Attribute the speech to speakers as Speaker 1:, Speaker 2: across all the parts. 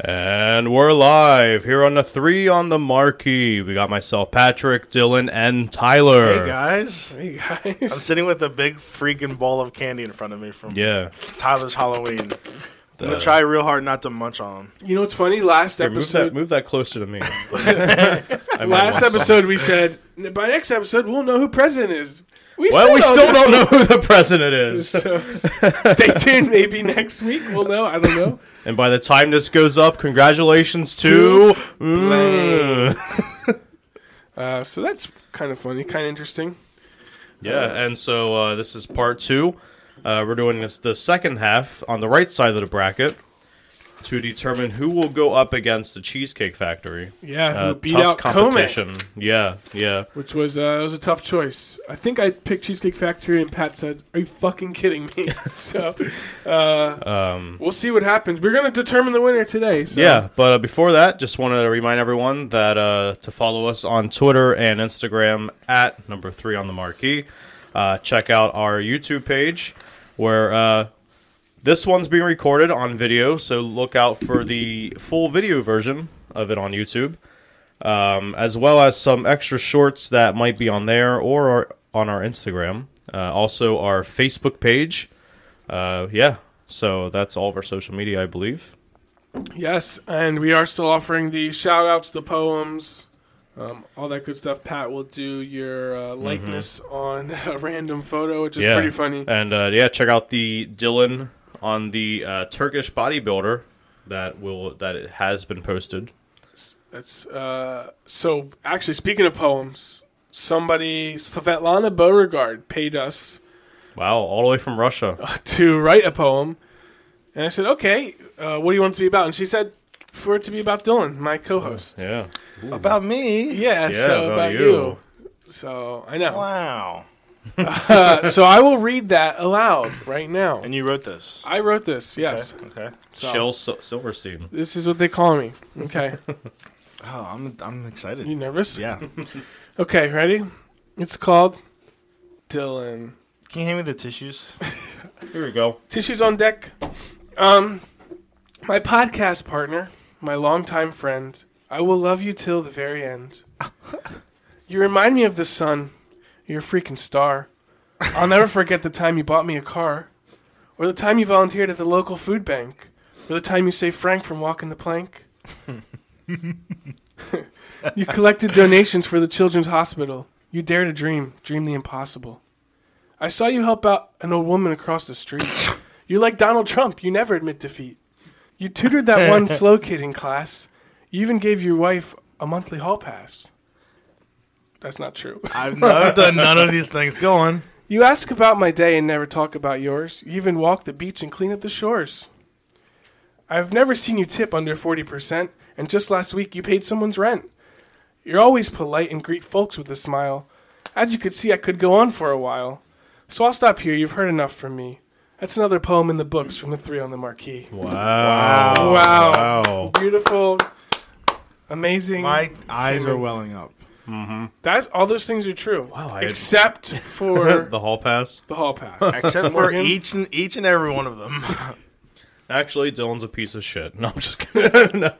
Speaker 1: And we're live here on the three on the marquee. We got myself, Patrick, Dylan, and Tyler.
Speaker 2: Hey guys,
Speaker 3: Hey
Speaker 2: I'm
Speaker 3: guys.
Speaker 2: sitting with a big freaking ball of candy in front of me from
Speaker 1: Yeah.
Speaker 2: Tyler's Halloween. I'm
Speaker 1: Uh,
Speaker 2: gonna try real hard not to munch on them.
Speaker 3: You know what's funny? Last
Speaker 1: Here, move that
Speaker 3: episode
Speaker 1: move that closer to me. I might want
Speaker 3: last
Speaker 1: some.
Speaker 3: episode we said by next episode we'll know who president is. We
Speaker 1: Well, we still don't know who the president is.
Speaker 3: So, stay tuned. Maybe next week we'll know. I don't know.
Speaker 1: And by the time this goes up, congratulations to Mm.
Speaker 3: Blaine. Uh, so that's kind of funny, kind of interesting.
Speaker 1: Yeah, and so uh, this is part two. Uh, we're doing this the second half on the right side of the bracket to determine who will go up against the Cheesecake Factory.
Speaker 3: Yeah,
Speaker 1: Uh,
Speaker 3: who beat
Speaker 1: tough
Speaker 3: out Comet,
Speaker 1: competition. Yeah, yeah.
Speaker 3: which was uh, it was a tough choice. I think I picked Cheesecake Factory, and Pat said, "Are you fucking kidding me?" so uh,
Speaker 1: Um,
Speaker 3: we'll see what happens. We're gonna determine the winner today. So.
Speaker 1: Yeah, but uh, before that, just want to remind everyone that uh, to follow us on Twitter and Instagram at number three on the marquee. Uh, check out our YouTube page where uh, this one's being recorded on video, so look out for the full video version of it on YouTube, um, as well as some extra shorts that might be on there or are on our Instagram. Uh, also, our Facebook page. Uh, yeah, so that's all of our social media, I believe.
Speaker 3: Yes, and we are still offering the shout outs, the poems, um, all that good stuff. Pat will do your uh,
Speaker 1: Mm-hmm.
Speaker 3: likeness on a random photo, which is pretty funny.
Speaker 1: And uh, yeah, check out the Dylan on the uh, Turkish bodybuilder that will that it has been posted.
Speaker 3: That's uh, so. Actually, speaking of poems, somebody Svetlana Beauregard paid us
Speaker 1: Wow, all the way from Russia.
Speaker 3: to write a poem, and I said, "Okay, uh, what do you want it to be about?" And she said, "For it to be about Dylan, my co-host." Yeah,
Speaker 1: Yeah,
Speaker 2: About me?
Speaker 3: so
Speaker 1: Oh, about
Speaker 3: about,
Speaker 1: you.
Speaker 3: you. So I know.
Speaker 2: Wow.
Speaker 3: Uh, so I will read that aloud right now.
Speaker 2: And you wrote this?
Speaker 3: I wrote this, yes.
Speaker 2: Okay.
Speaker 3: So,
Speaker 1: Shell Sil- Silverstein.
Speaker 3: This is what they call me. Okay.
Speaker 2: Oh, I'm I'm excited.
Speaker 3: you nervous?
Speaker 2: yeah. Can
Speaker 3: Okay, ready? It's called Dylan.
Speaker 2: you hand me the tissues?
Speaker 1: Here we go.
Speaker 3: Tissues on deck. Um, my podcast partner, my longtime friend, I will love you till the very end. You remind me of the sun. You're a freaking star. I'll never forget the time you bought me a car, or the time you volunteered at the local food bank, or the time you saved Frank from walking the plank. you collected donations for the children's hospital. You dare to dream, dream the impossible. I saw you help out an old woman across the street. You're like Donald Trump. You never admit defeat. You tutored that one slow kid in class. You even gave your wife a monthly hall pass. That's not true.
Speaker 2: I've never done none of these things. Go on.
Speaker 3: You ask about my day and never talk about yours. You even walk the beach and clean up the shores. I've never seen you tip under 40%, and just last week you paid someone's rent. You're always polite and greet folks with a smile. As you could see, I could go on for a while. So I'll stop here. You've heard enough from me. That's another poem in the books from the three on the marquee.
Speaker 1: Wow.
Speaker 3: Wow.
Speaker 1: Wow.
Speaker 3: Beautiful. Amazing.
Speaker 2: My eyes are welling up.
Speaker 3: That's all those things are true.
Speaker 1: Wow, I-
Speaker 3: Except for
Speaker 1: The E. hall pass.
Speaker 3: the hall pass.
Speaker 2: Except for
Speaker 3: Morgan?
Speaker 2: each and each and every one of them.
Speaker 1: Actually, Dylan's a piece of shit. No, I'm just kidding. no.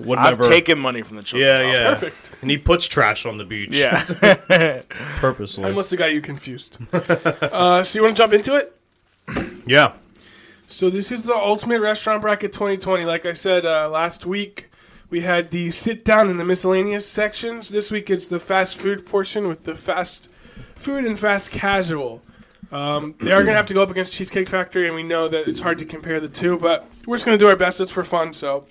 Speaker 1: Would
Speaker 2: I've
Speaker 1: never.
Speaker 2: taken money from the children's
Speaker 1: yeah, yeah.
Speaker 3: Perfect.
Speaker 1: And he puts trash on the beach.
Speaker 2: Yeah.
Speaker 3: I
Speaker 1: Purposely.
Speaker 3: must have got you confused. uh, so you want to jump into it?
Speaker 1: yeah.
Speaker 3: So this is the Ultimate Restaurant Bracket 2020. Like I said uh, last week, we had the sit down and the miscellaneous sections. This week it's the fast food portion with the fast food and fast casual. Um, they are going to have to go up against Cheesecake Factory, and we know that it's hard to compare the two, but we're just going to do our best. It's for fun, so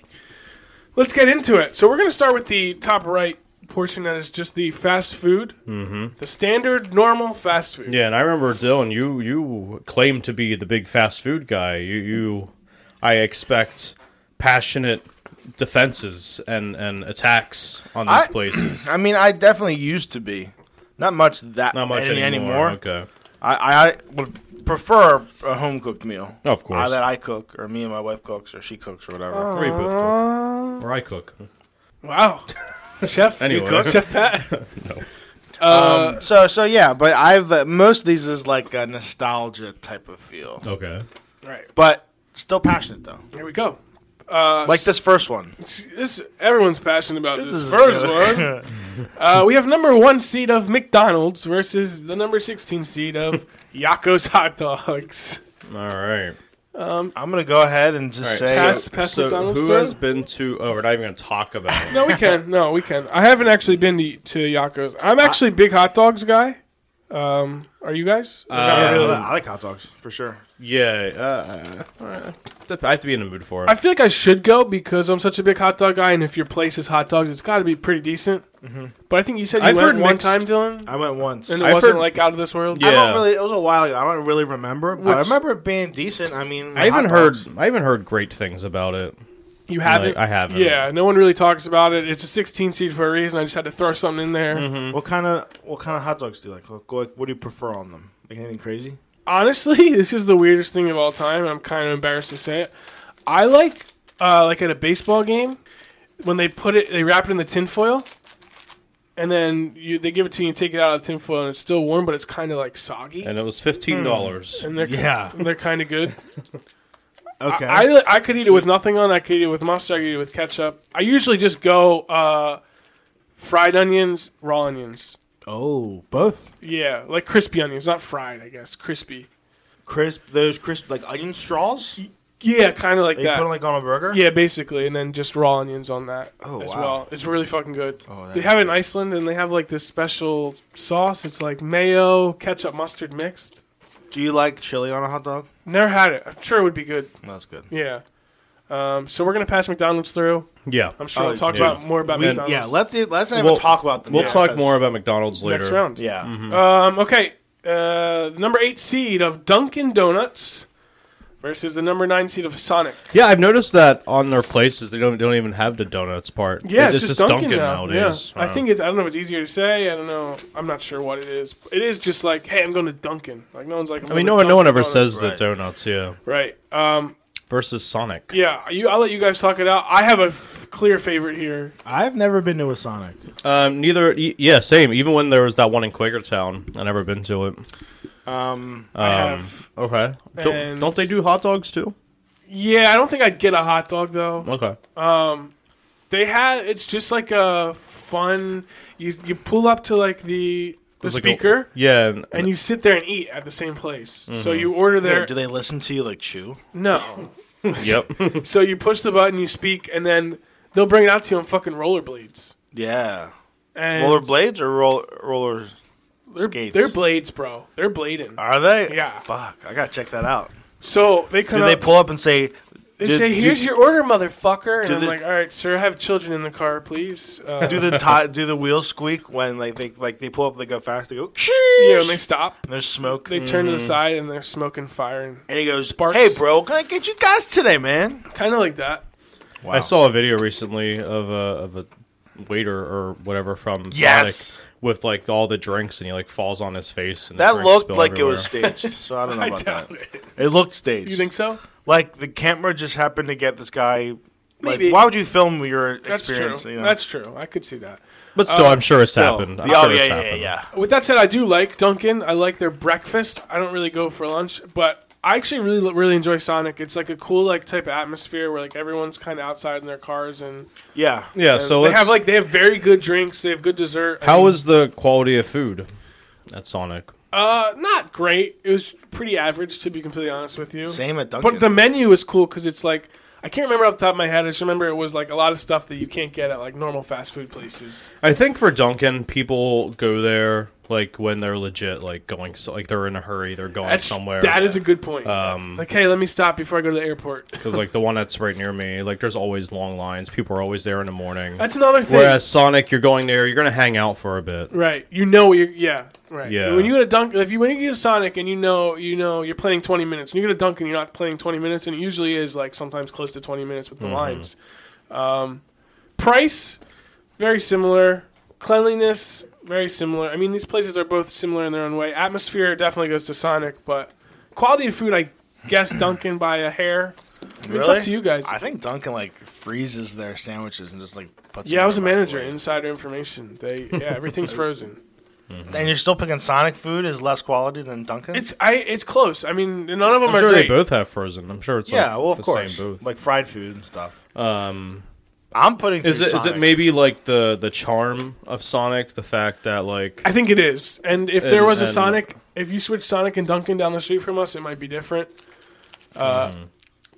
Speaker 3: let's get into it. So we're going to start with the top right portion that is just the fast food, mm-hmm. the standard, normal fast food.
Speaker 1: Yeah, and I remember Dylan, you you claim to be the big fast food guy. You you I expect passionate defenses and and attacks on these
Speaker 2: I-
Speaker 1: places.
Speaker 2: I mean, I definitely used to be. Not much that
Speaker 1: Not much
Speaker 2: any-
Speaker 1: anymore.
Speaker 2: anymore.
Speaker 1: Okay.
Speaker 2: I, I, I well, prefer a home cooked meal.
Speaker 1: Of course.
Speaker 2: I, that I cook, or me and my wife cooks, or she cooks, or whatever.
Speaker 1: Or we both cook.
Speaker 3: Uh,
Speaker 1: Or I cook.
Speaker 3: wow, chef.
Speaker 1: Anyway.
Speaker 3: Dude, chef Pat.
Speaker 1: No.
Speaker 3: Uh,
Speaker 2: Um, so so yeah, but I've uh, most of these is like a nostalgia type of feel,
Speaker 1: Okay.
Speaker 3: right
Speaker 2: but still passionate though.
Speaker 3: here we go. Uh,
Speaker 2: Like this first one.
Speaker 3: this everyone's passionate about this,
Speaker 2: This is a
Speaker 3: first
Speaker 2: joke.
Speaker 3: one. Uh, we have number one seed of McDonald's versus the number sixteen seed of Yakko's hot dogs.
Speaker 1: All right.
Speaker 2: I'm gonna go ahead and just
Speaker 1: All right,
Speaker 2: say
Speaker 3: Pass- pass McDonald's
Speaker 1: who
Speaker 3: through?
Speaker 1: has been to? Oh, we're not even going to talk about it.
Speaker 3: No, we can. No, we can. I haven't actually been to, to Yakko's. I'm actually a big hot dogs guy. Um, are you guys?
Speaker 2: Yeah,
Speaker 1: uh, really-
Speaker 2: uh, I like hot dogs for sure.
Speaker 1: yeah. Uh, dep- I have to be in the mood for it.
Speaker 3: I feel like I should go because I'm such a big hot dog guy, and if your place is hot dogs, it's got to be pretty decent. But I think you said
Speaker 1: Mm-hmm.
Speaker 3: you
Speaker 1: I've
Speaker 3: went
Speaker 1: heard
Speaker 3: one
Speaker 1: mixed-
Speaker 3: time, Dylan,
Speaker 2: I went once.
Speaker 3: and it
Speaker 1: I've
Speaker 3: wasn't
Speaker 1: heard-
Speaker 3: like out of this world.
Speaker 1: Yeah.
Speaker 2: I don't really. It was a while ago. I don't really remember. But I
Speaker 3: Which-
Speaker 2: remember it being decent. I mean,
Speaker 1: I even
Speaker 2: hot
Speaker 1: heard.
Speaker 2: dogs.
Speaker 1: I even heard great things about it.
Speaker 3: You haven't.
Speaker 1: I haven't.
Speaker 3: Yeah, no one really talks about it. It's a 16 seed for a reason. I just had to throw something in there.
Speaker 1: Mm-hmm.
Speaker 2: What kind of what kind of hot dogs do you like? What, what do you prefer on them? Like anything crazy?
Speaker 3: honestly, this is the weirdest thing of all time. and I'm kind of embarrassed to say it. I like, uh, like at a baseball game, when they put it, they wrap it in the tinfoil, and then you, they give it to you and take it out of the tinfoil, and it's still warm, but it's kind of like soggy, and,
Speaker 1: And it was fifteen dollars.
Speaker 3: they're
Speaker 2: Yeah.
Speaker 3: and they're kind of good.
Speaker 2: Okay.
Speaker 3: I, I could eat it with nothing on. I could eat it with mustard. I could eat it with ketchup. I usually just go uh, fried onions, raw onions.
Speaker 2: oh, both
Speaker 3: Yeah, like crispy onions, not fried. I guess crispy.
Speaker 2: crisp. Those crisp like onion straws.
Speaker 3: Yeah, kind of like
Speaker 2: They
Speaker 3: that.
Speaker 2: put them like on a burger.
Speaker 3: Yeah, basically, and then just raw onions on that
Speaker 2: Oh,
Speaker 3: as
Speaker 2: wow.
Speaker 3: well. It's really fucking good.
Speaker 2: Oh, that
Speaker 3: they
Speaker 2: is
Speaker 3: have it in
Speaker 2: good.
Speaker 3: Iceland, and they have like this special sauce. It's like mayo, ketchup, mustard mixed.
Speaker 2: Do you like chili on a hot dog?
Speaker 3: Never had it. I'm sure it would be good.
Speaker 2: That's good.
Speaker 3: Yeah. Um, so we're gonna pass McDonald's through.
Speaker 1: Hmm. Yeah.
Speaker 3: I'm sure
Speaker 2: Oh,
Speaker 3: we'll talk
Speaker 1: yeah.
Speaker 3: about more about
Speaker 2: We-
Speaker 3: McDonald's.
Speaker 2: yeah, let's let's not
Speaker 1: We'll-
Speaker 2: even talk about them.
Speaker 1: We'll
Speaker 2: yet,
Speaker 1: talk
Speaker 2: 'cause-
Speaker 1: more about McDonald's later.
Speaker 3: next round.
Speaker 2: Yeah,
Speaker 3: Um, okay. Uh, the number eight seed of Dunkin' Donuts versus the number nine seed of Sonic.
Speaker 1: Yeah, I've noticed that on their places they don't they don't even have the donuts part.
Speaker 3: Yeah,
Speaker 1: It
Speaker 3: it's just,
Speaker 1: is
Speaker 3: Dunkin' now.
Speaker 1: nowadays.
Speaker 3: Yeah. I think it's. I don't know if it's easier to say. I don't know. I'm not sure what it is. It is just like, hey, I'm going to Dunkin'. Like no one's like. I'm
Speaker 1: I mean, no one no one ever says the
Speaker 2: Right.
Speaker 1: donuts. Yeah.
Speaker 3: Right. Um.
Speaker 1: Versus Sonic.
Speaker 3: Yeah. You. I'll let you guys talk it out. I have a f- clear favorite here.
Speaker 2: I've never been to a Sonic.
Speaker 1: Um, neither. y- Yeah, same. Even when there was that one in Quakertown, I never been to it.
Speaker 2: Um,
Speaker 3: I have.
Speaker 1: Okay. Don't,
Speaker 3: And-
Speaker 1: don't they do hot dogs too?
Speaker 3: Yeah. I don't think I'd get a hot dog though.
Speaker 1: Okay.
Speaker 3: They had. It's just like a fun. You you pull up to like the the
Speaker 1: It's like a-
Speaker 3: speaker.
Speaker 1: yeah, and,
Speaker 3: and you sit there and eat at the same place. So
Speaker 1: Mm-hmm.
Speaker 3: you order
Speaker 2: do
Speaker 3: there.
Speaker 2: they- do they listen to you like chew?
Speaker 3: No.
Speaker 1: yep.
Speaker 3: so you push the button, you speak, and then they'll bring it out to you on fucking rollerblades.
Speaker 2: Yeah,
Speaker 3: And
Speaker 2: roller blades or roll, rollers?
Speaker 3: they're,
Speaker 2: skates.
Speaker 3: they're blades, bro. They're blading.
Speaker 2: Are they?
Speaker 3: Yeah.
Speaker 2: Fuck, I gotta check that out.
Speaker 3: So they come
Speaker 2: Do
Speaker 3: out.
Speaker 2: they
Speaker 3: They,
Speaker 2: pull up and say? do-
Speaker 3: say,
Speaker 2: do-
Speaker 3: "Here's your order, motherfucker," and
Speaker 2: do
Speaker 3: I'm
Speaker 2: the-
Speaker 3: like, "All right, sir, I have children in the car, please." Uh,
Speaker 2: do the ti do the wheels squeak when like they like they pull up they go fast they go
Speaker 3: yeah,
Speaker 2: yeah,
Speaker 3: and they stop.
Speaker 2: there's smoke
Speaker 3: They turn to the side and they're smoking fire and
Speaker 2: and he goes
Speaker 3: Sparks.
Speaker 2: hey bro can I get you guys today man
Speaker 3: kind of like that.
Speaker 2: wow.
Speaker 1: I saw a video recently of a of a waiter or whatever from
Speaker 2: Yes!
Speaker 1: Sonic with like all the drinks, and he like falls on his face. And the
Speaker 2: that
Speaker 1: drinks
Speaker 2: looked
Speaker 1: spill
Speaker 2: like it was
Speaker 1: everywhere.
Speaker 2: staged so I don't know
Speaker 3: I
Speaker 2: about
Speaker 3: doubt
Speaker 2: that
Speaker 3: it.
Speaker 2: it looked staged
Speaker 3: You think so?
Speaker 2: like the camera just happened to get this guy like
Speaker 3: Maybe.
Speaker 2: why would you film your
Speaker 3: That's true.
Speaker 2: experience you know?
Speaker 3: That's true. I could see that.
Speaker 1: But still, I'm sure it's
Speaker 2: So-
Speaker 1: happened. I'm
Speaker 2: oh
Speaker 1: sure
Speaker 2: yeah
Speaker 1: it's
Speaker 2: yeah
Speaker 1: happened.
Speaker 2: yeah
Speaker 3: With that said, I do like Dunkin'. I like their breakfast. I don't really go for lunch, but I actually really really enjoy Sonic. It's like a cool like type of atmosphere where like everyone's kind of outside in their cars and
Speaker 2: yeah yeah
Speaker 1: Yeah. So
Speaker 3: they
Speaker 1: let's-
Speaker 3: have like they have very good drinks. They have good dessert. I
Speaker 1: how
Speaker 3: mean,
Speaker 1: was the quality of food at Sonic?
Speaker 3: uh not great? It was pretty average to be completely honest with you.
Speaker 2: same at Dunkin'
Speaker 3: But the menu is cool because it's like I can't remember off the top of my head. I just remember it was like a lot of stuff that you can't get at like normal fast food places.
Speaker 1: I think for Duncan, people go there like when they're legit, like going, so, like they're in a hurry, they're going
Speaker 3: That's,
Speaker 1: somewhere.
Speaker 3: That is a good point.
Speaker 1: Um,
Speaker 3: like hey, let me stop before I go to the airport.
Speaker 1: because like the one that's right near me, like there's always long lines. People are always there in the morning.
Speaker 3: That's another thing.
Speaker 1: Whereas Sonic, you're going there, you're gonna hang out for a bit.
Speaker 3: Right. You know what you're yeah, right.
Speaker 1: Yeah.
Speaker 3: When you go to dunk if you when you get a Sonic and you know you know you're playing twenty minutes and you go to dunk and you're not playing twenty minutes and it usually is like sometimes close to twenty minutes
Speaker 2: Mm-hmm.
Speaker 3: with the lines. Um, price, very similar. Cleanliness, very similar. I mean these places are both similar in their own way. Atmosphere definitely goes to Sonic, but Quality of food, I guess Duncan by a hair. I mean, It's
Speaker 2: Really?
Speaker 3: up to you guys.
Speaker 2: I think Duncan like freezes their sandwiches and just like puts. them
Speaker 3: yeah, I
Speaker 2: in
Speaker 3: was a
Speaker 2: the
Speaker 3: manager.
Speaker 2: microwave.
Speaker 3: Insider information. They yeah, everything's frozen.
Speaker 2: and you're still picking Sonic food is less quality than Duncan.
Speaker 3: It's I. It's close. I mean, none of them
Speaker 1: I'm
Speaker 3: are
Speaker 1: sure
Speaker 3: great.
Speaker 1: they both have frozen. I'm sure it's
Speaker 2: yeah,
Speaker 1: like
Speaker 2: well, of
Speaker 1: the
Speaker 2: course,
Speaker 1: same booth.
Speaker 2: like fried food and stuff.
Speaker 1: Um,
Speaker 2: I'm putting.
Speaker 1: is
Speaker 2: through
Speaker 1: it is
Speaker 2: Sonic.
Speaker 1: it maybe like the the charm of Sonic, the fact that like
Speaker 3: I think it is. And if there
Speaker 1: And-
Speaker 3: was a
Speaker 1: and-
Speaker 3: Sonic, if you switch Sonic and Duncan down the street from us, it might be different. Uh,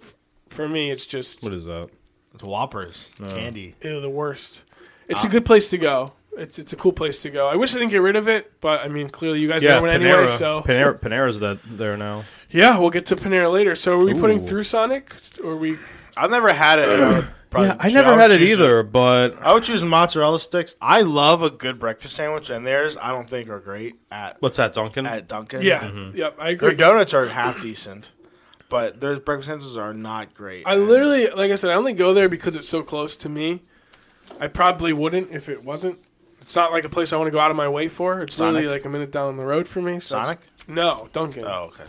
Speaker 3: f- For me, it's just
Speaker 1: what is that?
Speaker 2: It's Whoppers candy?
Speaker 3: ew, the worst. It's
Speaker 1: Ah.
Speaker 3: a good place to go. It's it's a cool place to go. I wish I didn't get rid of it, but I mean, clearly you guys
Speaker 1: Yeah,
Speaker 3: never went
Speaker 1: Panera.
Speaker 3: anyway. So
Speaker 1: Panera, Panera's that there now.
Speaker 3: yeah, we'll get to Panera later. So are we putting
Speaker 1: Ooh.
Speaker 3: through Sonic, or are we?
Speaker 2: I've never had it. and I would probably
Speaker 1: Yeah,
Speaker 3: Uh,
Speaker 1: I
Speaker 2: choose-
Speaker 1: never
Speaker 2: would
Speaker 1: had it
Speaker 2: choose
Speaker 1: either, but
Speaker 2: I would choose mozzarella sticks. I love a good breakfast sandwich, and theirs I don't think are great at
Speaker 1: what's that, Duncan?
Speaker 2: at Dunkin'.
Speaker 3: Yeah,
Speaker 1: Mm-hmm.
Speaker 3: yep, I agree.
Speaker 2: their donuts are half decent, but their breakfast sandwiches are not great.
Speaker 3: I literally, like I said, I only go there because it's so close to me. I probably wouldn't if it wasn't. It's not like a place I want to go out of my way for. It's
Speaker 2: Sonic?
Speaker 3: literally like a minute down the road for me. So it's-
Speaker 2: Sonic.
Speaker 3: No, Duncan.
Speaker 2: Oh, okay.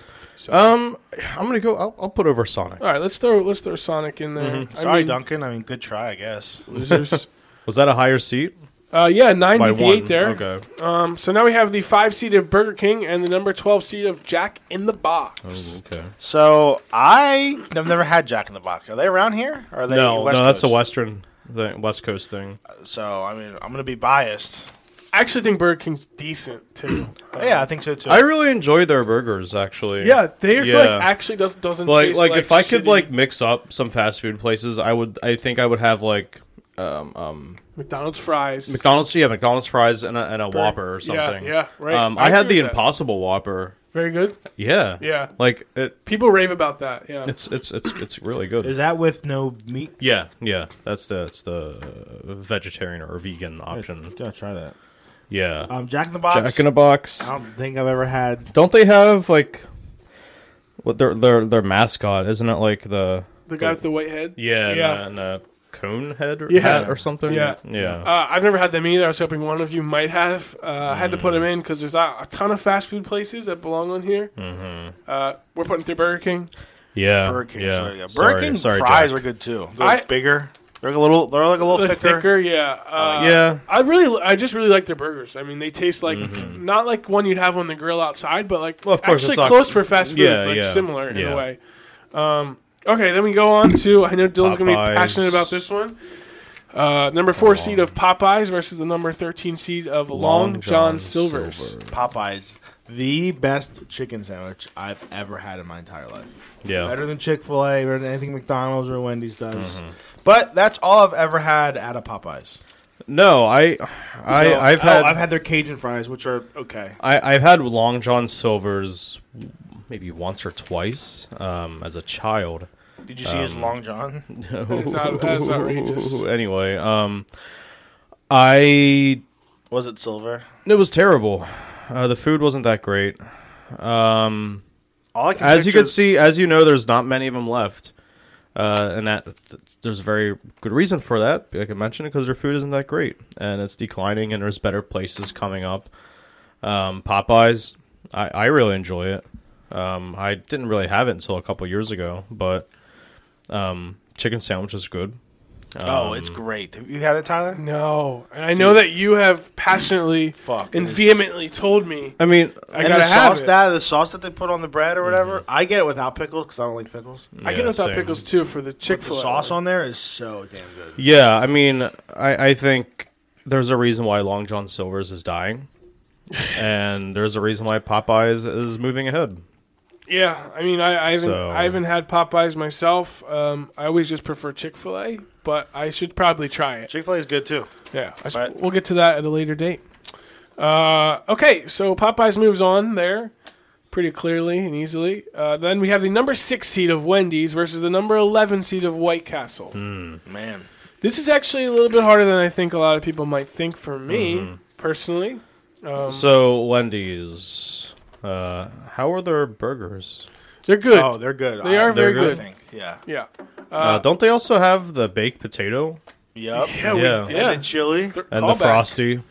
Speaker 1: um, I'm gonna go. I'll, I'll put over Sonic.
Speaker 3: All right, let's throw let's throw Sonic in there.
Speaker 1: Mm-hmm.
Speaker 3: I
Speaker 2: Sorry,
Speaker 3: mean,
Speaker 2: Duncan. I mean, good try, I guess.
Speaker 3: Losers.
Speaker 1: Was that a higher seat
Speaker 3: uh, yeah, nine
Speaker 1: by
Speaker 3: beat the
Speaker 1: one?
Speaker 3: eight there.
Speaker 1: Okay.
Speaker 3: Um, so now we have the five seed of Burger King and the number twelve seed of Jack in the Box.
Speaker 1: Oh, Okay.
Speaker 2: So I have never had Jack in the Box. Are they around here? Or are they
Speaker 1: No,
Speaker 2: West
Speaker 1: no, that's a
Speaker 2: Coast?
Speaker 1: Western thing, West Coast thing.
Speaker 2: So I mean, I'm gonna be biased.
Speaker 3: I actually think Burger King's decent too.
Speaker 2: yeah, I think so too.
Speaker 1: I really enjoy their burgers, actually.
Speaker 3: yeah, they
Speaker 1: Yeah.
Speaker 3: like actually does, doesn't
Speaker 1: like
Speaker 3: taste
Speaker 1: like,
Speaker 3: like,
Speaker 1: if I could
Speaker 3: shitty
Speaker 1: like mix up some fast food places, I would. I think I would have like um um
Speaker 3: McDonald's fries.
Speaker 1: McDonald's. Yeah, McDonald's fries and a, and a Whopper or
Speaker 3: Yeah,
Speaker 1: something.
Speaker 3: yeah, right.
Speaker 1: Um,
Speaker 3: I
Speaker 1: I, had
Speaker 3: agree
Speaker 1: the
Speaker 3: with that.
Speaker 1: Impossible Whopper.
Speaker 3: Very good.
Speaker 1: Yeah.
Speaker 3: Yeah.
Speaker 1: Like it.
Speaker 3: People rave about that. Yeah.
Speaker 1: It's it's it's it's really good.
Speaker 2: Is that with no meat?
Speaker 1: yeah, yeah. That's the it's the vegetarian or vegan option.
Speaker 2: Don't try that.
Speaker 1: Yeah.
Speaker 2: Um, Jack in the Box.
Speaker 1: Jack in a box.
Speaker 2: I don't think I've ever had.
Speaker 1: Don't they have like what their their their mascot? Isn't it like the
Speaker 3: the guy with the white head.
Speaker 1: yeah
Speaker 3: Yeah.
Speaker 1: And, a, and a cone head or,
Speaker 3: Yeah.
Speaker 1: hat or something?
Speaker 3: Yeah.
Speaker 1: yeah.
Speaker 3: Uh, I've never had them either. I was hoping one of you might have. Uh, I had to put them in because there's not a ton of fast food places that belong on here. Mm-hmm. Uh, we're putting through Burger King.
Speaker 1: yeah.
Speaker 2: Burger King.
Speaker 1: yeah.
Speaker 2: Sorry, yeah. Burger
Speaker 1: Sorry,
Speaker 2: King
Speaker 1: sorry,
Speaker 2: fries
Speaker 1: Jack.
Speaker 2: are good too. They're like,
Speaker 3: I-
Speaker 2: bigger. They're like a little. They're like a little
Speaker 3: The thicker,
Speaker 2: thicker.
Speaker 3: yeah. Uh,
Speaker 1: yeah.
Speaker 3: I really, I just really like their burgers. I mean, they taste like not like one you'd have on the grill outside, but like
Speaker 1: Mm-hmm. Well, of course,
Speaker 3: actually
Speaker 1: it's not-
Speaker 3: close for fast food,
Speaker 1: Yeah,
Speaker 3: like
Speaker 1: yeah,
Speaker 3: similar in
Speaker 1: yeah.
Speaker 3: a way. Um, okay, then we go on to I know Dylan's gonna be
Speaker 1: Popeyes.
Speaker 3: passionate about this one. Uh, number four seed of Popeyes versus the number thirteen seed of Long, John, Silver's.
Speaker 2: Popeyes, the best chicken sandwich I've ever had in my entire life.
Speaker 1: Yeah.
Speaker 2: Better than Chick Fil A, better than anything McDonald's or Wendy's does.
Speaker 1: Mm-hmm.
Speaker 2: But that's all I've ever had at a Popeyes.
Speaker 1: No, I, I,
Speaker 2: So-
Speaker 1: I've
Speaker 2: oh,
Speaker 1: had,
Speaker 2: I've had their Cajun fries, which are okay.
Speaker 1: I, I've had Long John Silver's maybe once or twice um, as a child.
Speaker 2: Did you see his
Speaker 1: Um,
Speaker 2: Long John?
Speaker 3: It's out- that's outrageous.
Speaker 1: Anyway, um, I
Speaker 2: Was it silver?
Speaker 1: It was terrible. Uh, the food wasn't that great. Um,
Speaker 2: All I can
Speaker 1: as you
Speaker 2: picture
Speaker 1: can
Speaker 2: is-
Speaker 1: see, as you know, there's not many of them left, uh, and that th- there's a very good reason for that. Like I mentioned, because their food isn't that great, and it's declining, and there's better places coming up. Um, Popeyes, I, I really enjoy it. Um, I didn't really have it until a couple years ago, but um, chicken sandwich is good.
Speaker 2: oh,
Speaker 1: um,
Speaker 2: it's great. Have you had it, Tyler?
Speaker 3: No, and I know that you have passionately
Speaker 2: Fuck,
Speaker 3: and
Speaker 2: it's-
Speaker 3: vehemently told me
Speaker 1: I mean,
Speaker 3: I
Speaker 2: and the
Speaker 3: gotta have
Speaker 2: sauce
Speaker 3: it. Mm-hmm.
Speaker 2: that the sauce that they put on the bread or whatever, I get it without pickles because I don't like pickles.
Speaker 3: I get
Speaker 1: Yeah,
Speaker 3: it without
Speaker 1: same.
Speaker 3: pickles too for the Chick
Speaker 2: The
Speaker 3: Fil A
Speaker 2: sauce on there is so damn good.
Speaker 1: Yeah, I mean, I, I think there's a reason why Long John Silver's is dying, and there's a reason why Popeyes is moving ahead.
Speaker 3: Yeah, I mean, I, I haven't
Speaker 1: So-
Speaker 3: I haven't had Popeyes myself. Um, I always just prefer Chick Fil A, but I should probably try it.
Speaker 2: Chick Fil A is good too.
Speaker 3: Yeah, I s-
Speaker 2: But-
Speaker 3: we'll get to that at a later date. Uh, okay, so Popeyes moves on there pretty clearly and easily. Uh, then we have the number six seed of Wendy's versus the number eleven seed of White Castle.
Speaker 1: Hmm.
Speaker 2: Man,
Speaker 3: This is actually a little bit harder than I think a lot of people might think for me
Speaker 1: Mm-hmm.
Speaker 3: personally.
Speaker 1: So Wendy's, uh, how are their burgers?
Speaker 3: They're good.
Speaker 2: oh, they're good.
Speaker 3: They
Speaker 2: I-
Speaker 3: are very
Speaker 2: I
Speaker 3: good.
Speaker 2: think. Yeah.
Speaker 3: Yeah.
Speaker 1: Uh, don't they also have the baked potato
Speaker 2: Yep.
Speaker 3: Yeah. We,
Speaker 1: Yeah.
Speaker 3: yeah.
Speaker 2: And the chili.
Speaker 1: and
Speaker 3: Callback.
Speaker 1: the frosty?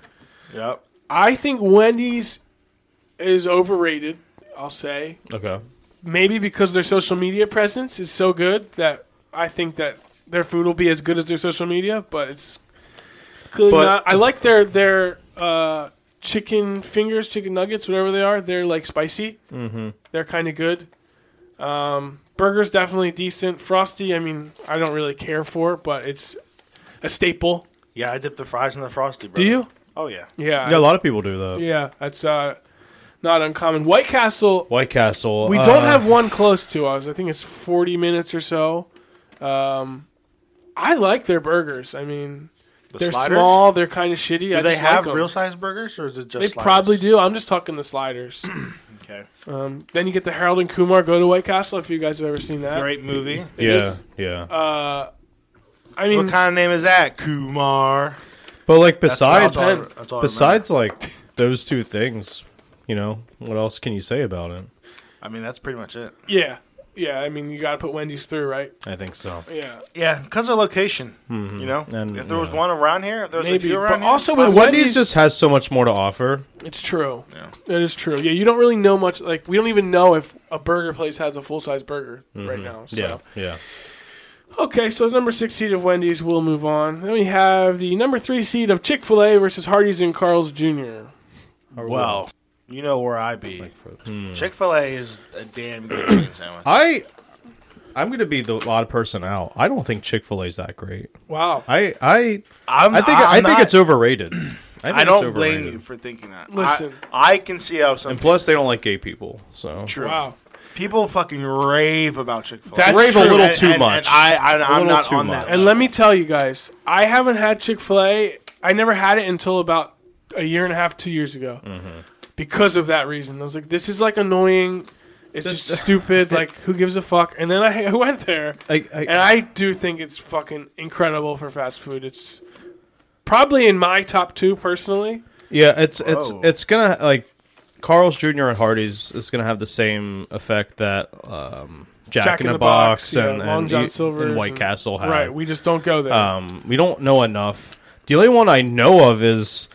Speaker 2: Yep.
Speaker 3: I think Wendy's is overrated. I'll say
Speaker 1: Okay,
Speaker 3: maybe because their social media presence is so good that I think that their food will be as good as their social media, but it's clearly
Speaker 1: But-
Speaker 3: not. I like their their uh, chicken fingers, chicken nuggets, whatever they are. They're like spicy. Mm-hmm. They're kind of good. Um, burgers definitely decent. Frosty, I mean, I don't really care for, but it's a staple.
Speaker 2: Yeah, I dip the fries in the frosty. Bro.
Speaker 3: Do you?
Speaker 2: Oh yeah.
Speaker 3: Yeah,
Speaker 1: Yeah, a lot of people do that.
Speaker 3: yeah. That's uh, not uncommon. White Castle
Speaker 1: White Castle.
Speaker 2: Uh,
Speaker 1: uh,
Speaker 3: We don't have one close to us. I think it's 40 minutes or so. Um, I like their burgers. I mean,
Speaker 2: The
Speaker 3: they're
Speaker 2: sliders?
Speaker 3: small. They're kind of shitty.
Speaker 2: Do
Speaker 3: I
Speaker 2: they
Speaker 3: just
Speaker 2: have
Speaker 3: like 'em.
Speaker 2: real size burgers or is it just?
Speaker 3: They
Speaker 2: sliders?
Speaker 3: probably do. I'm just talking the sliders.
Speaker 2: Okay.
Speaker 3: um, then you get the Harold and Kumar Go to White Castle. If you guys have ever seen that,
Speaker 2: Great movie.
Speaker 1: Yeah,
Speaker 3: is-
Speaker 1: yeah.
Speaker 3: I mean,
Speaker 2: What kind of name is that? Kumar.
Speaker 1: but like
Speaker 2: That's all-
Speaker 1: besides,
Speaker 2: that's all I- that's all I remember.
Speaker 1: besides like those two things, you know, what else can you say about it?
Speaker 2: I mean, that's pretty much it.
Speaker 3: yeah, yeah. I mean, you got to put Wendy's through, right?
Speaker 1: I think so.
Speaker 3: Yeah,
Speaker 2: Yeah, because of location. You know,
Speaker 1: And,
Speaker 2: if there was
Speaker 1: yeah.
Speaker 2: one around here, if there was a
Speaker 3: Maybe,
Speaker 2: few
Speaker 3: but
Speaker 2: around here,
Speaker 3: also with
Speaker 2: possibly-
Speaker 1: Wendy's,
Speaker 3: Wendy's-
Speaker 1: just has so much more to offer.
Speaker 3: it's true.
Speaker 2: Yeah.
Speaker 3: That is true. Yeah, you don't really know much. Like, we don't even know if a burger place has a full size burger
Speaker 2: Mm-hmm.
Speaker 3: right now. So.
Speaker 1: Yeah, yeah.
Speaker 3: Okay, so number six seed of Wendy's will move on. Then we have the number three seed of Chick Fil A versus Hardee's and Carl's Jr.
Speaker 2: well, you know where I be. Chick Fil A is a damn good chicken sandwich.
Speaker 1: I, I'm gonna be the odd person out. I don't think Chick Fil A is that great.
Speaker 3: Wow.
Speaker 1: I, I,
Speaker 2: I'm,
Speaker 1: I think,
Speaker 2: I'm
Speaker 1: i think
Speaker 2: not-
Speaker 1: it's overrated. I, think
Speaker 2: I
Speaker 1: it's
Speaker 2: don't blame
Speaker 1: overrated.
Speaker 2: you for thinking that.
Speaker 3: Listen.
Speaker 2: I, I can see how some
Speaker 1: And plus, they don't like gay people, so
Speaker 2: true.
Speaker 3: Wow.
Speaker 2: People fucking rave about Chick Fil
Speaker 3: That's
Speaker 2: A.
Speaker 1: rave
Speaker 3: true.
Speaker 1: a little
Speaker 2: and,
Speaker 1: too
Speaker 2: and-
Speaker 1: much.
Speaker 2: And I, I I'm
Speaker 1: little
Speaker 2: not
Speaker 1: too
Speaker 2: on
Speaker 1: much.
Speaker 2: that.
Speaker 3: And let me tell you guys, I haven't had Chick Fil A. I never had it until about a year and a half, two years ago, because of that reason. I was like, this is like annoying. It's just stupid. Like, who gives a fuck? And then I went there.
Speaker 1: I, I,
Speaker 3: And I do think it's fucking incredible for fast food. It's probably in my top two personally.
Speaker 1: Yeah, it's it's
Speaker 2: Whoa.
Speaker 1: it's gonna like Carl's Jr. and Hardee's is gonna have the same effect that um, Jack, in the, Box,
Speaker 3: yeah,
Speaker 1: and,
Speaker 3: Long
Speaker 1: and,
Speaker 3: John
Speaker 1: E-
Speaker 3: Silver's
Speaker 1: and White
Speaker 3: and-
Speaker 1: Castle have.
Speaker 3: Right, we just don't go there.
Speaker 1: um, we don't know enough. The only one I know of is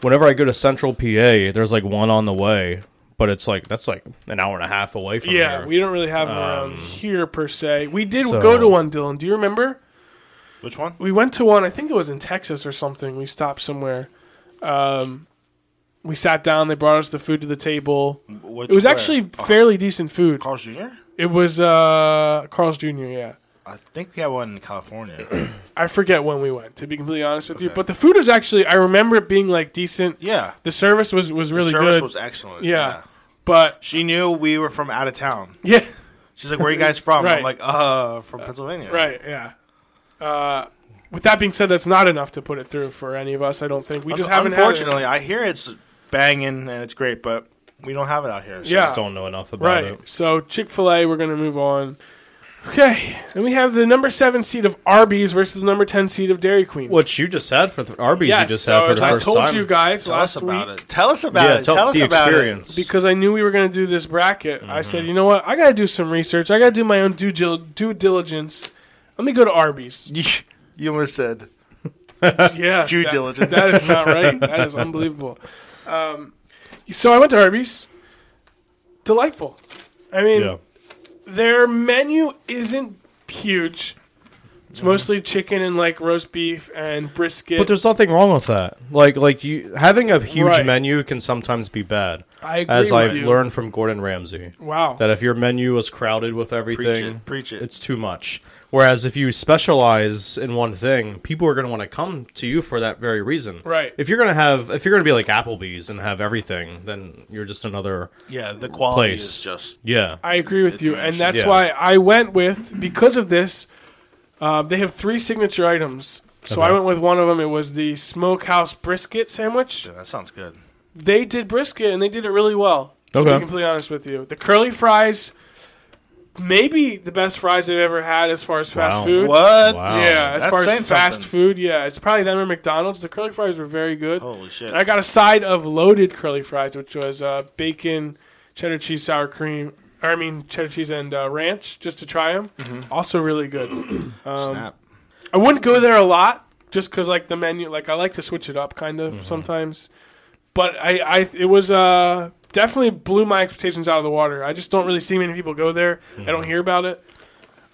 Speaker 1: whenever I go to Central PA, there's like one on the way, but it's like that's like an hour and a half away from
Speaker 3: yeah,
Speaker 1: here.
Speaker 3: we don't really have them around here per se. We did
Speaker 1: Um, so-
Speaker 3: go to one, Dylan. Do you remember?
Speaker 2: Which one?
Speaker 3: We went to one. I think it was in Texas or something. We stopped somewhere. Um, we sat down. They brought us the food to the table.
Speaker 2: Which
Speaker 3: It was
Speaker 2: where?
Speaker 3: actually
Speaker 2: Oh,
Speaker 3: fairly decent food.
Speaker 2: Carl's Jr.
Speaker 3: It was uh, Carl's Jr. Yeah.
Speaker 2: I think we had one in California.
Speaker 3: I forget when we went, to be completely honest with you.
Speaker 2: Okay.
Speaker 3: But the food was actually I remember it being like decent.
Speaker 2: yeah,
Speaker 3: The service was was really
Speaker 2: service
Speaker 3: good.
Speaker 2: was excellent.
Speaker 3: yeah. But
Speaker 2: she knew we were from out of town.
Speaker 3: yeah,
Speaker 2: She's like, "Where are you guys from?"
Speaker 3: Right.
Speaker 2: I'm like, "Uh, from Pennsylvania."
Speaker 3: right, yeah. Uh, with that being said, that's not enough to put it through for any of us. I don't think we just haven't. had it.
Speaker 2: Unfortunately, I hear it's banging and it's great, but we don't have it out here. So
Speaker 1: I
Speaker 3: Yeah.
Speaker 1: just don't know enough about
Speaker 3: right.
Speaker 1: it.
Speaker 3: So Chick Fil A, we're gonna move on. Okay, then we have the number seven seed of Arby's versus the number ten seed of Dairy Queen.
Speaker 1: What you just had for th- Arby's, you
Speaker 3: yes,
Speaker 1: just had
Speaker 3: so
Speaker 1: for
Speaker 3: as
Speaker 1: the
Speaker 3: I
Speaker 1: first
Speaker 3: told
Speaker 1: time.
Speaker 3: you guys
Speaker 2: Tell
Speaker 3: last
Speaker 2: us about
Speaker 3: week,
Speaker 2: it. Tell us about
Speaker 1: yeah,
Speaker 2: it.
Speaker 1: tell,
Speaker 2: Tell us
Speaker 1: the
Speaker 2: about
Speaker 1: experience
Speaker 3: because I knew we were going to do this bracket, I said,
Speaker 1: Mm-hmm.
Speaker 3: you know what? I got to do some research. I got to do my own due, gil- due diligence. Let me go to Arby's.
Speaker 2: it. You almost said
Speaker 3: Yeah,
Speaker 2: due
Speaker 3: that-
Speaker 2: diligence.
Speaker 3: That is not right. That is unbelievable. Um, so I went to Arby's. Delightful. I mean,
Speaker 1: Yeah.
Speaker 3: their menu isn't huge. It's mostly chicken and like roast beef and brisket.
Speaker 1: But there's nothing wrong with that. Like like you having a huge
Speaker 3: Right.
Speaker 1: menu can sometimes be bad.
Speaker 3: I agree
Speaker 1: as
Speaker 3: with
Speaker 1: I've
Speaker 3: you.
Speaker 1: learned from Gordon Ramsay.
Speaker 3: wow.
Speaker 1: That if your menu is crowded with everything,
Speaker 2: it, preach it.
Speaker 1: it's too much. Whereas if you specialize in one thing, people are going to want to come to you for that very reason.
Speaker 3: Right.
Speaker 1: If you're going to have, if you're going to be like Applebee's and have everything, then you're just another.
Speaker 2: yeah. The quality
Speaker 1: Place.
Speaker 2: is just
Speaker 1: Yeah.
Speaker 3: I agree with you, and
Speaker 2: dimension.
Speaker 3: that's
Speaker 1: Yeah.
Speaker 3: why I went with because of this. Uh, they have three signature items, so I
Speaker 1: Okay.
Speaker 3: went with one of them. It was the smokehouse brisket sandwich.
Speaker 2: yeah, that sounds good.
Speaker 3: They did brisket, and they did it really well. To be
Speaker 1: Okay.
Speaker 3: completely honest with you, the curly fries, maybe the best fries I've ever had as far as fast
Speaker 1: Wow.
Speaker 3: food.
Speaker 2: What?
Speaker 1: Wow.
Speaker 3: Yeah, as
Speaker 2: That's
Speaker 3: far
Speaker 2: saying
Speaker 3: as fast
Speaker 2: something.
Speaker 3: food, yeah, it's probably them or McDonald's. The curly fries were very good.
Speaker 2: Holy shit!
Speaker 3: And I got a side of loaded curly fries, which was uh, bacon, cheddar cheese, sour cream. Or I mean, cheddar cheese and uh, ranch, just to try them. Also, really good.
Speaker 2: Snap.
Speaker 1: Um,
Speaker 3: I wouldn't go there a lot, just because like
Speaker 1: Mm-hmm.
Speaker 3: the menu, like I like to switch it up kind of sometimes. But I, I, it was uh, definitely blew my expectations out of the water. I just don't really see many people go there. I
Speaker 1: Mm-hmm.
Speaker 3: don't hear about it.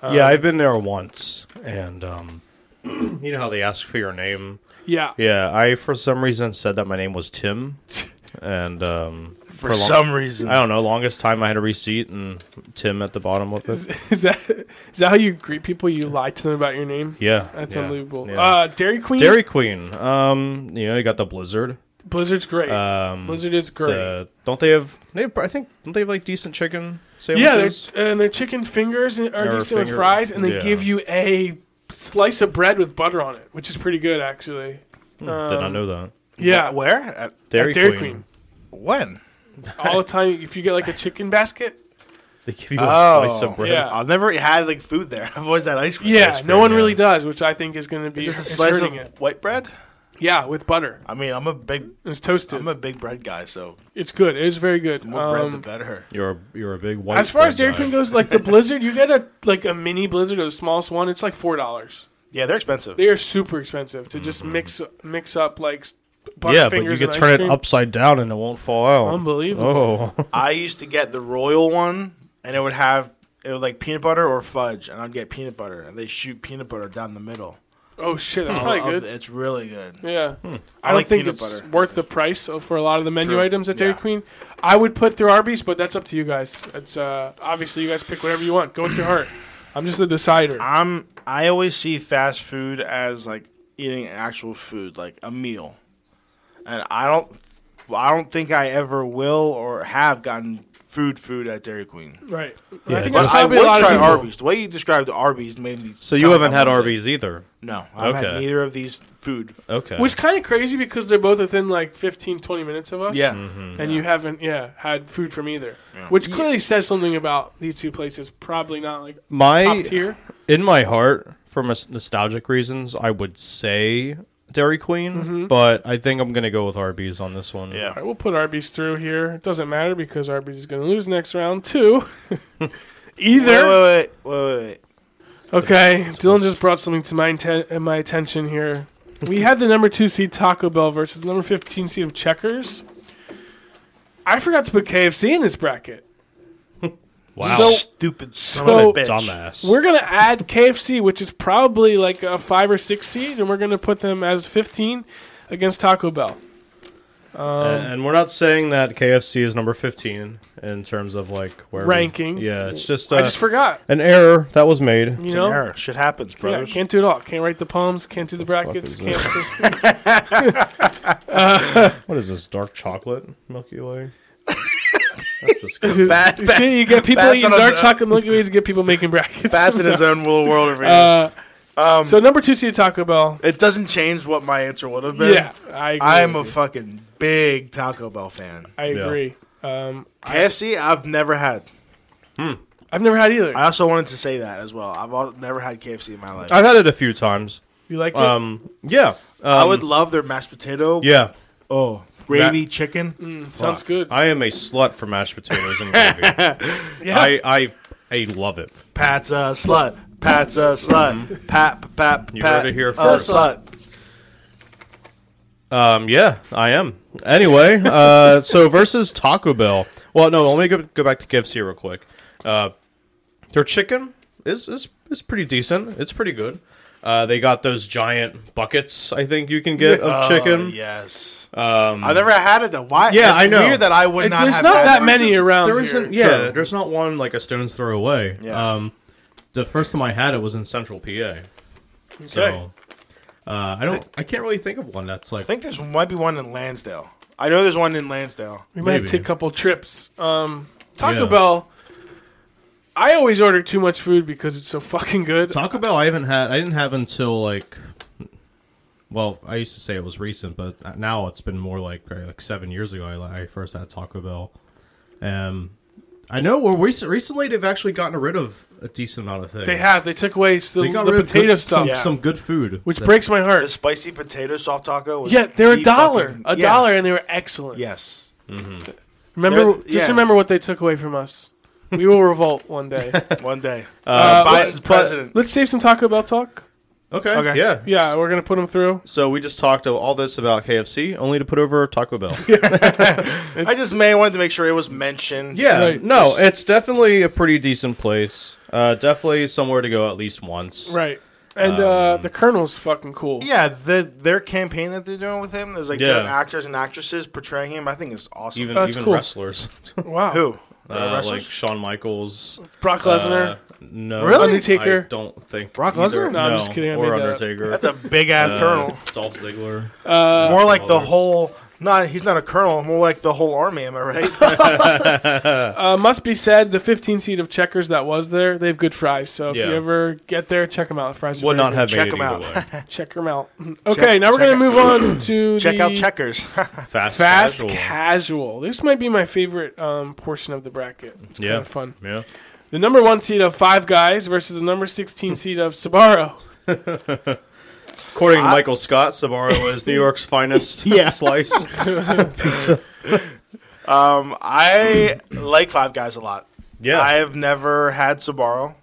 Speaker 3: uh,
Speaker 1: yeah, I've been there once, and um, you know how they ask for your name.
Speaker 3: Yeah.
Speaker 1: Yeah, I for some reason said that my name was Tim, and um,
Speaker 2: for,
Speaker 1: long-
Speaker 2: some reason.
Speaker 1: I don't know. Longest time I had a receipt and Tim at the bottom of it.
Speaker 3: Is, is that is that how you greet people? You lie to them about your name?
Speaker 1: Yeah,
Speaker 3: That's
Speaker 1: yeah,
Speaker 3: unbelievable.
Speaker 1: yeah.
Speaker 3: Uh, Dairy Queen.
Speaker 1: Dairy Queen. Um, you know, you got the Blizzard.
Speaker 3: Blizzard's great.
Speaker 1: Um,
Speaker 3: Blizzard is great.
Speaker 1: the- don't they have? They have, I think don't they have like decent chicken
Speaker 3: yeah, they're, uh,
Speaker 1: sandwiches?
Speaker 3: and their chicken fingers are
Speaker 1: Or
Speaker 3: decent with
Speaker 1: finger-
Speaker 3: fries, and they
Speaker 1: yeah.
Speaker 3: give you a slice of bread with butter on it, which is pretty good actually.
Speaker 1: Yeah, did not know that.
Speaker 3: um, Yeah,
Speaker 2: Wh- Where? At,
Speaker 1: Dairy,
Speaker 3: Dairy
Speaker 1: Queen.
Speaker 3: Queen.
Speaker 2: when?
Speaker 3: all the time. If you get like a chicken basket,
Speaker 1: They give you a
Speaker 2: Oh,
Speaker 1: slice of bread.
Speaker 3: yeah.
Speaker 2: I've never had like food there. I've always had ice cream.
Speaker 3: yeah, no
Speaker 1: great,
Speaker 3: one
Speaker 1: yeah.
Speaker 3: really does, which I think is going to be
Speaker 2: Just a
Speaker 3: it's
Speaker 2: slice of
Speaker 3: hurting it.
Speaker 2: white bread.
Speaker 3: Yeah, with butter.
Speaker 2: I mean, I'm a big,
Speaker 3: It's toasted.
Speaker 2: I'm a big bread guy, so
Speaker 3: it's good. It is very good.
Speaker 2: more bread the
Speaker 3: Um,
Speaker 2: better.
Speaker 1: You're a, you're a big white.
Speaker 3: as far as Dairy
Speaker 1: bread
Speaker 3: Queen
Speaker 1: guy.
Speaker 3: goes, like the Blizzard, you get a like a mini Blizzard or the smallest one. It's like four dollars.
Speaker 2: Yeah, they're expensive.
Speaker 3: They are super expensive to just mix mix up like s- butter
Speaker 1: Mm-hmm. yeah, but you
Speaker 3: fingers
Speaker 1: could
Speaker 3: and
Speaker 1: turn
Speaker 3: ice
Speaker 1: it
Speaker 3: cream.
Speaker 1: upside down and it won't fall out.
Speaker 3: Unbelievable.
Speaker 1: Oh,
Speaker 2: I used to get the royal one, and it would have it would like peanut butter or fudge, and I'd get peanut butter, and they shoot peanut butter down the middle.
Speaker 3: Oh shit, that's
Speaker 2: Of
Speaker 3: probably
Speaker 2: the-
Speaker 3: good.
Speaker 2: It's really good.
Speaker 3: Yeah, Hmm. I
Speaker 2: I
Speaker 3: don't
Speaker 2: like
Speaker 3: think
Speaker 2: peanut
Speaker 3: it's
Speaker 2: butter.
Speaker 3: worth the price of- for a lot of the menu
Speaker 2: True.
Speaker 3: items at Dairy
Speaker 2: Yeah.
Speaker 3: Queen. I would put through Arby's, but that's up to you guys. It's uh, obviously you guys pick whatever you want. Go with your heart. I'm just the decider.
Speaker 2: I'm I always see fast food as like eating actual food, like a meal, and I don't I don't think I ever will or have gotten food food at Dairy Queen.
Speaker 3: Right.
Speaker 1: Yeah,
Speaker 3: I think
Speaker 1: but
Speaker 2: But
Speaker 3: that's
Speaker 2: I
Speaker 3: probably
Speaker 2: would
Speaker 3: a lot
Speaker 2: try
Speaker 3: of people.
Speaker 2: Arby's. The way you described Arby's made me.
Speaker 1: so you haven't had Arby's either.
Speaker 2: No, I've
Speaker 1: Okay.
Speaker 2: had neither of these food.
Speaker 1: Okay.
Speaker 3: Which is kind of crazy because they're both within like 15, 20 minutes of us.
Speaker 2: Yeah,
Speaker 1: Mm-hmm.
Speaker 3: And you haven't, yeah, had food from either. Which clearly says something about these two places. Probably not like
Speaker 1: my
Speaker 3: top tier.
Speaker 1: in my heart, for mos- nostalgic reasons, I would say Dairy Queen,
Speaker 3: Mm-hmm.
Speaker 1: but I think I'm gonna go with Arby's on this one.
Speaker 2: yeah.
Speaker 3: All right, we'll put Arby's through here. It doesn't matter because Arby's is going to lose next round, too. either.
Speaker 2: Wait, wait, wait, wait, wait.
Speaker 3: Okay, Dylan just brought something to my inten- uh, my attention here. We had the number two seed Taco Bell versus the number fifteen seed of Checkers. I forgot to put KFC in this bracket.
Speaker 1: Wow.
Speaker 3: So-
Speaker 2: stupid son
Speaker 3: so-
Speaker 2: of a bitch.
Speaker 1: Dumbass.
Speaker 3: We're gonna add KFC, which is probably like a five or six seed, and we're gonna put them as fifteen against Taco Bell. Um,
Speaker 1: and, and we're not saying that KFC is number 15 in terms of like where we-
Speaker 3: Ranking.
Speaker 1: yeah, it's just, uh,
Speaker 3: I just forgot.
Speaker 1: an error that was made.
Speaker 3: You
Speaker 2: It's an
Speaker 3: know,
Speaker 2: error. Shit happens,
Speaker 3: Yeah,
Speaker 2: brothers.
Speaker 3: can't do it all. Can't write the poems. Can't do the brackets. Can't.
Speaker 1: What is this dark chocolate Milky Way? That's disgusting.
Speaker 2: Bad-
Speaker 3: You see, you get people
Speaker 2: Bats
Speaker 3: eating
Speaker 2: on a-
Speaker 3: dark chocolate Milky Ways. You get people making brackets.
Speaker 2: Bats in his own little world over here.
Speaker 3: Uh,
Speaker 2: Um,
Speaker 3: so number two seed Taco Bell.
Speaker 2: it doesn't change what my answer would have been.
Speaker 3: Yeah, I agree.
Speaker 2: I'm a
Speaker 3: with you.
Speaker 2: fucking big Taco Bell fan.
Speaker 3: I
Speaker 1: Yeah.
Speaker 3: agree. Um,
Speaker 2: KFC, I've never had.
Speaker 3: I've never had either.
Speaker 2: I also wanted to say that as well. I've al- never had KFC in my life.
Speaker 1: I've had it a few times.
Speaker 3: you like it?
Speaker 1: Um, yeah,
Speaker 2: I
Speaker 1: um,
Speaker 2: would love their mashed potato.
Speaker 1: yeah.
Speaker 2: Oh, gravy chicken.
Speaker 3: Sounds
Speaker 2: fuck.
Speaker 3: good.
Speaker 1: I am a slut for mashed potatoes and gravy.
Speaker 3: yeah.
Speaker 1: I, I I love it.
Speaker 2: Pat's a slut. Pat's a slut. Pat, pat, pat.
Speaker 1: You heard it here
Speaker 2: a
Speaker 1: first.
Speaker 2: slut.
Speaker 1: Um, yeah, I am. Anyway, uh, so versus Taco Bell. Well, no, let me go, go back to KFC real quick. Uh, their chicken is, is is pretty decent. It's pretty good. Uh, they got those giant buckets. I think you can get of
Speaker 2: Oh,
Speaker 3: Uh,
Speaker 1: chicken.
Speaker 2: yes. Um, I've never had it though. Why?
Speaker 1: Yeah,
Speaker 2: it's
Speaker 1: I know.
Speaker 2: weird that I would
Speaker 3: It-
Speaker 2: not
Speaker 3: there's
Speaker 2: have
Speaker 3: not
Speaker 2: had
Speaker 3: that
Speaker 2: it.
Speaker 3: many around
Speaker 1: There
Speaker 3: here.
Speaker 1: isn't. Yeah,
Speaker 2: True.
Speaker 1: there's not one like a stone's throw away.
Speaker 2: Yeah.
Speaker 1: Um, the first time I had it was in Central PA.
Speaker 3: Okay.
Speaker 1: So uh, I don't. I can't really think of one that's like.
Speaker 2: I think there's might be one in Lansdale. I know there's one in Lansdale.
Speaker 3: we might
Speaker 1: maybe.
Speaker 3: take a couple trips. Um, Taco
Speaker 1: Yeah.
Speaker 3: Bell. I always order too much food because it's so fucking good.
Speaker 1: Taco Bell, I haven't had. I didn't have until like. Well, I used to say it was recent, but now it's been more like probably, like seven years ago. I, I first had Taco Bell, um, I know. Well, recent, recently they've actually gotten rid of a decent amount of things.
Speaker 3: they have. They took away the,
Speaker 1: They got
Speaker 3: the
Speaker 1: rid of
Speaker 3: potato
Speaker 1: good-
Speaker 3: stuff,
Speaker 1: some,
Speaker 2: Yeah.
Speaker 1: some good food,
Speaker 3: which
Speaker 1: that-
Speaker 3: breaks my
Speaker 2: The
Speaker 3: heart.
Speaker 2: spicy potato soft taco. Was
Speaker 3: Yeah, they're a
Speaker 2: the
Speaker 3: dollar,
Speaker 2: fucking-
Speaker 3: a
Speaker 2: Yeah.
Speaker 3: dollar, and they were excellent.
Speaker 2: Yes.
Speaker 3: remember,
Speaker 2: They're- yeah.
Speaker 3: just remember what they took away from us. We will revolt one day.
Speaker 2: One day.
Speaker 3: Uh,
Speaker 2: Biden's
Speaker 3: let's-
Speaker 2: president.
Speaker 3: Let's save some Taco Bell talk
Speaker 1: Okay.
Speaker 2: Okay.
Speaker 1: Yeah.
Speaker 3: Yeah, we're gonna put them through.
Speaker 1: So we just talked all this about KFC, only to put over Taco Bell.
Speaker 2: I just may wanted to make sure it was mentioned.
Speaker 1: yeah.
Speaker 3: Right,
Speaker 1: no,
Speaker 2: just-
Speaker 1: it's definitely a pretty decent place. Uh, definitely somewhere to go at least once.
Speaker 3: Right. And
Speaker 1: Um,
Speaker 3: uh, the Colonel's fucking cool.
Speaker 2: Yeah, the their campaign that they're doing with him, there's like
Speaker 1: Yeah.
Speaker 2: different actors and actresses portraying him. I think it's awesome.
Speaker 1: Even
Speaker 3: That's
Speaker 1: even
Speaker 3: cool.
Speaker 1: wrestlers,
Speaker 3: Wow.
Speaker 2: Who?
Speaker 1: uh,
Speaker 2: Uh,
Speaker 1: like
Speaker 2: wrestlers?
Speaker 1: Shawn Michaels,
Speaker 3: Brock Lesnar.
Speaker 1: Uh, no,
Speaker 2: Really?
Speaker 3: Undertaker.
Speaker 1: I don't think
Speaker 2: Brock
Speaker 1: either-
Speaker 2: Lesnar?
Speaker 3: No, I'm just kidding, I
Speaker 1: or
Speaker 3: made that up.
Speaker 1: Undertaker.
Speaker 2: That's a big ass
Speaker 1: Uh,
Speaker 2: colonel.
Speaker 1: Dolph Ziggler.
Speaker 2: More like the
Speaker 1: others.
Speaker 2: whole. Not he's not a colonel. More like the whole army. Am I right?
Speaker 3: Uh, must be said, the 15 seat of Checkers that was there, they have good fries. So if
Speaker 1: Yeah.
Speaker 3: you ever get there, check them out. The Fries are
Speaker 1: Would
Speaker 3: very
Speaker 1: not
Speaker 3: good.
Speaker 1: have
Speaker 2: Check
Speaker 1: made it
Speaker 2: 'em
Speaker 1: either
Speaker 2: out.
Speaker 1: way.
Speaker 3: Check them out. okay, now we're
Speaker 2: check
Speaker 3: gonna move on to
Speaker 2: Check
Speaker 3: the
Speaker 2: out checkers.
Speaker 1: Fast,
Speaker 3: fast
Speaker 1: casual.
Speaker 3: casual. This might be my favorite um, portion of the bracket. It's
Speaker 1: yeah,
Speaker 3: kind of fun.
Speaker 1: Yeah,
Speaker 3: The number one seed of Five Guys versus the number 16 seed of Sabaro.
Speaker 1: according to Michael Scott, Sabaro is New York's finest
Speaker 2: Yeah.
Speaker 1: slice.
Speaker 2: um, I like Five Guys a lot.
Speaker 1: Yeah,
Speaker 2: I've never had Sabaro.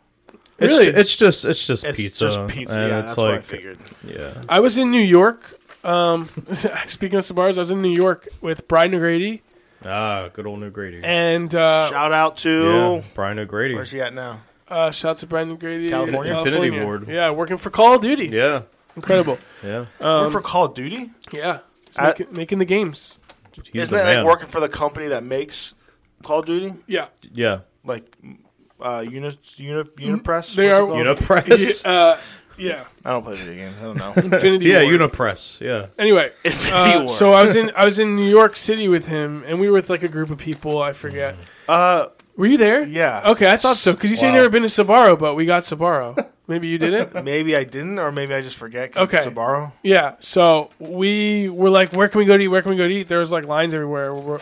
Speaker 1: It's
Speaker 3: Really?
Speaker 1: ju- it's just it's just
Speaker 2: It's
Speaker 1: pizza.
Speaker 2: just pizza.
Speaker 1: and
Speaker 2: Yeah,
Speaker 1: it's
Speaker 2: that's
Speaker 1: like,
Speaker 2: what I figured.
Speaker 1: Yeah.
Speaker 3: I was in New York. Um, speaking of Sabaros, I was in New York with Brian O'Grady
Speaker 1: Ah, good old O'Grady.
Speaker 3: and uh,
Speaker 2: Shout out
Speaker 1: Yeah,
Speaker 2: to
Speaker 1: Brian O'Grady.
Speaker 2: where's he at now?
Speaker 3: uh, shout out to Brian O'Grady,
Speaker 2: California.
Speaker 1: Infinity Ward.
Speaker 3: Yeah, working for Call of Duty.
Speaker 1: Yeah,
Speaker 3: Incredible.
Speaker 1: yeah.
Speaker 3: Um,
Speaker 2: Working for Call of Duty?
Speaker 3: Yeah, He's
Speaker 2: I-
Speaker 3: making, making the games.
Speaker 1: He's
Speaker 2: Isn't
Speaker 1: the
Speaker 2: that
Speaker 1: man.
Speaker 2: like working for the company that makes Call of Duty?
Speaker 3: Yeah,
Speaker 1: Yeah,
Speaker 2: Like uh, Unit Unit Unipress? What's
Speaker 3: They
Speaker 2: it
Speaker 3: are-
Speaker 2: called?
Speaker 1: you know press.
Speaker 3: yeah, uh, yeah.
Speaker 2: I don't play video games. I don't know.
Speaker 3: Infinity.
Speaker 1: yeah,
Speaker 3: Ward.
Speaker 1: you know press. Yeah,
Speaker 3: Anyway,
Speaker 2: Infinity
Speaker 3: uh,
Speaker 2: War.
Speaker 3: so I was in I was in New York City with him, and we were with like a group of people. I forget.
Speaker 2: uh,
Speaker 3: Were you there?
Speaker 2: Yeah.
Speaker 3: Okay, I thought so because you said you
Speaker 1: Wow.
Speaker 3: never been to Sabaro, but we got Sabaro. Maybe you didn't.
Speaker 2: maybe I didn't, or maybe I just forget. 'cause it's
Speaker 3: Okay.
Speaker 2: Sabaro.
Speaker 3: Yeah, so we were like, where can we go to eat? Where can we go to eat? There was like lines everywhere. we were-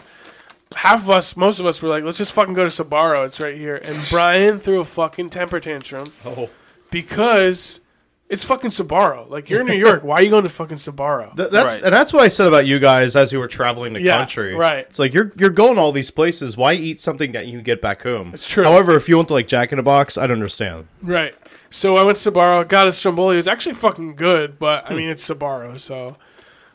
Speaker 3: half of us, most of us were like, let's just fucking go to Sabaro. It's right here. And Brian threw a fucking temper tantrum
Speaker 1: Oh.
Speaker 3: because it's fucking Sabaro. Like, you're in New York. Why are you going to fucking Sabaro?
Speaker 1: Th- that's
Speaker 2: Right.
Speaker 1: and that's what I said about you guys as you were traveling the
Speaker 3: Yeah,
Speaker 1: country.
Speaker 3: right.
Speaker 1: It's like you're you're going all these places. Why eat something that you can get back home? It's
Speaker 3: true.
Speaker 1: However, if you went to like Jack in a Box, I'd understand.
Speaker 3: right. So I went to Sabaro, got a Stromboli. It was actually fucking good,
Speaker 1: Hmm.
Speaker 3: but I mean, it's Sabaro, so.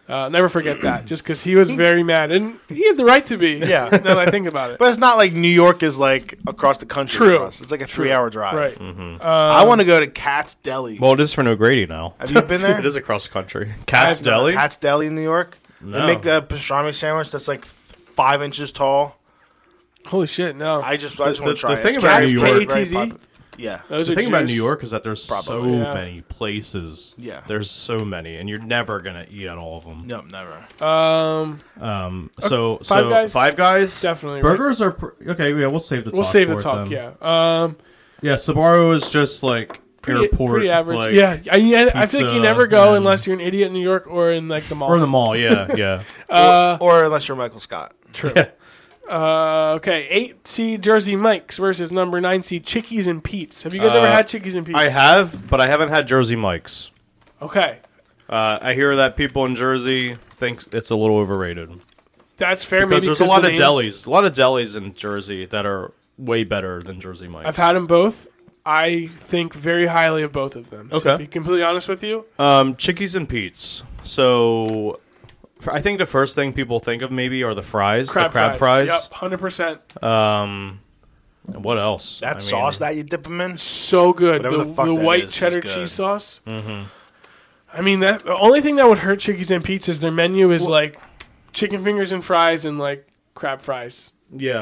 Speaker 3: Uh, never forget that, just because he was very mad, and he had the right to be.
Speaker 2: Yeah.
Speaker 3: now that I think about it,
Speaker 2: But it's not like New York is like across the country.
Speaker 3: True.
Speaker 2: for us. It's like a three-hour drive.
Speaker 3: right?
Speaker 1: uh,
Speaker 3: Um,
Speaker 2: I want to go to Cat's Deli.
Speaker 1: Well, it is for no Grady now.
Speaker 2: Have you been there?
Speaker 1: it is across the country. Cat's Deli.
Speaker 2: Cat's Deli in New York.
Speaker 1: No.
Speaker 2: They make the pastrami sandwich that's like f- five inches tall.
Speaker 3: Holy shit! No,
Speaker 2: I just, I just
Speaker 1: The-
Speaker 2: want
Speaker 1: the
Speaker 2: to try it.
Speaker 1: thing
Speaker 2: It's
Speaker 1: about
Speaker 2: Cat's
Speaker 1: New York- E
Speaker 2: Deli, very
Speaker 3: KTZ?
Speaker 2: popular. Yeah.
Speaker 3: Those
Speaker 1: The
Speaker 3: are
Speaker 1: thing about
Speaker 3: Jews.
Speaker 1: New York is that there's
Speaker 2: Probably,
Speaker 1: so
Speaker 3: yeah.
Speaker 1: many places.
Speaker 2: Yeah.
Speaker 1: There's so many, and you're never gonna eat at all of them.
Speaker 2: No, never.
Speaker 3: Um,
Speaker 1: Um. So
Speaker 3: Five
Speaker 1: so
Speaker 3: Guys?
Speaker 1: Five Guys
Speaker 3: Definitely, right?
Speaker 1: Burgers are pr- okay. Yeah, we'll save the.
Speaker 3: We'll
Speaker 1: talk
Speaker 3: save the
Speaker 1: for it
Speaker 3: talk.
Speaker 1: then.
Speaker 3: Yeah. Um,
Speaker 1: Yeah. Sabaro is just like
Speaker 3: pretty,
Speaker 1: airport.
Speaker 3: pretty average.
Speaker 1: like-
Speaker 3: yeah. I, I feel like you
Speaker 1: pizza
Speaker 3: never go
Speaker 1: and-
Speaker 3: unless you're an idiot in New York or in like the mall.
Speaker 1: Or the mall. Yeah. Yeah.
Speaker 3: uh,
Speaker 2: Or unless you're Michael Scott.
Speaker 3: true.
Speaker 1: Yeah.
Speaker 3: Uh, okay. Eight C Jersey Mike's versus number nine C Chickies and Pete's. Have you guys ever
Speaker 1: Uh,
Speaker 3: had Chickies and Pete's?
Speaker 1: I have, but I haven't had Jersey Mike's.
Speaker 3: Okay,
Speaker 1: Uh, I hear that people in Jersey think it's a little overrated
Speaker 3: that's fair.
Speaker 1: because
Speaker 3: maybe
Speaker 1: there's a lot
Speaker 3: the
Speaker 1: of
Speaker 3: name.
Speaker 1: delis, a lot of delis in Jersey that are way better than Jersey Mike's.
Speaker 3: I've had them both. I think very highly of both of them. To
Speaker 1: Okay.
Speaker 3: be completely honest with you,
Speaker 1: Um, Chickies and Pete's. So, f- I think the first thing people think of maybe are the fries,
Speaker 3: crab,
Speaker 1: the crab
Speaker 3: fries.
Speaker 1: fries.
Speaker 3: Yep, hundred percent.
Speaker 1: Um, what else?
Speaker 2: That
Speaker 1: I mean,
Speaker 2: sauce that you dip them in.
Speaker 3: so good. The,
Speaker 2: Whatever
Speaker 3: the,
Speaker 2: the fuck that
Speaker 3: white
Speaker 2: is, is
Speaker 3: cheddar
Speaker 2: good.
Speaker 3: cheese sauce. Mm-hmm. I mean, that the only thing that would hurt Chickies and Pete's is their menu is like chicken fingers and fries and like crab fries.
Speaker 1: Yeah,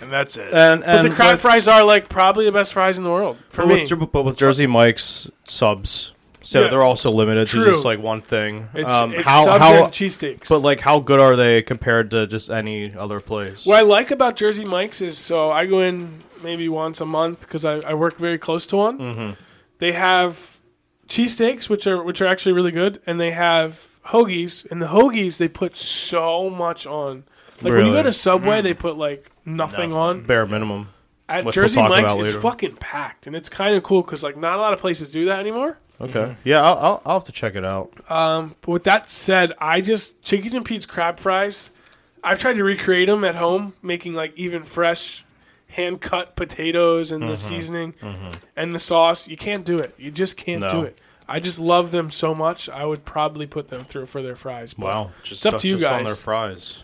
Speaker 2: And that's it.
Speaker 1: and and
Speaker 3: But the crab
Speaker 1: with,
Speaker 3: fries are like probably the best fries in the world for
Speaker 1: but
Speaker 3: me.
Speaker 1: with, Jer- but with Jersey Mike's subs, so
Speaker 3: Yeah.
Speaker 1: they're also limited
Speaker 3: True.
Speaker 1: to just like one thing.
Speaker 3: It's,
Speaker 1: um,
Speaker 3: it's
Speaker 1: how
Speaker 3: subs
Speaker 1: how
Speaker 3: and cheesesteaks.
Speaker 1: but like how good are they compared to just any other place?
Speaker 3: what I like about Jersey Mike's is so I go in maybe once a month because I, I work very close to one.
Speaker 1: Mm-hmm.
Speaker 3: They have cheesesteaks, which are which are actually really good, and they have hoagies. And the hoagies they put so much on. Like when you go
Speaker 1: Really?
Speaker 3: to Subway, they put like nothing,
Speaker 2: Nothing.
Speaker 3: on.
Speaker 1: Bare minimum.
Speaker 3: At
Speaker 1: Which we'll
Speaker 3: Jersey
Speaker 1: talk
Speaker 3: Mike's,
Speaker 1: about
Speaker 3: it's
Speaker 1: later.
Speaker 3: fucking packed, and it's kind of cool because like not a lot of places do that anymore.
Speaker 1: Okay. Yeah, I'll, I'll I'll have to check it out.
Speaker 3: But with that said, I just Chickies and Pete's crab fries. I've tried to recreate them at home, making like even fresh, hand
Speaker 1: Mm-hmm.
Speaker 3: cut potatoes and the seasoning and the sauce. You can't do it. You just can't
Speaker 1: No.
Speaker 3: do it. I just love them so much. I would probably put them through for their fries. but
Speaker 1: Wow, just
Speaker 3: it's up to you
Speaker 1: just on
Speaker 3: guys.
Speaker 1: their fries.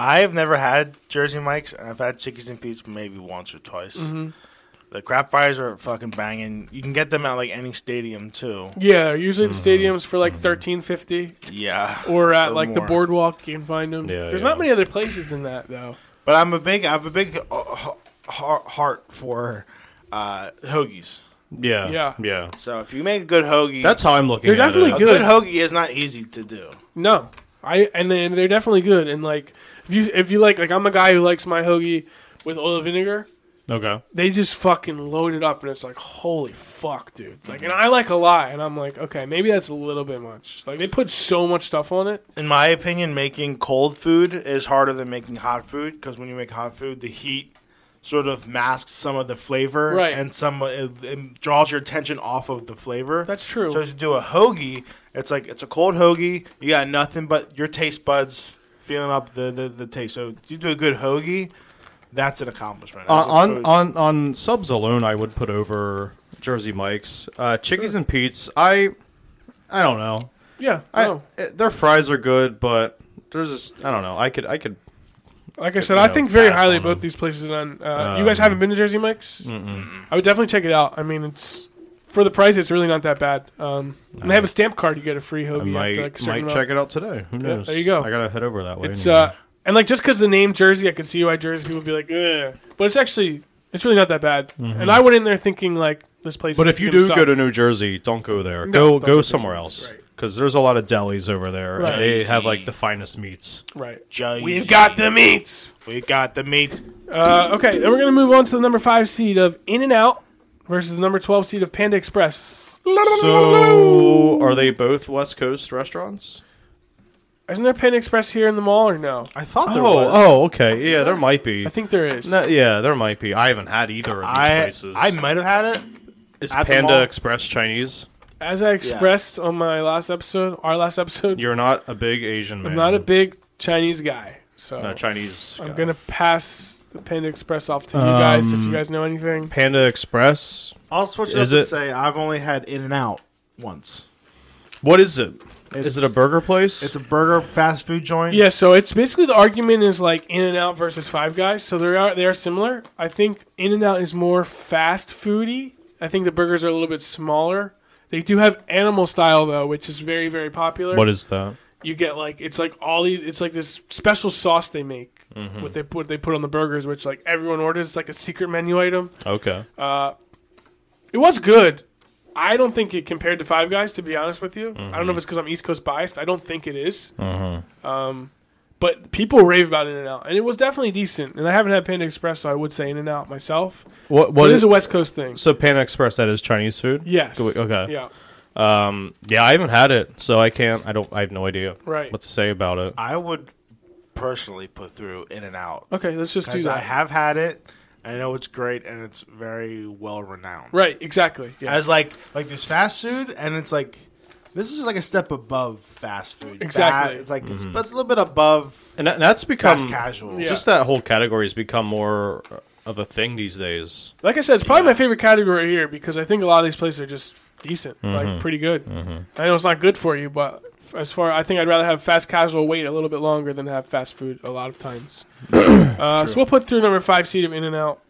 Speaker 2: I've never had Jersey Mike's. I've had Chickies and Pete's maybe once or twice. The crab fries are fucking banging. You can get them at like any stadium too.
Speaker 3: Yeah, usually the
Speaker 1: Mm-hmm.
Speaker 3: stadiums for like thirteen fifty,
Speaker 2: Yeah,
Speaker 3: or
Speaker 2: Or
Speaker 3: at like the
Speaker 2: more.
Speaker 3: boardwalk. You can find them.
Speaker 1: Yeah,
Speaker 3: There's
Speaker 1: yeah.
Speaker 3: not many other places in that though.
Speaker 2: but I'm a big, I have a big uh, ha- ha- heart for uh, hoagies.
Speaker 1: Yeah,
Speaker 3: Yeah.
Speaker 1: yeah.
Speaker 2: So if you make a good hoagie,
Speaker 1: That's how I'm looking.
Speaker 3: They're
Speaker 1: at
Speaker 3: definitely
Speaker 1: it.
Speaker 2: a
Speaker 3: good.
Speaker 2: good hoagie is not easy to do.
Speaker 3: No, I and then they're definitely good. And like if you if you like like I'm a guy who likes my hoagie with oil and vinegar.
Speaker 1: Okay.
Speaker 3: They just fucking load it up, and it's like holy fuck, dude. Like, and I like a lot, and I'm like, okay, maybe that's a little bit much. Like they put so much stuff on it.
Speaker 2: In my opinion, making cold food is harder than making hot food because when you make hot food, the heat sort of masks some of the flavor
Speaker 3: Right.
Speaker 2: and some it, it draws your attention off of the flavor.
Speaker 3: That's true.
Speaker 2: So to do a hoagie, it's like it's a cold hoagie. You got nothing but your taste buds feeling up the, the, the taste. So if you do a good hoagie, that's an accomplishment. as
Speaker 1: Uh, on on,
Speaker 2: opposed-
Speaker 1: on on subs alone, I would put over Jersey Mike's, uh, Chickies and Pete's. I I don't know.
Speaker 3: Yeah,
Speaker 1: I,
Speaker 3: I know.
Speaker 1: eh, their fries are good, but there's just I don't know. I could I could
Speaker 3: Like I said,
Speaker 1: you
Speaker 3: I
Speaker 1: know,
Speaker 3: think very
Speaker 1: pass
Speaker 3: highly
Speaker 1: on Um,
Speaker 3: of both
Speaker 1: them.
Speaker 3: these places. On uh, you guys haven't been to Jersey Mike's, I would definitely check it out. I mean, it's for the price, it's really not that bad. Um, and they have a stamp card; you get a free
Speaker 1: I
Speaker 3: hoagie
Speaker 1: might
Speaker 3: after like a certain
Speaker 1: might
Speaker 3: amount.
Speaker 1: check it out today. Who knows?
Speaker 3: there you go.
Speaker 1: I gotta head over that way.
Speaker 3: It's
Speaker 1: anyway.
Speaker 3: uh, and like just because the name Jersey, I could see why Jersey people would be like, Ugh. but it's actually it's really not that bad. And I went in there thinking like this place.
Speaker 1: Mm-hmm. But
Speaker 3: is
Speaker 1: if you
Speaker 3: gonna
Speaker 1: do
Speaker 3: suck.
Speaker 1: go to New Jersey, don't go there.
Speaker 3: No,
Speaker 1: go
Speaker 3: don't
Speaker 1: go
Speaker 3: go
Speaker 1: somewhere
Speaker 3: Jersey.
Speaker 1: else
Speaker 3: Right.
Speaker 1: because there's a lot of delis over there.
Speaker 3: Right.
Speaker 1: And they have
Speaker 2: Jersey.
Speaker 1: like the finest meats.
Speaker 3: right,
Speaker 2: Jersey.
Speaker 3: we've got the meats.
Speaker 2: we got the meat.
Speaker 3: Uh, okay, then we're gonna move on to the number five seed of In and Out versus the number twelve seed of Panda Express.
Speaker 1: So are they both West Coast restaurants?
Speaker 3: Isn't there Panda Express here in the mall or no?
Speaker 2: I thought there
Speaker 1: Oh
Speaker 2: was.
Speaker 1: oh okay yeah there might be.
Speaker 3: I think there is.
Speaker 1: No, yeah, there might be. I haven't had either of these
Speaker 2: I
Speaker 1: places.
Speaker 2: I might have had it.
Speaker 1: Is
Speaker 2: at the
Speaker 1: Panda
Speaker 2: mall.
Speaker 1: Express Chinese?
Speaker 3: As I expressed on my last episode, our last episode,
Speaker 1: You're not a big Asian man.
Speaker 3: I'm not a big Chinese guy, so
Speaker 1: no, Chinese.
Speaker 3: I'm
Speaker 1: guy. Um,
Speaker 3: gonna pass the Panda Express off to you guys if you guys know anything.
Speaker 1: Panda Express.
Speaker 2: I'll switch it
Speaker 1: Is
Speaker 2: up
Speaker 1: it-
Speaker 2: and say I've only had In and Out once.
Speaker 1: What is it? Is
Speaker 2: It's-
Speaker 1: it a burger place?
Speaker 2: It's a burger fast food joint.
Speaker 3: Yeah, so it's basically the argument is like In and Out versus Five Guys. So they are they are similar. I think In and Out is more fast foody. I think the burgers are a little bit smaller. They do have animal style though, which is very very popular.
Speaker 1: what is that?
Speaker 3: you get like it's like all these it's like this special sauce they make
Speaker 1: Mm-hmm.
Speaker 3: what they put they put on the burgers which like everyone orders it's like a secret menu item
Speaker 1: Okay.
Speaker 3: Uh, it was good i don't think it compared to five guys to be honest with you i don't know if it's because i'm east coast biased i don't think it is. um,
Speaker 1: Mm-hmm.
Speaker 3: but people rave about in and out and it was definitely decent and i haven't had panda express so i would say in and out myself
Speaker 1: what
Speaker 3: but
Speaker 1: what
Speaker 3: it
Speaker 1: is
Speaker 3: is a west coast thing
Speaker 1: so Panda Express? That is Chinese food.
Speaker 3: yes
Speaker 1: Go- Okay.
Speaker 3: yeah
Speaker 1: Yeah, I haven't had it, so I can't. I don't. I have no idea.
Speaker 3: Right.
Speaker 1: What to say about it?
Speaker 2: I would personally put through In and Out
Speaker 3: okay let's just do
Speaker 2: because
Speaker 3: that
Speaker 2: I have had it. and I know it's great and it's very well renowned.
Speaker 3: right exactly yeah
Speaker 2: As like like there's fast food and it's like this is like a step above fast food.
Speaker 3: Exactly. Mm-hmm.
Speaker 2: Fa- it's like it's, but it's a little bit above
Speaker 1: And, that, and that's become
Speaker 2: fast casual.
Speaker 3: Yeah.
Speaker 1: just that whole category has become more of a thing these days.
Speaker 3: Like I said, it's probably my favorite category here because I think a lot of these places are just decent,
Speaker 2: Mm-hmm.
Speaker 3: like pretty good. I know it's not good for you, but f- as far I think I'd rather have fast casual wait a little bit longer than have fast food a lot of times. uh, so we'll put through number five seed of In and Out.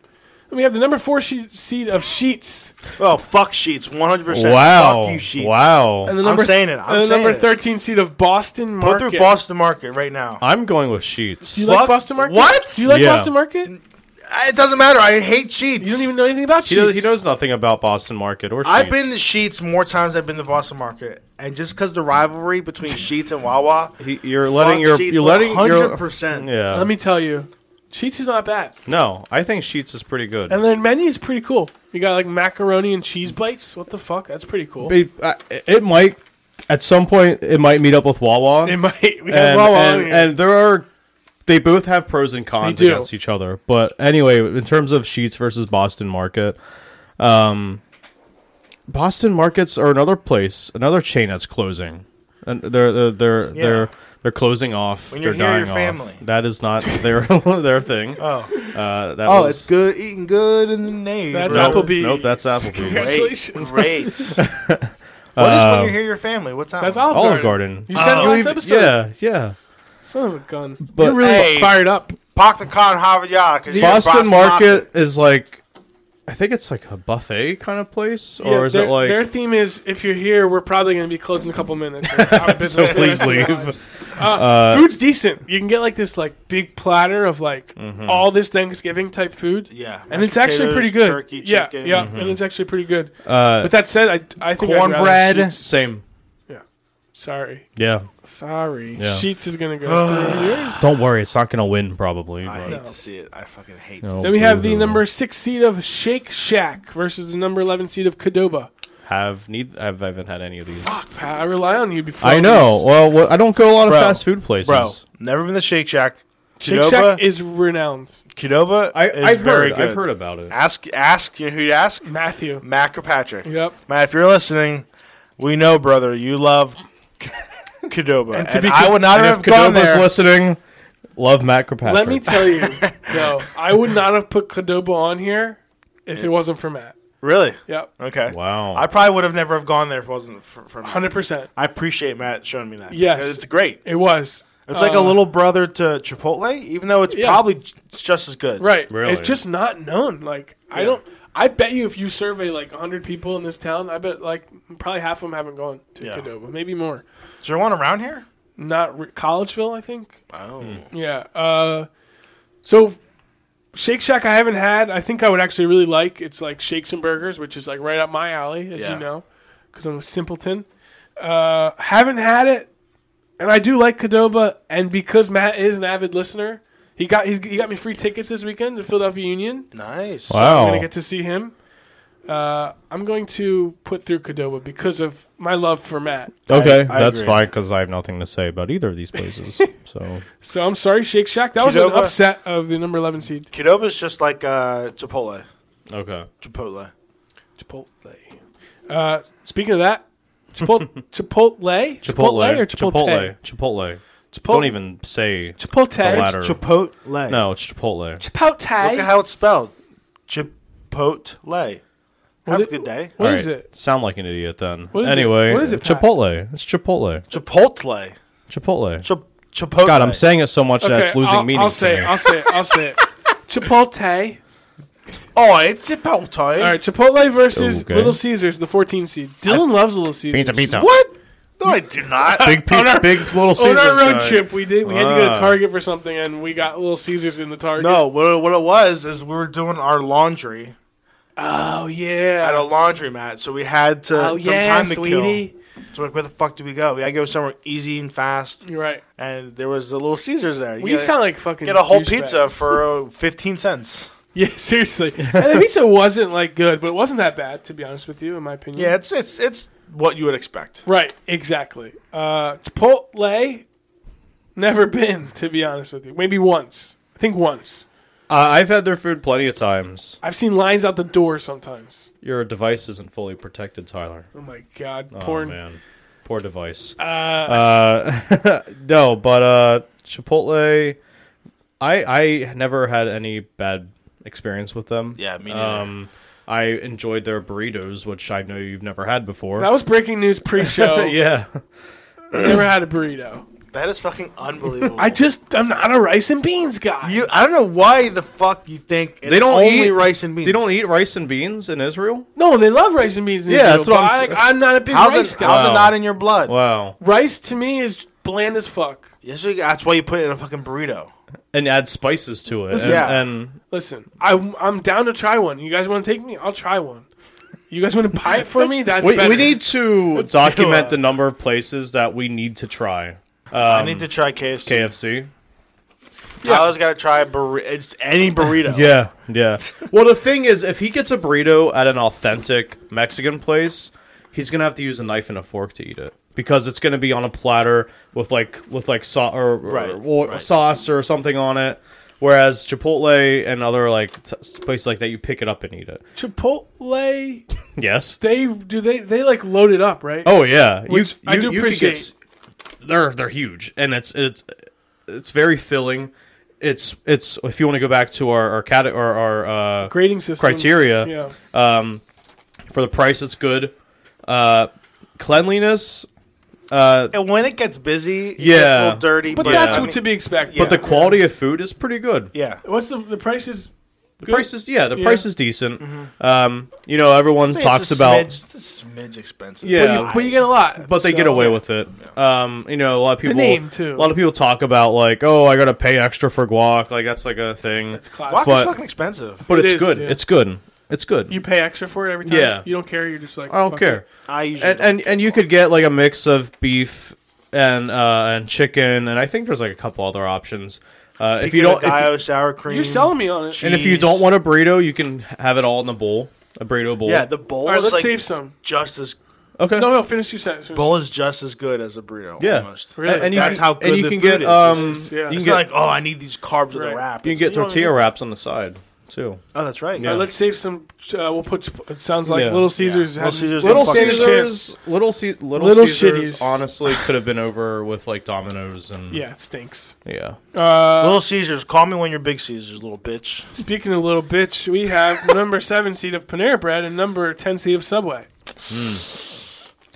Speaker 3: Then we have the number four she- seed of Sheets
Speaker 2: Well, fuck sheets, 100. percent
Speaker 1: Wow.
Speaker 2: Fuck you, sheets.
Speaker 1: Wow.
Speaker 3: and the number
Speaker 2: saying it, I'm
Speaker 3: and the
Speaker 2: saying
Speaker 3: number
Speaker 2: it.
Speaker 3: thirteen seed of Boston
Speaker 2: Go
Speaker 3: Market. Uh,
Speaker 2: through Boston Market right now.
Speaker 1: I'm going with sheets.
Speaker 3: Do you like
Speaker 2: Fuck-
Speaker 3: Boston Market?
Speaker 2: What?
Speaker 3: Do you like
Speaker 1: Yeah.
Speaker 3: Boston Market? You
Speaker 2: It doesn't matter. I hate sheets.
Speaker 3: don't even know anything about
Speaker 1: He
Speaker 3: Sheets.
Speaker 1: knows, he knows nothing about Boston Market or. Sheets.
Speaker 2: I've been to Sheets more times than I've been to Boston Market, and just because the rivalry between Sheets and Wawa,
Speaker 1: He- you're letting your
Speaker 2: Sheets
Speaker 1: you're letting your
Speaker 2: 100%.
Speaker 1: yeah.
Speaker 3: Let me tell you, Sheets is not bad.
Speaker 1: no, I think Sheets is pretty good.
Speaker 3: And their menu is pretty cool. You got like macaroni and cheese bites. What the fuck? That's pretty cool.
Speaker 1: it, uh, it might at some point it might meet up with Wawa.
Speaker 3: It might. We have
Speaker 1: and,
Speaker 3: Wawa
Speaker 1: and,
Speaker 3: on here.
Speaker 1: and there are they both have pros and cons
Speaker 3: They do.
Speaker 1: against each other. But anyway, in terms of Sheets versus Boston Market, um, Boston Markets are another place, another chain that's closing, and they're they're they're
Speaker 2: Yeah.
Speaker 1: they're, they're closing off.
Speaker 2: When
Speaker 1: they're
Speaker 2: you're here,
Speaker 1: dying
Speaker 2: you're family.
Speaker 1: off. That is not their their thing.
Speaker 2: Oh,
Speaker 1: Uh, that
Speaker 2: oh,
Speaker 1: was-
Speaker 2: it's good eating good in the name.
Speaker 3: That's
Speaker 1: Nope,
Speaker 3: Applebee's.
Speaker 1: nope, that's Applebee's.
Speaker 2: Great,
Speaker 3: Congratulations.
Speaker 2: great. What is
Speaker 1: Uh,
Speaker 2: when you hear your family? What's that?
Speaker 3: That's
Speaker 2: one?
Speaker 3: Olive,
Speaker 1: Olive Garden.
Speaker 3: You said
Speaker 2: Oh.
Speaker 3: last
Speaker 1: uh, You-
Speaker 3: episode.
Speaker 1: Yeah, yeah.
Speaker 3: Son of a gun.
Speaker 1: But-
Speaker 3: You're really
Speaker 2: Hey.
Speaker 3: fired up.
Speaker 2: Poctacon Havaya. Boston,
Speaker 1: Boston Market is like, I think it's like a buffet kind of place, or
Speaker 3: Yeah,
Speaker 1: is
Speaker 3: their,
Speaker 1: it like
Speaker 3: their theme is if you're here, we're probably going to be closed in a couple minutes. Our business
Speaker 1: So
Speaker 3: for the
Speaker 1: please
Speaker 3: rest of our
Speaker 1: leave.
Speaker 3: lives. Uh, food's decent. You can get like this like big platter of like
Speaker 1: Mm-hmm.
Speaker 3: all this Thanksgiving type food.
Speaker 2: Yeah,
Speaker 3: and
Speaker 2: mashed
Speaker 3: it's actually
Speaker 2: potatoes,
Speaker 3: pretty good.
Speaker 2: Turkey,
Speaker 3: yeah,
Speaker 2: chicken, Mm-hmm.
Speaker 3: yeah, and it's actually pretty good.
Speaker 1: Mm-hmm. uh,
Speaker 3: With that said, I I think I'd rather
Speaker 2: cornbread.
Speaker 3: Sheets-
Speaker 1: same?
Speaker 3: Sorry,
Speaker 1: Yeah.
Speaker 3: sorry.
Speaker 1: Yeah.
Speaker 3: Sheets is going to go through here.
Speaker 1: Don't worry, it's not gonna win probably.
Speaker 2: I
Speaker 1: but-
Speaker 2: hate to see it. I fucking hate
Speaker 1: No.
Speaker 2: to see
Speaker 3: Then
Speaker 2: it.
Speaker 3: we have the
Speaker 1: Ooh.
Speaker 3: number six seed of Shake Shack versus the number eleven seed of Cadoba.
Speaker 1: Have need? I've, I haven't had any of these.
Speaker 3: Fuck, Pat, I rely on you before.
Speaker 1: I know. Well, well, I don't go to a lot of
Speaker 2: Bro.
Speaker 1: fast food places.
Speaker 2: Bro, never been to Shake Shack.
Speaker 3: Shake
Speaker 2: Qdoba,
Speaker 3: Shack is renowned.
Speaker 2: Qdoba
Speaker 1: I,
Speaker 2: is
Speaker 1: I've
Speaker 2: very
Speaker 1: heard.
Speaker 2: good.
Speaker 1: I've heard about it.
Speaker 2: Ask, ask. You know who you ask?
Speaker 3: Matthew.
Speaker 2: Mac or Patrick?
Speaker 3: Yep.
Speaker 2: Matt, if you're listening, we know, brother, you love K- Qdoba, and,
Speaker 3: to be
Speaker 2: I would not
Speaker 1: And
Speaker 2: have
Speaker 1: if
Speaker 2: gone
Speaker 1: Cadoba's
Speaker 2: there.
Speaker 1: listening, love Matt Kirkpatrick.
Speaker 3: Let me tell you, no, I would not have put Cadoba on here if it wasn't for Matt.
Speaker 2: really?
Speaker 3: Yep,
Speaker 2: Okay.
Speaker 1: wow.
Speaker 2: I probably would have never have gone there if it wasn't for, for Matt.
Speaker 3: hundred percent.
Speaker 2: I appreciate Matt showing me that.
Speaker 3: Yes.
Speaker 2: it's great.
Speaker 3: It was.
Speaker 2: It's like a
Speaker 3: Uh,
Speaker 2: little brother to Chipotle, even though it's
Speaker 3: Yeah.
Speaker 2: probably j- it's just as good.
Speaker 3: right.
Speaker 1: Really?
Speaker 3: It's just not known. Like I
Speaker 2: Yeah.
Speaker 3: don't. I bet you if you survey like hundred people in this town, I bet like probably half of them haven't gone to
Speaker 2: Yeah.
Speaker 3: Cadoba, maybe more.
Speaker 2: Is there one around here?
Speaker 3: Not re- Collegeville, I think.
Speaker 2: Oh,
Speaker 1: Hmm.
Speaker 3: Yeah. Uh, so Shake Shack, I haven't had. I think I would actually really like. It's like shakes and burgers, which is like right up my alley, as
Speaker 2: Yeah.
Speaker 3: you know, because I'm a simpleton. Uh, haven't had it, and I do like Cadoba, and because Matt is an avid listener, he got he's, he got me free tickets this weekend to Philadelphia Union.
Speaker 2: nice.
Speaker 1: wow.
Speaker 3: I'm gonna get to see him. Uh, I'm going to put through Cadoba because of my love for Matt.
Speaker 1: okay,
Speaker 2: I
Speaker 1: that's
Speaker 2: agree.
Speaker 1: fine because I have nothing to say about either of these places. so
Speaker 3: So I'm sorry, Shake Shack. That was an
Speaker 2: Qdoba-
Speaker 3: upset of the number 11 seed
Speaker 2: Qdoba's just like uh, Chipotle.
Speaker 1: okay.
Speaker 2: Chipotle.
Speaker 3: Chipotle. Uh, speaking of that, Chipotle, Chipotle, Chipotle, or
Speaker 1: Chipotle.
Speaker 3: Chipotle,
Speaker 1: Chipotle.
Speaker 3: Chipotle.
Speaker 1: Don't even say
Speaker 3: Chipotle.
Speaker 1: latter.
Speaker 3: Chipotle.
Speaker 1: Better.
Speaker 2: Chipotle.
Speaker 1: no. It's Chipotle.
Speaker 2: Look at how it's spelled. Chipotle. Have a
Speaker 3: it-
Speaker 2: good day.
Speaker 3: What
Speaker 1: All
Speaker 3: is
Speaker 1: right,
Speaker 3: it?
Speaker 1: Sound like an idiot then.
Speaker 3: What is it?
Speaker 1: anyway,
Speaker 3: What is it, Pat?
Speaker 1: Chipotle. It's Chipotle.
Speaker 2: Chipotle.
Speaker 1: Chipotle.
Speaker 2: Chip- Chipotle.
Speaker 1: God, I'm saying it so much that it's losing
Speaker 3: I'll,
Speaker 1: meaning.
Speaker 3: I'll
Speaker 1: to
Speaker 3: say
Speaker 1: me.
Speaker 3: it. I'll say it. I'll say it. Chipotle.
Speaker 2: Oh, it's Chipotle.
Speaker 3: All right, Chipotle versus
Speaker 1: Okay.
Speaker 3: Little Caesars, the 14 seed. Dylan loves Little Caesars.
Speaker 1: Pizza, pizza.
Speaker 2: What? No, I do not.
Speaker 1: Big, pe- big little Caesars.
Speaker 3: On our road
Speaker 1: guy.
Speaker 3: trip, we did. We had to go
Speaker 1: Ah.
Speaker 3: to Target for something, and we got Little Caesars in the Target.
Speaker 2: No, what, what it was is we were doing our laundry
Speaker 3: Oh yeah.
Speaker 2: at a laundromat, so we had to
Speaker 3: oh
Speaker 2: some
Speaker 3: yeah,
Speaker 2: time to
Speaker 3: sweetie.
Speaker 2: kill. So like, where the fuck do we go? We had to go somewhere easy and fast,
Speaker 3: You're right.
Speaker 2: and there was a Little Caesars there. You
Speaker 3: We
Speaker 2: gotta
Speaker 3: sound like fucking
Speaker 2: get a whole
Speaker 3: douchebags.
Speaker 2: pizza for uh, fifteen cents.
Speaker 3: Yeah, seriously. And the pizza wasn't like good, but it wasn't that bad, to be honest with you, in my opinion.
Speaker 2: Yeah, it's it's it's what you would expect.
Speaker 3: Right, exactly. Uh, Chipotle, never been, to be honest with you. Maybe once. I think once.
Speaker 1: Uh, I've had their food plenty of times.
Speaker 3: I've seen lines out the door sometimes.
Speaker 1: Your device isn't fully protected, Tyler.
Speaker 3: Oh my god,
Speaker 1: Oh,
Speaker 3: porn.
Speaker 1: man. Poor device.
Speaker 3: Uh,
Speaker 1: Uh, no, but uh, Chipotle, I I never had any bad experience with them.
Speaker 2: Yeah, me neither.
Speaker 1: Um, I enjoyed their burritos, which I know you've never had before.
Speaker 3: that was breaking news pre-show.
Speaker 1: yeah.
Speaker 3: Never had a burrito.
Speaker 2: That is fucking unbelievable.
Speaker 3: I just I'm not a rice and beans guy.
Speaker 2: you I don't know why the fuck you think it's
Speaker 1: They don't
Speaker 2: only
Speaker 1: eat-
Speaker 2: rice and beans.
Speaker 1: They don't eat rice and beans in Israel.
Speaker 3: no, they love rice and beans. In
Speaker 1: Yeah,
Speaker 3: Israel,
Speaker 1: that's what
Speaker 3: but
Speaker 1: I'm
Speaker 3: I-
Speaker 1: saying.
Speaker 3: I'm not a big
Speaker 2: How's
Speaker 3: rice
Speaker 2: it,
Speaker 3: guy.
Speaker 2: how's it
Speaker 1: Wow.
Speaker 2: not in your blood?
Speaker 1: Wow.
Speaker 3: rice to me is bland as fuck.
Speaker 2: Usually That's why you put it in a fucking burrito.
Speaker 1: And add spices to it. And,
Speaker 2: Yeah.
Speaker 1: and
Speaker 3: Listen, I'm I'm down to try one. You guys want to take me? I'll try one. You guys want to buy it for me? That's
Speaker 1: we,
Speaker 3: better.
Speaker 1: we need to document
Speaker 2: uh,
Speaker 1: the number of places that we need to try
Speaker 2: I
Speaker 1: Um,
Speaker 2: need to try KFC.
Speaker 1: KFC.
Speaker 2: I always gotta try burrito. It's any burrito.
Speaker 1: Yeah, yeah. well, the thing is, if he gets a burrito at an authentic Mexican place, he's gonna have to use a knife and a fork to eat it because it's gonna be on a platter with like with like so- or, or-
Speaker 2: Right,
Speaker 1: or
Speaker 2: right.
Speaker 1: sauce or something on it. Whereas Chipotle and other like t- places like that, you pick it up and eat it.
Speaker 3: Chipotle.
Speaker 1: Yes.
Speaker 3: They do they they like load it up, right?
Speaker 1: Oh yeah, you,
Speaker 3: Which I do
Speaker 1: could
Speaker 3: appreciate.
Speaker 1: s- they're they're huge, and it's it's it's very filling. It's it's if you want to go back to our our cat or our uh,
Speaker 3: grading system
Speaker 1: criteria
Speaker 3: Yeah,
Speaker 1: for the price, it's good. Uh, cleanliness. Uh,
Speaker 2: And when it gets busy, yeah, it gets a
Speaker 1: Yeah.
Speaker 2: little dirty.
Speaker 3: But that's
Speaker 2: I
Speaker 3: what
Speaker 2: mean-
Speaker 3: to be expected.
Speaker 1: But the quality of food is pretty good.
Speaker 2: yeah.
Speaker 3: what's the the price is
Speaker 1: The
Speaker 3: good?
Speaker 1: price is yeah, the
Speaker 3: Yeah. Mm-hmm.
Speaker 1: price is decent. Um, you know, everyone
Speaker 2: Say
Speaker 1: talks
Speaker 2: it's a
Speaker 1: about,
Speaker 2: smidge, it's a smidge expensive.
Speaker 1: Yeah.
Speaker 3: But you, but you get a lot.
Speaker 1: but they get
Speaker 3: so-
Speaker 1: away with it. Um, you know, a lot of people,
Speaker 3: name,
Speaker 1: a
Speaker 3: too.
Speaker 1: lot of people talk about like, oh, I gotta pay extra for guac. Like that's like a thing.
Speaker 3: It's
Speaker 2: Guac
Speaker 3: classic.
Speaker 1: But-
Speaker 2: is fucking expensive.
Speaker 1: but
Speaker 3: It
Speaker 1: it's
Speaker 3: is,
Speaker 1: good.
Speaker 3: yeah.
Speaker 1: It's good. It's good.
Speaker 3: You pay extra for it every time.
Speaker 1: Yeah.
Speaker 3: You don't care. You're just like
Speaker 1: I don't
Speaker 3: "Fuck
Speaker 1: care.
Speaker 3: it."
Speaker 2: I usually
Speaker 1: and and, and you could get like a mix of beef and uh, and chicken, and I think there's like a couple other options. Uh, if you don't, if,
Speaker 2: Gallo sour cream.
Speaker 3: You're selling me on it.
Speaker 1: and if you don't want a burrito, you can have it all in a bowl, a burrito bowl.
Speaker 2: yeah, the bowl
Speaker 3: All right,
Speaker 2: is
Speaker 3: let's
Speaker 2: like
Speaker 3: save some.
Speaker 2: just as
Speaker 1: okay.
Speaker 3: No, no, finish your sentence.
Speaker 2: bowl is just as good as a burrito.
Speaker 1: Yeah.
Speaker 2: almost.
Speaker 3: Really?
Speaker 1: And, and you
Speaker 2: That's
Speaker 1: can,
Speaker 2: how good
Speaker 1: and you
Speaker 2: the
Speaker 1: can get
Speaker 2: food is.
Speaker 1: um,
Speaker 2: It's
Speaker 3: just- yeah.
Speaker 1: you can
Speaker 2: It's
Speaker 1: get
Speaker 2: not like oh, I need these carbs with
Speaker 3: Right.
Speaker 2: a wrap.
Speaker 1: you can
Speaker 2: It's-
Speaker 1: get
Speaker 2: know what I
Speaker 1: tortilla
Speaker 2: mean?
Speaker 1: wraps on the side too.
Speaker 2: Oh, that's right.
Speaker 3: All
Speaker 2: Yeah.
Speaker 3: right, let's save some. Uh, we'll put. It sounds like
Speaker 1: Yeah.
Speaker 3: Little Caesars.
Speaker 2: Yeah.
Speaker 3: had-
Speaker 2: Little Caesars
Speaker 3: Little
Speaker 2: don't fucking
Speaker 3: Caesars.
Speaker 1: Caesars, little, Ce- little,
Speaker 3: Little
Speaker 1: Caesars,
Speaker 3: shitties.
Speaker 1: honestly, could have been over with like Domino's and
Speaker 3: Yeah, it stinks.
Speaker 1: yeah.
Speaker 3: Uh,
Speaker 2: Little Caesars, call me when you're Big Caesars, little bitch.
Speaker 3: speaking of little bitch, we have number seven seed of Panera Bread and number ten seed of Subway.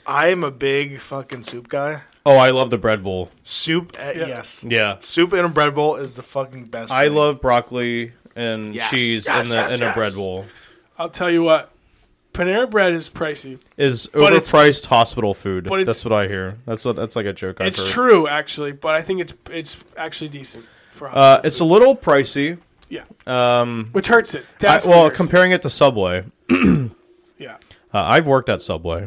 Speaker 2: I am a big fucking soup guy.
Speaker 1: Oh, I love the bread bowl.
Speaker 2: Soup, eh,
Speaker 3: Yeah.
Speaker 2: yes.
Speaker 1: Yeah,
Speaker 2: Soup in a bread bowl is the fucking best.
Speaker 1: I
Speaker 2: thing.
Speaker 1: love broccoli and
Speaker 2: Yes,
Speaker 1: cheese
Speaker 2: yes,
Speaker 1: in, the,
Speaker 2: yes,
Speaker 1: in a bread
Speaker 2: yes.
Speaker 1: bowl.
Speaker 3: I'll tell you what, Panera Bread is pricey.
Speaker 1: Is
Speaker 3: it's-
Speaker 1: overpriced hospital food.
Speaker 3: but it's-
Speaker 1: that's what I hear. That's what that's like a joke. I've
Speaker 3: It's
Speaker 1: heard.
Speaker 3: true, actually, but I think it's it's actually decent for hospital
Speaker 1: Uh, it's a
Speaker 3: food.
Speaker 1: little pricey.
Speaker 3: yeah,
Speaker 1: Um,
Speaker 3: which hurts it.
Speaker 1: I,
Speaker 3: Definitely
Speaker 1: well,
Speaker 3: hurts it.
Speaker 1: comparing it to Subway,
Speaker 3: Yeah.
Speaker 1: uh, I've worked at Subway.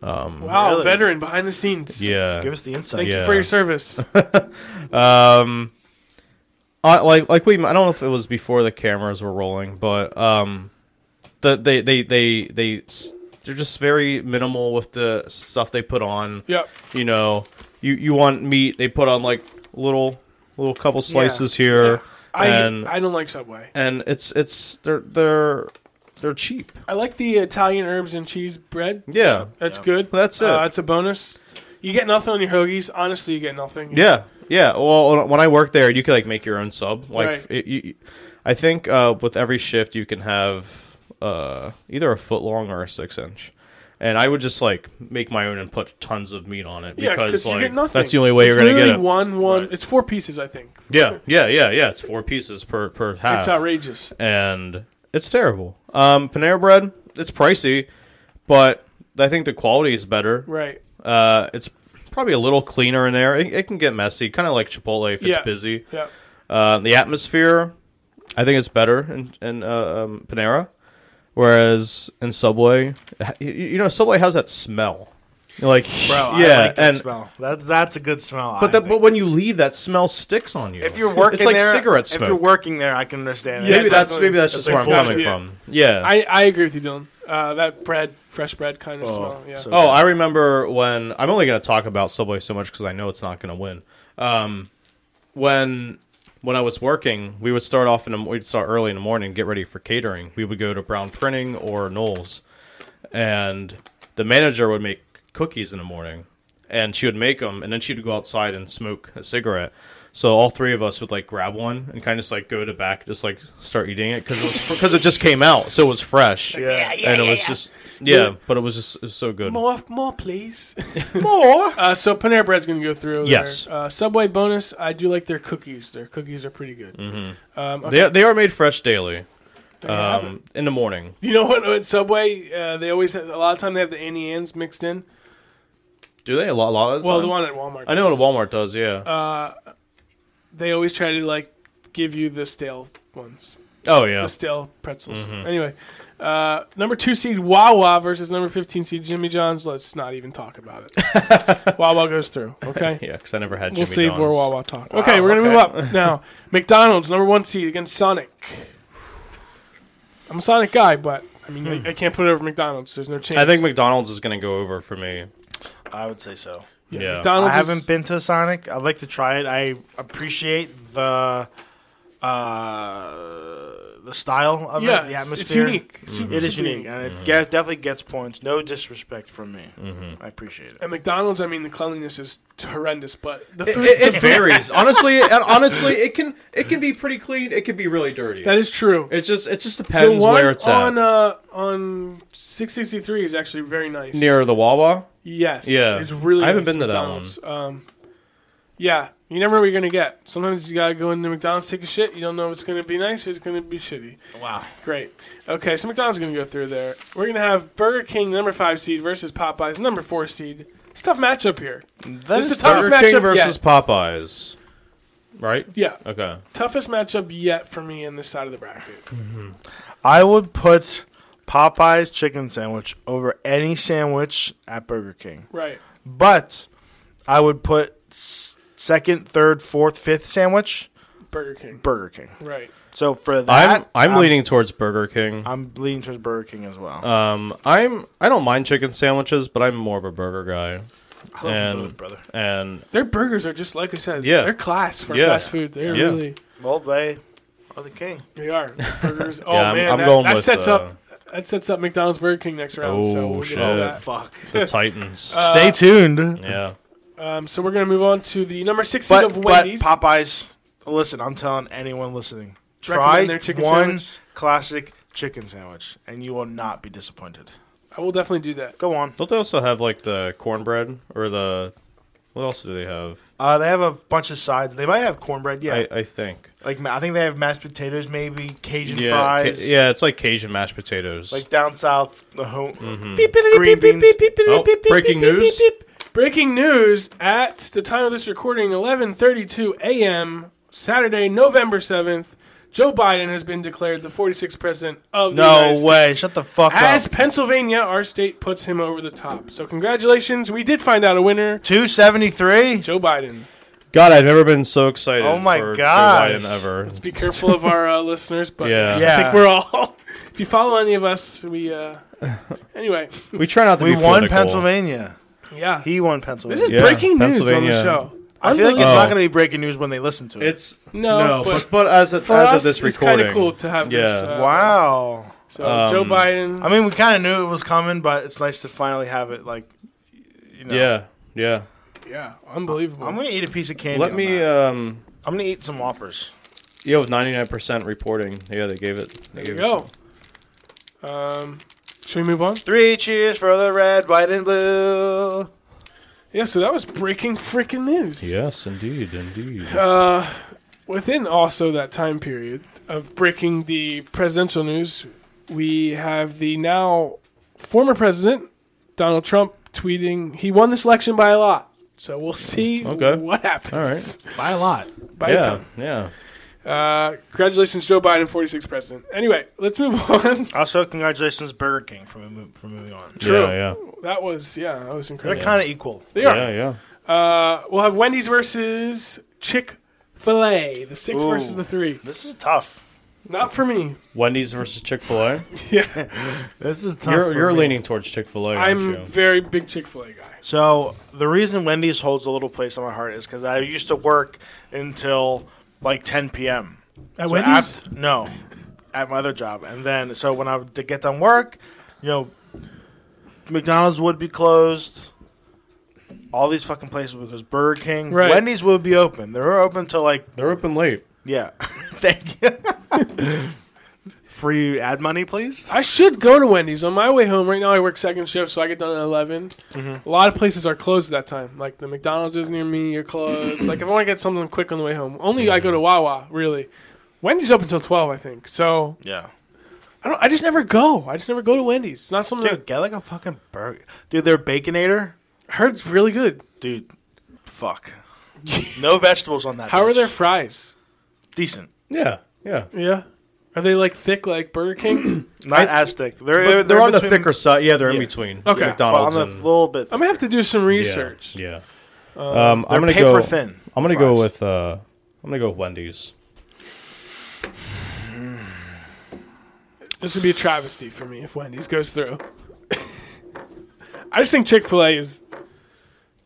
Speaker 3: Wow,
Speaker 2: Really?
Speaker 3: veteran behind the scenes.
Speaker 1: Yeah,
Speaker 2: Give us the insight.
Speaker 3: Thank you
Speaker 1: Yeah.
Speaker 3: for your service.
Speaker 1: I, Uh, like like we I don't know if it was before the cameras were rolling, but um, the they they they they s- they're just very minimal with the stuff they put on.
Speaker 3: yep.
Speaker 1: You know, you you want meat, they put on like little little couple slices here,
Speaker 3: I
Speaker 1: and
Speaker 3: I don't like Subway.
Speaker 1: and it's it's they're they're they're cheap.
Speaker 3: I like the Italian herbs and cheese bread.
Speaker 1: Yeah,
Speaker 3: That's good.
Speaker 1: That's it.
Speaker 3: Uh, it's a bonus. You get nothing on your hoagies. Honestly, you get nothing.
Speaker 1: yeah, yeah. Well, when I worked there, you could like make your own sub. Like,
Speaker 3: Right.
Speaker 1: it, you, I think uh, with every shift, you can have uh, either a foot long or a six inch. And I would just like make my own and put tons of meat on it
Speaker 3: Yeah,
Speaker 1: because
Speaker 3: because you
Speaker 1: like
Speaker 3: get nothing.
Speaker 1: that's the only way
Speaker 3: It's
Speaker 1: you're gonna get
Speaker 3: literally
Speaker 1: it.
Speaker 3: One one.
Speaker 2: Right.
Speaker 3: It's four pieces, I think.
Speaker 1: yeah, yeah, yeah, yeah. It's four pieces per per half.
Speaker 3: It's outrageous.
Speaker 1: and it's terrible. Um, Panera Bread, it's pricey, but I think the quality is better.
Speaker 3: Right.
Speaker 1: Uh, it's probably a little cleaner in there. It, it can get messy, kind of like Chipotle if
Speaker 3: Yeah.
Speaker 1: it's busy.
Speaker 3: Yeah.
Speaker 1: Uh, the atmosphere, I think it's better in, in uh, um, Panera, whereas in Subway, you, you know, Subway has that smell. You're like,
Speaker 2: Bro,
Speaker 1: yeah,
Speaker 2: I like that
Speaker 1: and
Speaker 2: smell. That's that's a good smell.
Speaker 1: but
Speaker 2: I
Speaker 1: that,
Speaker 2: think.
Speaker 1: but when you leave, that smell sticks on you.
Speaker 2: if you're working
Speaker 1: it's like
Speaker 2: there,
Speaker 1: cigarette
Speaker 2: if you're
Speaker 1: smoke.
Speaker 2: working there, I can understand. it.
Speaker 3: Yeah,
Speaker 1: Maybe that's
Speaker 3: exactly.
Speaker 1: maybe that's
Speaker 2: That's
Speaker 1: just where I'm
Speaker 2: exactly
Speaker 1: coming
Speaker 3: it.
Speaker 1: from. Yeah,
Speaker 3: I, I agree with you, Dylan. Uh, that bread, fresh bread kind of
Speaker 2: Oh,
Speaker 3: smell. Yeah. Uh,
Speaker 2: so-
Speaker 1: Oh, I remember when I'm only going to talk about Subway so much because I know it's not going to win. Um, when when I was working, we would start off in the, we'd start early in the morning, get ready for catering. We would go to Brown Printing or Knowles, and the manager would make cookies in the morning, and she would make them, and then she'd go outside and smoke a cigarette. So all three of us would like grab one and kind of just like go to back, just like start eating it because it, just came out, so it was fresh.
Speaker 2: Yeah.
Speaker 1: and it was just yeah, but it was just it was so good.
Speaker 3: More, more, please.
Speaker 2: More.
Speaker 3: uh, so Panera Bread's gonna go through.
Speaker 1: Yes.
Speaker 3: There. Uh, Subway bonus. I do like their cookies. Their cookies are pretty good. Um, okay,
Speaker 1: Mm-hmm. They, they are made fresh daily
Speaker 3: there you have it.
Speaker 1: um, in the morning.
Speaker 3: You know what? At Subway, uh, they always have, a lot of time they have the Annie Ann's mixed in.
Speaker 1: Do they a lot? lot of
Speaker 3: Well, the
Speaker 1: time?
Speaker 3: one Uh, at Walmart.
Speaker 1: I know what
Speaker 3: does.
Speaker 1: a Walmart does. Yeah.
Speaker 3: They always try to like give you the stale ones,
Speaker 1: oh yeah.
Speaker 3: the stale pretzels.
Speaker 1: Mm-hmm.
Speaker 3: Anyway, uh, number two seed Wawa versus number fifteen seed Jimmy John's. Let's not even talk about it. Wawa goes through. Okay.
Speaker 1: Yeah, because I never had.
Speaker 3: We'll
Speaker 1: Jimmy
Speaker 3: save where
Speaker 1: John's.
Speaker 3: Wawa talk. okay, we're gonna
Speaker 2: okay.
Speaker 3: move up now. McDonald's number one seed against Sonic. I'm a Sonic guy, but I mean, I, I can't put it over McDonald's. There's no chance.
Speaker 1: Hmm. I think McDonald's is going to go over for me.
Speaker 2: I would say so.
Speaker 1: Yeah.
Speaker 3: McDonald's.
Speaker 2: I
Speaker 3: is-
Speaker 2: haven't been to Sonic. I'd like to try it. I appreciate the uh, the style of
Speaker 3: yeah,
Speaker 2: it, the
Speaker 3: it's-
Speaker 2: atmosphere. Mm-hmm.
Speaker 3: it's unique. It's
Speaker 1: Mm-hmm.
Speaker 3: super,
Speaker 2: It is
Speaker 3: super
Speaker 2: unique, and it get, definitely gets points. No disrespect from me.
Speaker 1: Mm-hmm.
Speaker 2: I appreciate it.
Speaker 3: At McDonald's, I mean, the cleanliness is horrendous, but the
Speaker 1: It,
Speaker 3: food,
Speaker 1: it-
Speaker 3: the
Speaker 1: it
Speaker 3: food-
Speaker 1: varies, honestly. And honestly, it can it can be pretty clean. It can be really dirty.
Speaker 3: that is true.
Speaker 1: It just it just
Speaker 3: The
Speaker 1: depends
Speaker 3: one
Speaker 1: where it's
Speaker 3: on
Speaker 1: at.
Speaker 3: uh, on six sixty three is actually very nice.
Speaker 1: Near the Wawa.
Speaker 3: yes,
Speaker 1: Yeah.
Speaker 3: it's really.
Speaker 1: I haven't
Speaker 3: nice
Speaker 1: been to that
Speaker 3: McDonald's. Um, yeah, you never know what you're gonna get. Sometimes you gotta go into McDonald's take a shit. You don't know if it's gonna be nice. or It's gonna be shitty.
Speaker 2: Wow.
Speaker 3: Great. Okay, so McDonald's gonna go through there. We're gonna have Burger King number five seed versus Popeyes number four seed. It's a tough matchup here.
Speaker 2: This
Speaker 3: is
Speaker 2: is
Speaker 3: tough.
Speaker 2: tough.
Speaker 1: Burger
Speaker 3: matchup
Speaker 1: King
Speaker 3: yet.
Speaker 1: versus Popeyes. Right.
Speaker 3: Yeah,
Speaker 1: Okay.
Speaker 3: toughest matchup yet for me in this side of the bracket.
Speaker 2: I would put Popeye's chicken sandwich over any sandwich at Burger King,
Speaker 3: Right.
Speaker 2: but I would put s- second, third, fourth, fifth sandwich
Speaker 3: Burger King.
Speaker 2: Burger King.
Speaker 3: Right.
Speaker 2: So for that,
Speaker 1: I'm I'm leaning towards Burger King.
Speaker 2: I'm leaning towards Burger King as well.
Speaker 1: Um, I'm I don't mind chicken sandwiches, but I'm more of a burger guy.
Speaker 2: I love
Speaker 1: and-
Speaker 2: you both, brother.
Speaker 1: And
Speaker 3: Their burgers are just like I said.
Speaker 1: Yeah.
Speaker 3: They're class for
Speaker 1: Yeah.
Speaker 3: fast food. They're
Speaker 1: Yeah.
Speaker 3: really
Speaker 2: Well, they are the king.
Speaker 3: they are burgers. Oh
Speaker 1: Yeah, I'm-
Speaker 3: man,
Speaker 1: I'm
Speaker 3: that,
Speaker 1: going
Speaker 3: that
Speaker 1: with,
Speaker 3: sets
Speaker 1: uh,
Speaker 3: up that sets up McDonald's Burger King next round. so
Speaker 1: Oh,
Speaker 3: we'll
Speaker 1: shit.
Speaker 3: get to
Speaker 1: Oh,
Speaker 3: that.
Speaker 2: Fuck.
Speaker 1: the Titans.
Speaker 3: Uh,
Speaker 2: Stay tuned.
Speaker 1: yeah.
Speaker 3: Um, so we're gonna move on to the number six seed
Speaker 2: But,
Speaker 3: of
Speaker 2: but
Speaker 3: Wendy's.
Speaker 2: Popeyes, listen, I'm telling anyone listening, try
Speaker 3: Recommend their chicken
Speaker 2: one
Speaker 3: sandwich.
Speaker 2: classic chicken sandwich, and you will not be disappointed.
Speaker 3: I will definitely do that.
Speaker 2: Go on.
Speaker 1: Don't they also have like the cornbread or the what else do they have?
Speaker 2: Uh, they have a bunch of sides. They might have cornbread. Yeah,
Speaker 1: I, I think.
Speaker 2: like ma- I think they have mashed potatoes, maybe Cajun
Speaker 1: Yeah,
Speaker 2: fries.
Speaker 1: ca- yeah, it's like Cajun mashed potatoes.
Speaker 2: like down south, the home.
Speaker 1: Mm-hmm.
Speaker 3: Green
Speaker 2: beans.
Speaker 3: beans.
Speaker 1: Mm. Oh, breaking news.
Speaker 3: Breaking news at the time of this recording, 11:32 a.m. Saturday, November 7th. Joe Biden has been declared the 46th president of the
Speaker 2: No
Speaker 3: United
Speaker 2: way!
Speaker 3: States.
Speaker 2: Shut the fuck
Speaker 3: As
Speaker 2: up.
Speaker 3: Pennsylvania, our state puts him over the top. So congratulations, we did find out a winner,
Speaker 2: Two seventy three.
Speaker 3: Joe Biden.
Speaker 1: God, I've never been so excited.
Speaker 2: Oh my
Speaker 1: for Joe
Speaker 2: gosh.
Speaker 1: Biden ever.
Speaker 3: Let's be careful of our uh, listeners, but
Speaker 1: Yeah.
Speaker 3: I
Speaker 2: Yeah.
Speaker 3: think we're all. if you follow any of us, we. Uh, anyway,
Speaker 1: We try not to
Speaker 2: We
Speaker 1: be
Speaker 2: won
Speaker 1: political.
Speaker 2: Pennsylvania.
Speaker 3: yeah.
Speaker 2: He won Pennsylvania.
Speaker 3: this is
Speaker 1: Yeah,
Speaker 3: breaking news on the
Speaker 1: Pennsylvania.
Speaker 3: show.
Speaker 2: I feel like it's
Speaker 1: Oh.
Speaker 2: not going to be breaking news when they listen to it.
Speaker 1: It's
Speaker 3: No,
Speaker 1: no,
Speaker 3: but
Speaker 1: but, but as of,
Speaker 3: for
Speaker 1: as of
Speaker 3: us,
Speaker 1: this
Speaker 3: it's kind
Speaker 1: recording,
Speaker 3: of cool to have this.
Speaker 1: Yeah.
Speaker 3: Uh,
Speaker 2: wow.
Speaker 3: So Joe
Speaker 1: Um,
Speaker 3: Biden,
Speaker 2: I mean, we kind of knew it was coming, but it's nice to finally have it. Like, you know.
Speaker 1: yeah, yeah.
Speaker 3: yeah, unbelievable.
Speaker 2: I'm gonna eat a piece of candy.
Speaker 1: Let
Speaker 2: on
Speaker 1: me.
Speaker 2: that.
Speaker 1: Um,
Speaker 2: I'm gonna eat some Whoppers.
Speaker 1: Yo, ninety nine percent reporting. Yeah, they gave it. They
Speaker 3: there
Speaker 1: gave
Speaker 3: you
Speaker 1: it.
Speaker 3: go. Um, should we move on?
Speaker 2: Three cheers for the red, white, and blue.
Speaker 3: Yeah. So that was breaking freaking news.
Speaker 1: Yes, indeed, indeed.
Speaker 3: Uh, within also that time period of breaking the presidential news, we have the now former president Donald Trump tweeting he won this election by a lot. So we'll see
Speaker 1: Okay.
Speaker 3: what happens.
Speaker 2: By a lot.
Speaker 3: By the
Speaker 1: yeah,
Speaker 3: time.
Speaker 1: yeah.
Speaker 3: Uh, congratulations, Joe Biden, 46th president. Anyway, let's move on.
Speaker 2: Also, congratulations, Burger King, for, mo- for moving on.
Speaker 3: True.
Speaker 1: Yeah,
Speaker 3: That was yeah, that was
Speaker 2: They're
Speaker 3: incredible.
Speaker 2: kind of equal.
Speaker 3: They
Speaker 1: yeah.
Speaker 3: are.
Speaker 1: Yeah, yeah.
Speaker 3: Uh, we'll have Wendy's versus Chick Fil A. The six
Speaker 2: Ooh.
Speaker 3: versus the three.
Speaker 2: This is tough.
Speaker 3: Not for me.
Speaker 1: Wendy's versus Chick fil A.
Speaker 3: Yeah,
Speaker 2: This is tough.
Speaker 1: You're
Speaker 2: for
Speaker 1: you're
Speaker 2: me.
Speaker 1: leaning towards Chick fil A.
Speaker 3: I'm very big Chick Fil A guy.
Speaker 2: So the reason Wendy's holds a little place in my heart is because I used to work until like 10 p.m.
Speaker 3: At
Speaker 2: So
Speaker 3: Wendy's,
Speaker 2: af- no, at my other job, and then so when I would to get done work, you know, McDonald's would be closed. All these fucking places because Burger King,
Speaker 3: Right.
Speaker 2: Wendy's would be open. They were open till like
Speaker 1: They're open late.
Speaker 2: yeah. Thank you. Free ad money, please.
Speaker 3: I should go to Wendy's on my way home. Right now, I work second shift, so I get done at 11 A lot of places are closed at that time. Like the McDonald's is near me are closed. like if I want to get something quick on the way home, only I go to Wawa. Really, Wendy's open until twelve, I think. So
Speaker 2: Yeah,
Speaker 3: I don't. I just never go. I just never go to Wendy's. It's not something
Speaker 2: dude, get like a fucking burger, dude. Their baconator,
Speaker 3: that I heard's really good.
Speaker 2: dude. Fuck. No vegetables on that.
Speaker 3: How are
Speaker 2: bitch.
Speaker 3: their fries?
Speaker 2: decent?
Speaker 1: Yeah, yeah.
Speaker 3: Yeah. Are they like thick like Burger King?
Speaker 2: Not as thick. They're
Speaker 1: They're,
Speaker 2: they're,
Speaker 1: on
Speaker 2: between,
Speaker 1: the thicker side. Yeah, they're in
Speaker 2: Yeah.
Speaker 1: between.
Speaker 3: Okay.
Speaker 2: but on
Speaker 1: McDonald's
Speaker 2: the
Speaker 1: and-
Speaker 2: little bit.
Speaker 3: I'm gonna have to do some
Speaker 1: yeah,
Speaker 3: research.
Speaker 1: Yeah. Um, I'm gonna
Speaker 2: paper
Speaker 1: go.
Speaker 2: thin.
Speaker 1: I'm gonna go
Speaker 2: fries.
Speaker 1: with. Uh, I'm gonna go with Wendy's.
Speaker 3: This would be a travesty for me if Wendy's goes through. I just think Chick Fil A is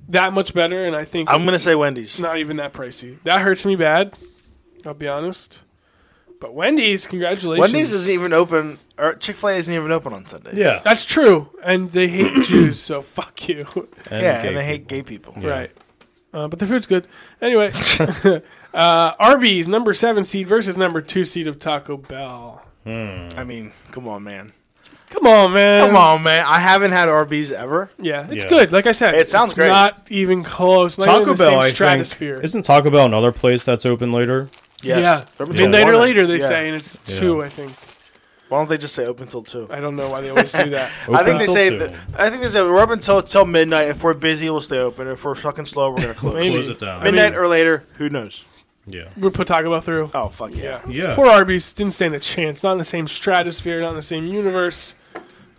Speaker 3: that much better, and I think
Speaker 2: I'm gonna
Speaker 3: it's
Speaker 2: say Wendy's.
Speaker 3: not even that pricey. That hurts me bad. I'll be honest. But Wendy's, congratulations.
Speaker 2: Wendy's isn't even open, or Chick Fil A isn't even open on Sundays.
Speaker 1: Yeah.
Speaker 3: That's true, and they hate Jews, so fuck you.
Speaker 2: yeah,
Speaker 1: gay
Speaker 2: and they
Speaker 1: people.
Speaker 2: hate gay people.
Speaker 3: Right. Uh, but the food's good. Anyway, uh, Arby's number seven seed versus number two seed of Taco Bell.
Speaker 2: I mean, come on, man.
Speaker 3: Come on, man.
Speaker 2: Come on, man. I haven't had Arby's ever.
Speaker 3: Yeah, it's
Speaker 1: Yeah.
Speaker 3: good. Like I said,
Speaker 2: It sounds
Speaker 3: it's
Speaker 2: great.
Speaker 3: Not even close. Not even
Speaker 1: Taco
Speaker 3: in the same
Speaker 1: Bell, I
Speaker 3: stratosphere.
Speaker 1: think. Isn't Taco Bell another place that's open later?
Speaker 2: Yes.
Speaker 3: Yeah,
Speaker 2: They're open till
Speaker 3: midnight
Speaker 2: one.
Speaker 3: or later they
Speaker 2: Yeah.
Speaker 3: say, and it's two. I think.
Speaker 2: Why don't they just say open till two?
Speaker 3: I don't know why they always do that.
Speaker 2: I think
Speaker 1: Open
Speaker 2: they
Speaker 1: till
Speaker 2: say.
Speaker 1: two.
Speaker 2: th- I think they say we're open till till midnight. If we're busy, we'll stay open. If we're fucking slow, we're gonna close.
Speaker 3: Maybe.
Speaker 1: Close it down.
Speaker 3: I mean,
Speaker 2: Midnight or later, who knows?
Speaker 1: Yeah.
Speaker 3: we put Taco Bell through.
Speaker 2: Oh fuck yeah!
Speaker 1: Yeah.
Speaker 3: Poor Arby's didn't stand a chance. Not in the same stratosphere. Not in the same universe.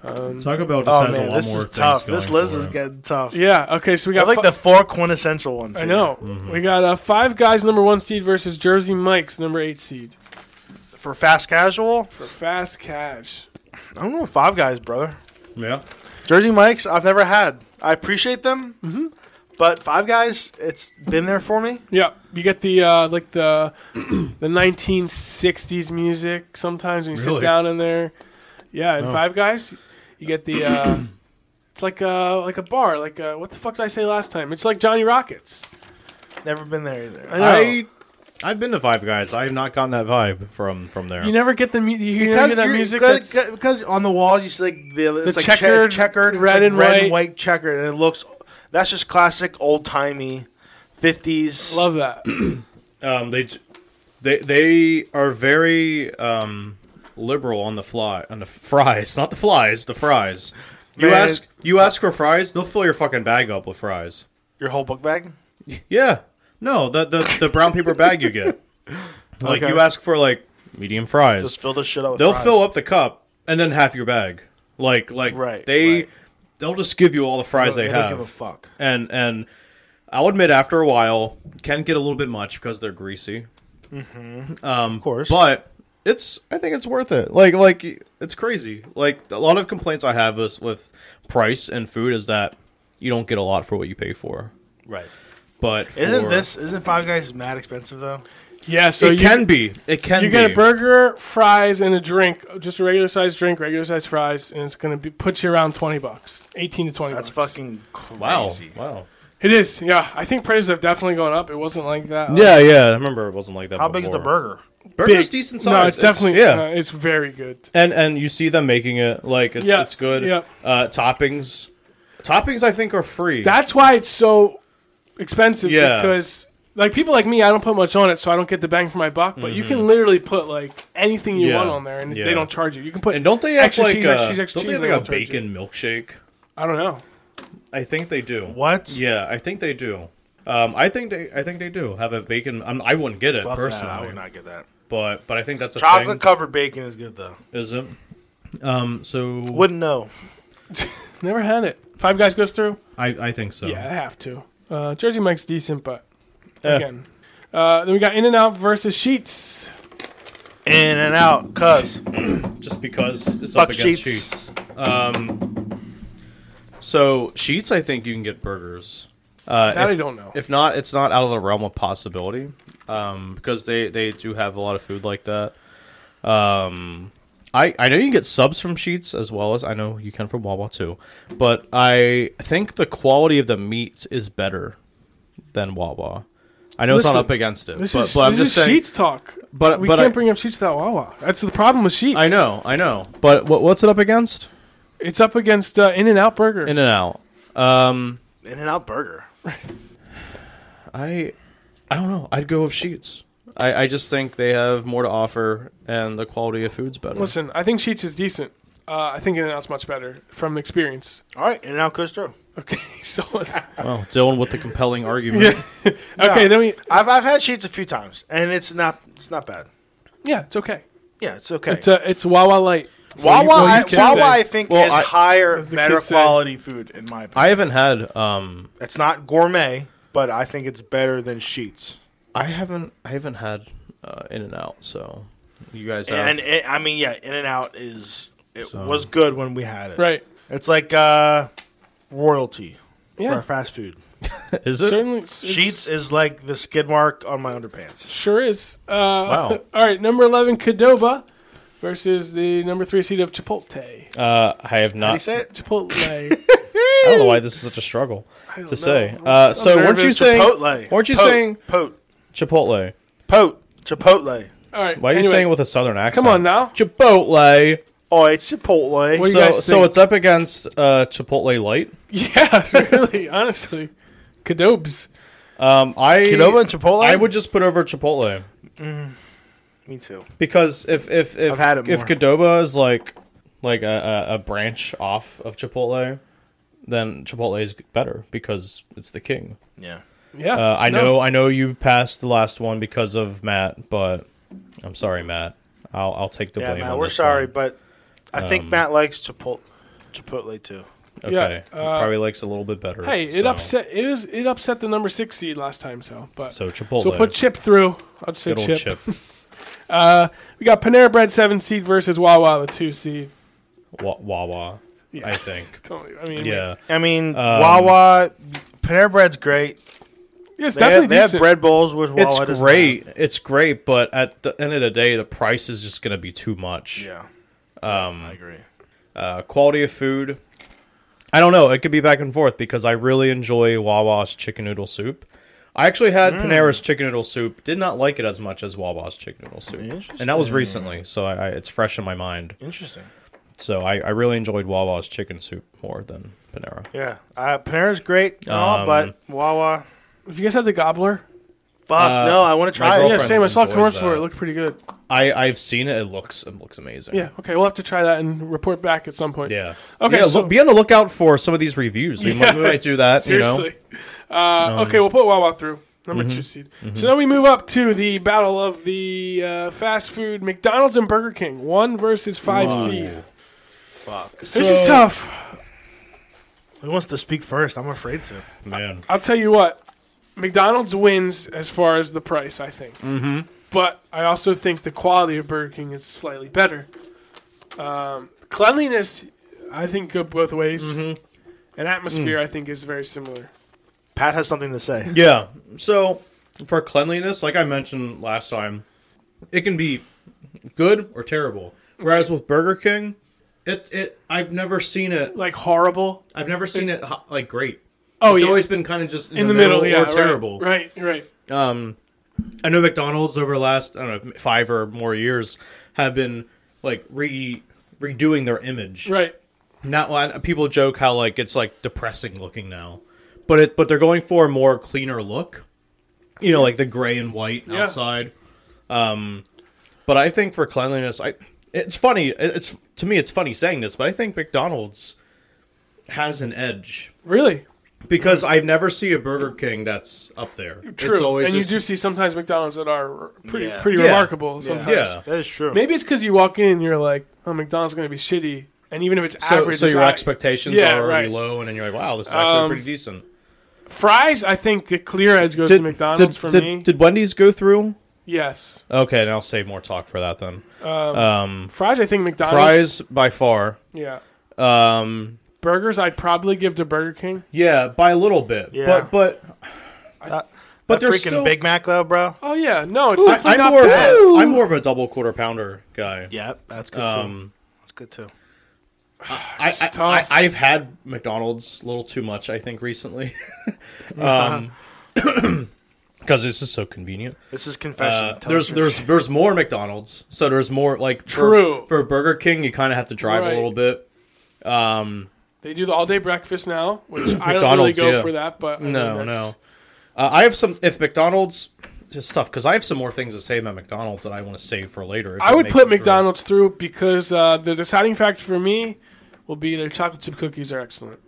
Speaker 1: Taco Bell just
Speaker 2: Oh
Speaker 1: has a
Speaker 2: man,
Speaker 1: lot
Speaker 2: this
Speaker 1: more
Speaker 2: is
Speaker 1: things
Speaker 2: tough. This
Speaker 1: going
Speaker 2: list
Speaker 1: for
Speaker 2: is
Speaker 1: it.
Speaker 2: getting tough.
Speaker 3: Yeah. Okay. So we
Speaker 2: I
Speaker 3: got.
Speaker 2: like
Speaker 3: fi-
Speaker 2: the four quintessential ones.
Speaker 3: I
Speaker 2: here.
Speaker 3: know.
Speaker 1: Mm-hmm.
Speaker 3: We got uh, five guys number one seed versus Jersey Mike's number eight seed
Speaker 2: For fast casual,
Speaker 3: for fast cash.
Speaker 2: I don't know Five Guys, brother.
Speaker 1: Yeah.
Speaker 2: Jersey Mike's, I've never had. I appreciate them, mm-hmm. but Five Guys, it's been there for me.
Speaker 3: Yeah, you get the uh, like the the 1960s music sometimes when you
Speaker 1: Really? Oh.
Speaker 3: sit down in there. Yeah, and Five Guys, you get the uh, it's like a like a bar, like a, what the fuck did I say last time? It's like Johnny Rockets.
Speaker 2: Never been there either.
Speaker 3: I know.
Speaker 1: I I've been to Five Guys. I have not gotten that vibe from from there.
Speaker 3: you never get the mu- you never get that
Speaker 2: you're-
Speaker 3: music.
Speaker 2: because-
Speaker 3: that's,
Speaker 2: because on the walls you see like the, it's
Speaker 3: The
Speaker 2: like checkered,
Speaker 3: checkered,
Speaker 2: checkered it's
Speaker 3: red
Speaker 2: like
Speaker 3: and
Speaker 2: red
Speaker 3: white.
Speaker 2: and white checkered, and it looks that's just classic old timey fifties.
Speaker 3: love that.
Speaker 1: um, they j- they they are very um, liberal on the fly on the fries, not the flies, the fries. You
Speaker 2: Man.
Speaker 1: ask you ask for fries, they'll fill your fucking bag up with fries.
Speaker 2: your whole book bag.
Speaker 1: Yeah, no, the the, the brown paper bag you get. Like
Speaker 2: Okay.
Speaker 1: you ask for like medium fries,
Speaker 2: Just fill this shit up. With
Speaker 1: they'll
Speaker 2: fries.
Speaker 1: fill up the cup and then half your bag. Like like
Speaker 2: Right,
Speaker 1: they
Speaker 2: right.
Speaker 1: they'll just give you all the fries they,
Speaker 2: They
Speaker 1: have.
Speaker 2: don't give a fuck.
Speaker 1: and and I'll admit after a while can get a little bit much because they're greasy.
Speaker 2: Of course,
Speaker 1: But it's I think it's worth it. Like like it's crazy. Like a lot of complaints I have is with price and food is that you don't get a lot for what you pay for.
Speaker 2: right.
Speaker 1: But for,
Speaker 2: Isn't this isn't Five Guys mad expensive though?
Speaker 3: Yeah, so
Speaker 1: It
Speaker 3: you
Speaker 1: can be. It can.
Speaker 3: you
Speaker 1: be.
Speaker 3: get a burger, fries, and a drink, just a regular size drink, regular size fries, and it's gonna be put you around twenty bucks, eighteen to twenty.
Speaker 2: That's
Speaker 3: bucks.
Speaker 2: fucking crazy.
Speaker 1: Wow. Wow.
Speaker 3: It is, yeah. I think prices have definitely gone up. It wasn't like that.
Speaker 1: Yeah, yeah. I remember it wasn't like that.
Speaker 2: How big is the
Speaker 1: before.
Speaker 2: burger?
Speaker 1: Burger's decent size.
Speaker 3: No, it's, definitely
Speaker 1: yeah.
Speaker 3: uh, it's very good.
Speaker 1: and and you see them making it like it's
Speaker 3: Yeah,
Speaker 1: it's good.
Speaker 3: yeah.
Speaker 1: Uh, toppings, toppings I think are free.
Speaker 3: That's why it's so expensive
Speaker 1: Yeah.
Speaker 3: because like people like me, I don't put much on it, so I don't get the bang for my buck. But you can literally put like anything you
Speaker 1: Mm-hmm. Yeah,
Speaker 3: want on there, and
Speaker 1: yeah.
Speaker 3: they don't charge you. You can put
Speaker 1: and don't they have
Speaker 3: extra
Speaker 1: like
Speaker 3: cheese,
Speaker 1: a,
Speaker 3: extra cheese, extra
Speaker 1: don't
Speaker 3: cheese?
Speaker 1: they have like a
Speaker 3: don't charge you.
Speaker 1: bacon milkshake?
Speaker 3: I don't know.
Speaker 1: I think they do.
Speaker 2: What?
Speaker 1: Yeah, I think they do. Um, I think they, I think they do have a bacon. I'm, I wouldn't get it
Speaker 2: Fuck that. I
Speaker 1: personally,
Speaker 2: would not get that.
Speaker 1: but but I think that's a
Speaker 2: Chocolate
Speaker 1: thing,
Speaker 2: covered bacon is good though.
Speaker 1: is it? Um, so
Speaker 2: Wouldn't know.
Speaker 3: Never had it. Five Guys goes through.
Speaker 1: I, I think so.
Speaker 3: Yeah, I have to. Uh, Jersey Mike's decent, but
Speaker 1: Eh.
Speaker 3: again, uh, then we got In and Out versus Sheets.
Speaker 2: In and out, cuz
Speaker 1: just because it's
Speaker 2: Fuck
Speaker 1: up against
Speaker 2: Sheetz.
Speaker 1: sheets. Um, so sheets, I think you can get burgers. Uh,
Speaker 3: That
Speaker 1: if-
Speaker 3: I don't know.
Speaker 1: If not, it's not out of the realm of possibility um, because they, they do have a lot of food like that. Um, I I know you can get subs from Sheets as well as I know you can from Wawa too, but I think the quality of the meat is better than Wawa. I know it's
Speaker 3: Listen,
Speaker 1: not up against it,
Speaker 3: This
Speaker 1: but,
Speaker 3: is,
Speaker 1: but I'm
Speaker 3: this
Speaker 1: just
Speaker 3: is
Speaker 1: saying.
Speaker 3: Sheets talk.
Speaker 1: But-
Speaker 3: we
Speaker 1: but
Speaker 3: can't
Speaker 1: I-
Speaker 3: bring up Sheets without Wawa. That's the problem with Sheets.
Speaker 1: I know, I know, but what, what's it up against?
Speaker 3: It's up against uh, In and Out Burger.
Speaker 1: In and out. Um,
Speaker 2: In and out burger.
Speaker 1: I I don't know. I'd go with Sheets. I, I just think they have more to offer and the quality of food's better.
Speaker 3: Listen, I think Sheets is decent. Uh, I think In and Out's much better from experience.
Speaker 2: All right, In and out goes through.
Speaker 3: Okay, so okay,
Speaker 1: Well, Dylan with the compelling argument.
Speaker 2: Yeah.
Speaker 3: then we
Speaker 2: I've I've had sheets a few times, and it's not it's not bad.
Speaker 3: yeah, it's okay.
Speaker 2: Yeah, it's okay.
Speaker 3: It's uh, it's Wawa light.
Speaker 2: Wawa,
Speaker 3: well, you
Speaker 2: I,
Speaker 3: can
Speaker 2: Wawa,
Speaker 3: say-
Speaker 2: I think
Speaker 1: well,
Speaker 2: is
Speaker 1: I-
Speaker 2: higher,
Speaker 3: As the
Speaker 2: better
Speaker 3: kids say.
Speaker 2: quality food in my opinion.
Speaker 1: I haven't had um
Speaker 2: it's not gourmet, but I think it's better than sheets.
Speaker 1: I haven't I haven't had uh, In and Out, so you guys have
Speaker 2: And it, I mean, yeah, In and Out is it was good when we had it.
Speaker 3: Right.
Speaker 2: It's like uh, royalty
Speaker 3: Yeah.
Speaker 2: for fast food.
Speaker 1: Is it?
Speaker 3: Certainly, it's-
Speaker 2: Sheets is like the skid mark on my underpants.
Speaker 3: Sure is. Uh,
Speaker 1: Wow.
Speaker 3: All right, number 11, Cadoba versus the number three seed of Chipotle.
Speaker 1: Uh, I have
Speaker 2: Did he
Speaker 1: not. I
Speaker 2: say it?
Speaker 3: Chipotle.
Speaker 1: don't know why this is such a struggle
Speaker 3: don't
Speaker 1: to say.
Speaker 3: know.
Speaker 1: Uh,
Speaker 3: I'm
Speaker 1: so weren't you
Speaker 3: nervous.
Speaker 1: saying?
Speaker 2: Chipotle.
Speaker 1: Weren't you
Speaker 2: Pote,
Speaker 1: saying-
Speaker 2: Pote.
Speaker 1: Chipotle.
Speaker 2: Pote. Chipotle.
Speaker 3: all right.
Speaker 1: Why are you
Speaker 3: anyway,
Speaker 1: saying it with a southern accent?
Speaker 3: on now.
Speaker 1: Chipotle.
Speaker 2: Oh, it's Chipotle.
Speaker 3: What do you
Speaker 1: So,
Speaker 3: guys
Speaker 1: so
Speaker 3: think?
Speaker 1: it's up against uh, Chipotle Light.
Speaker 3: Yeah, really, honestly. Cadobes.
Speaker 1: Um, I
Speaker 2: Qdoba and Chipotle?
Speaker 1: I would just put over Chipotle
Speaker 2: Me too.
Speaker 1: because if if if
Speaker 2: I've had it
Speaker 1: if
Speaker 2: more.
Speaker 1: Qdoba is like like a, a, a branch off of Chipotle, then Chipotle is better because it's the king.
Speaker 2: Yeah.
Speaker 3: Yeah.
Speaker 1: Uh, I
Speaker 3: no.
Speaker 1: know I know you passed the last one because of Matt, but I'm sorry, Matt. I'll I'll take the
Speaker 2: Yeah,
Speaker 1: blame.
Speaker 2: Matt,
Speaker 1: on
Speaker 2: we're
Speaker 1: this
Speaker 2: sorry,
Speaker 1: one.
Speaker 2: but I think Matt likes Chipotle, Chipotle too.
Speaker 1: Okay,
Speaker 3: Yeah,
Speaker 1: He
Speaker 3: uh,
Speaker 1: probably likes it a little bit better.
Speaker 3: Hey, it
Speaker 1: so-
Speaker 3: upset it was it upset the number six seed last time, so but
Speaker 1: So Chipotle.
Speaker 3: so put Chip through. I'll just say
Speaker 1: good old
Speaker 3: Chip.
Speaker 1: chip.
Speaker 3: We got Panera Bread seven seed versus Wawa the two seed.
Speaker 1: Wa- Wawa. I think.
Speaker 3: Totally, I mean,
Speaker 1: Yeah.
Speaker 2: I mean, Wawa, Panera Bread's great.
Speaker 3: yeah, it's
Speaker 2: They have,
Speaker 3: definitely
Speaker 2: they have
Speaker 3: decent.
Speaker 2: bread bowls, which Wawa
Speaker 1: It's
Speaker 2: doesn't
Speaker 1: great.
Speaker 2: have.
Speaker 1: It's great, but at the end of the day, the price is just going to be too much.
Speaker 2: Yeah. Um, I agree.
Speaker 1: Uh, quality of food. I don't know. It could be back and forth because I really enjoy Wawa's chicken noodle soup. I actually had Panera's chicken noodle soup. Did not like it as much as Wawa's chicken noodle soup, and that was
Speaker 2: Interesting.
Speaker 1: recently, so I, I, it's fresh in my mind.
Speaker 2: Interesting.
Speaker 1: So I, I really enjoyed Wawa's chicken soup more than Panera.
Speaker 2: Yeah. Uh, Panera's great, and all,
Speaker 1: Um,
Speaker 2: but Wawa,
Speaker 3: If you guys had the Gobbler,
Speaker 2: fuck
Speaker 1: uh,
Speaker 2: no, I want to try it.
Speaker 3: yeah,
Speaker 1: girlfriend
Speaker 3: same. I saw a
Speaker 1: enjoys
Speaker 3: commercial where it
Speaker 1: that.
Speaker 3: looked pretty good.
Speaker 1: I I've seen it. It looks it looks amazing.
Speaker 3: Yeah, okay, we'll have to try that and report back at some point.
Speaker 1: Yeah.
Speaker 3: Okay,
Speaker 1: Yeah,
Speaker 3: so-
Speaker 1: look, be on the lookout for some of these reviews. We, might, we
Speaker 3: Yeah.
Speaker 1: might do that. You know? Mm-hmm.
Speaker 3: Seriously. Uh, okay, we'll put Wawa through. Number two seed. So now we move up to the battle of the uh, fast food McDonald's and Burger King. One versus five seed.
Speaker 2: Fuck.
Speaker 3: This is tough.
Speaker 2: Who wants to speak first? I'm afraid to.
Speaker 1: Man.
Speaker 3: I'll tell you what. McDonald's wins as far as the price, I think. Mm-hmm. But I also think the quality of Burger King is slightly better. Um, cleanliness, I think, go both ways.
Speaker 1: Mm-hmm.
Speaker 3: And atmosphere,
Speaker 1: Mm.
Speaker 3: I think, is very similar.
Speaker 2: Pat has something to say.
Speaker 1: Yeah. So for cleanliness, like I mentioned last time, it can be good or terrible. Whereas with Burger King, it it I've never seen it.
Speaker 3: Like horrible.
Speaker 1: I've never seen it ho- like great.
Speaker 3: Oh,
Speaker 1: It's
Speaker 3: yeah.
Speaker 1: always been kind of just in,
Speaker 3: in the middle, yeah,
Speaker 1: or
Speaker 3: right,
Speaker 1: terrible.
Speaker 3: Right, right.
Speaker 1: Um, I know McDonald's over the last I don't know five or more years have been like re redoing their image.
Speaker 3: Right.
Speaker 1: Not well, people joke how like it's like depressing looking now, but it but they're going for a more cleaner look. You know, like the gray and white
Speaker 3: Yeah.
Speaker 1: outside. Um, but I think for cleanliness, I it's funny. it- It's to me, it's funny saying this, but I think McDonald's has an edge
Speaker 3: Really?
Speaker 1: because I never see a Burger King that's up there.
Speaker 3: True.
Speaker 1: It's always
Speaker 3: and
Speaker 1: just-
Speaker 3: you do see sometimes McDonald's that are r- pretty
Speaker 2: Yeah.
Speaker 3: pretty
Speaker 1: Yeah.
Speaker 3: remarkable sometimes.
Speaker 1: yeah.
Speaker 2: That is true.
Speaker 3: Maybe it's because you walk in and you're like, oh, McDonald's going to be shitty. And even if it's average,
Speaker 1: So
Speaker 3: it's
Speaker 1: your
Speaker 3: all right.
Speaker 1: expectations
Speaker 3: Yeah,
Speaker 1: are already
Speaker 3: right.
Speaker 1: low, and then you're like, "Wow, this is actually
Speaker 3: Um,
Speaker 1: pretty decent."
Speaker 3: fries, I think the clear edge goes to McDonald's for me.
Speaker 1: did Wendy's go through?
Speaker 3: yes.
Speaker 1: Okay, and I'll save more talk for that then.
Speaker 3: Fries, I think McDonald's.
Speaker 1: Um, Fries by far.
Speaker 3: Yeah.
Speaker 1: Um,
Speaker 3: Burgers, I'd probably give to Burger King.
Speaker 1: yeah, by a little bit.
Speaker 2: Yeah.
Speaker 1: But but
Speaker 2: but
Speaker 1: they're
Speaker 2: freaking
Speaker 1: still-
Speaker 2: Big Mac though, bro.
Speaker 3: Oh, yeah. No, it's
Speaker 1: I,
Speaker 3: definitely
Speaker 1: am
Speaker 3: not
Speaker 1: more of
Speaker 3: bad.
Speaker 1: a, I'm more of a double quarter pounder guy.
Speaker 2: Yeah, that's good
Speaker 1: Um,
Speaker 2: too. That's good too.
Speaker 1: I, I, I,
Speaker 3: tough.
Speaker 1: I've had McDonald's a little too much, I think, recently. Because it's just so convenient.
Speaker 2: This is confession.
Speaker 1: Uh,
Speaker 2: Tell
Speaker 1: there's
Speaker 2: us your
Speaker 1: there's there's more McDonald's, so there's more like for-
Speaker 3: True.
Speaker 1: for, Burger King. You kind of have to drive
Speaker 3: Right.
Speaker 1: a little bit.
Speaker 3: They do the all day breakfast now, which I don't really
Speaker 1: McDonald's,
Speaker 3: go
Speaker 1: yeah.
Speaker 3: for that, but. I
Speaker 1: No,
Speaker 3: mean, that's-
Speaker 1: no. Uh, I have some if McDonald's just stuff because I have some more things to say about McDonald's that I want to save for later. if
Speaker 3: I
Speaker 1: it
Speaker 3: would
Speaker 1: makes
Speaker 3: put
Speaker 1: it through.
Speaker 3: McDonald's through because uh, the deciding factor for me will be their chocolate chip cookies are excellent.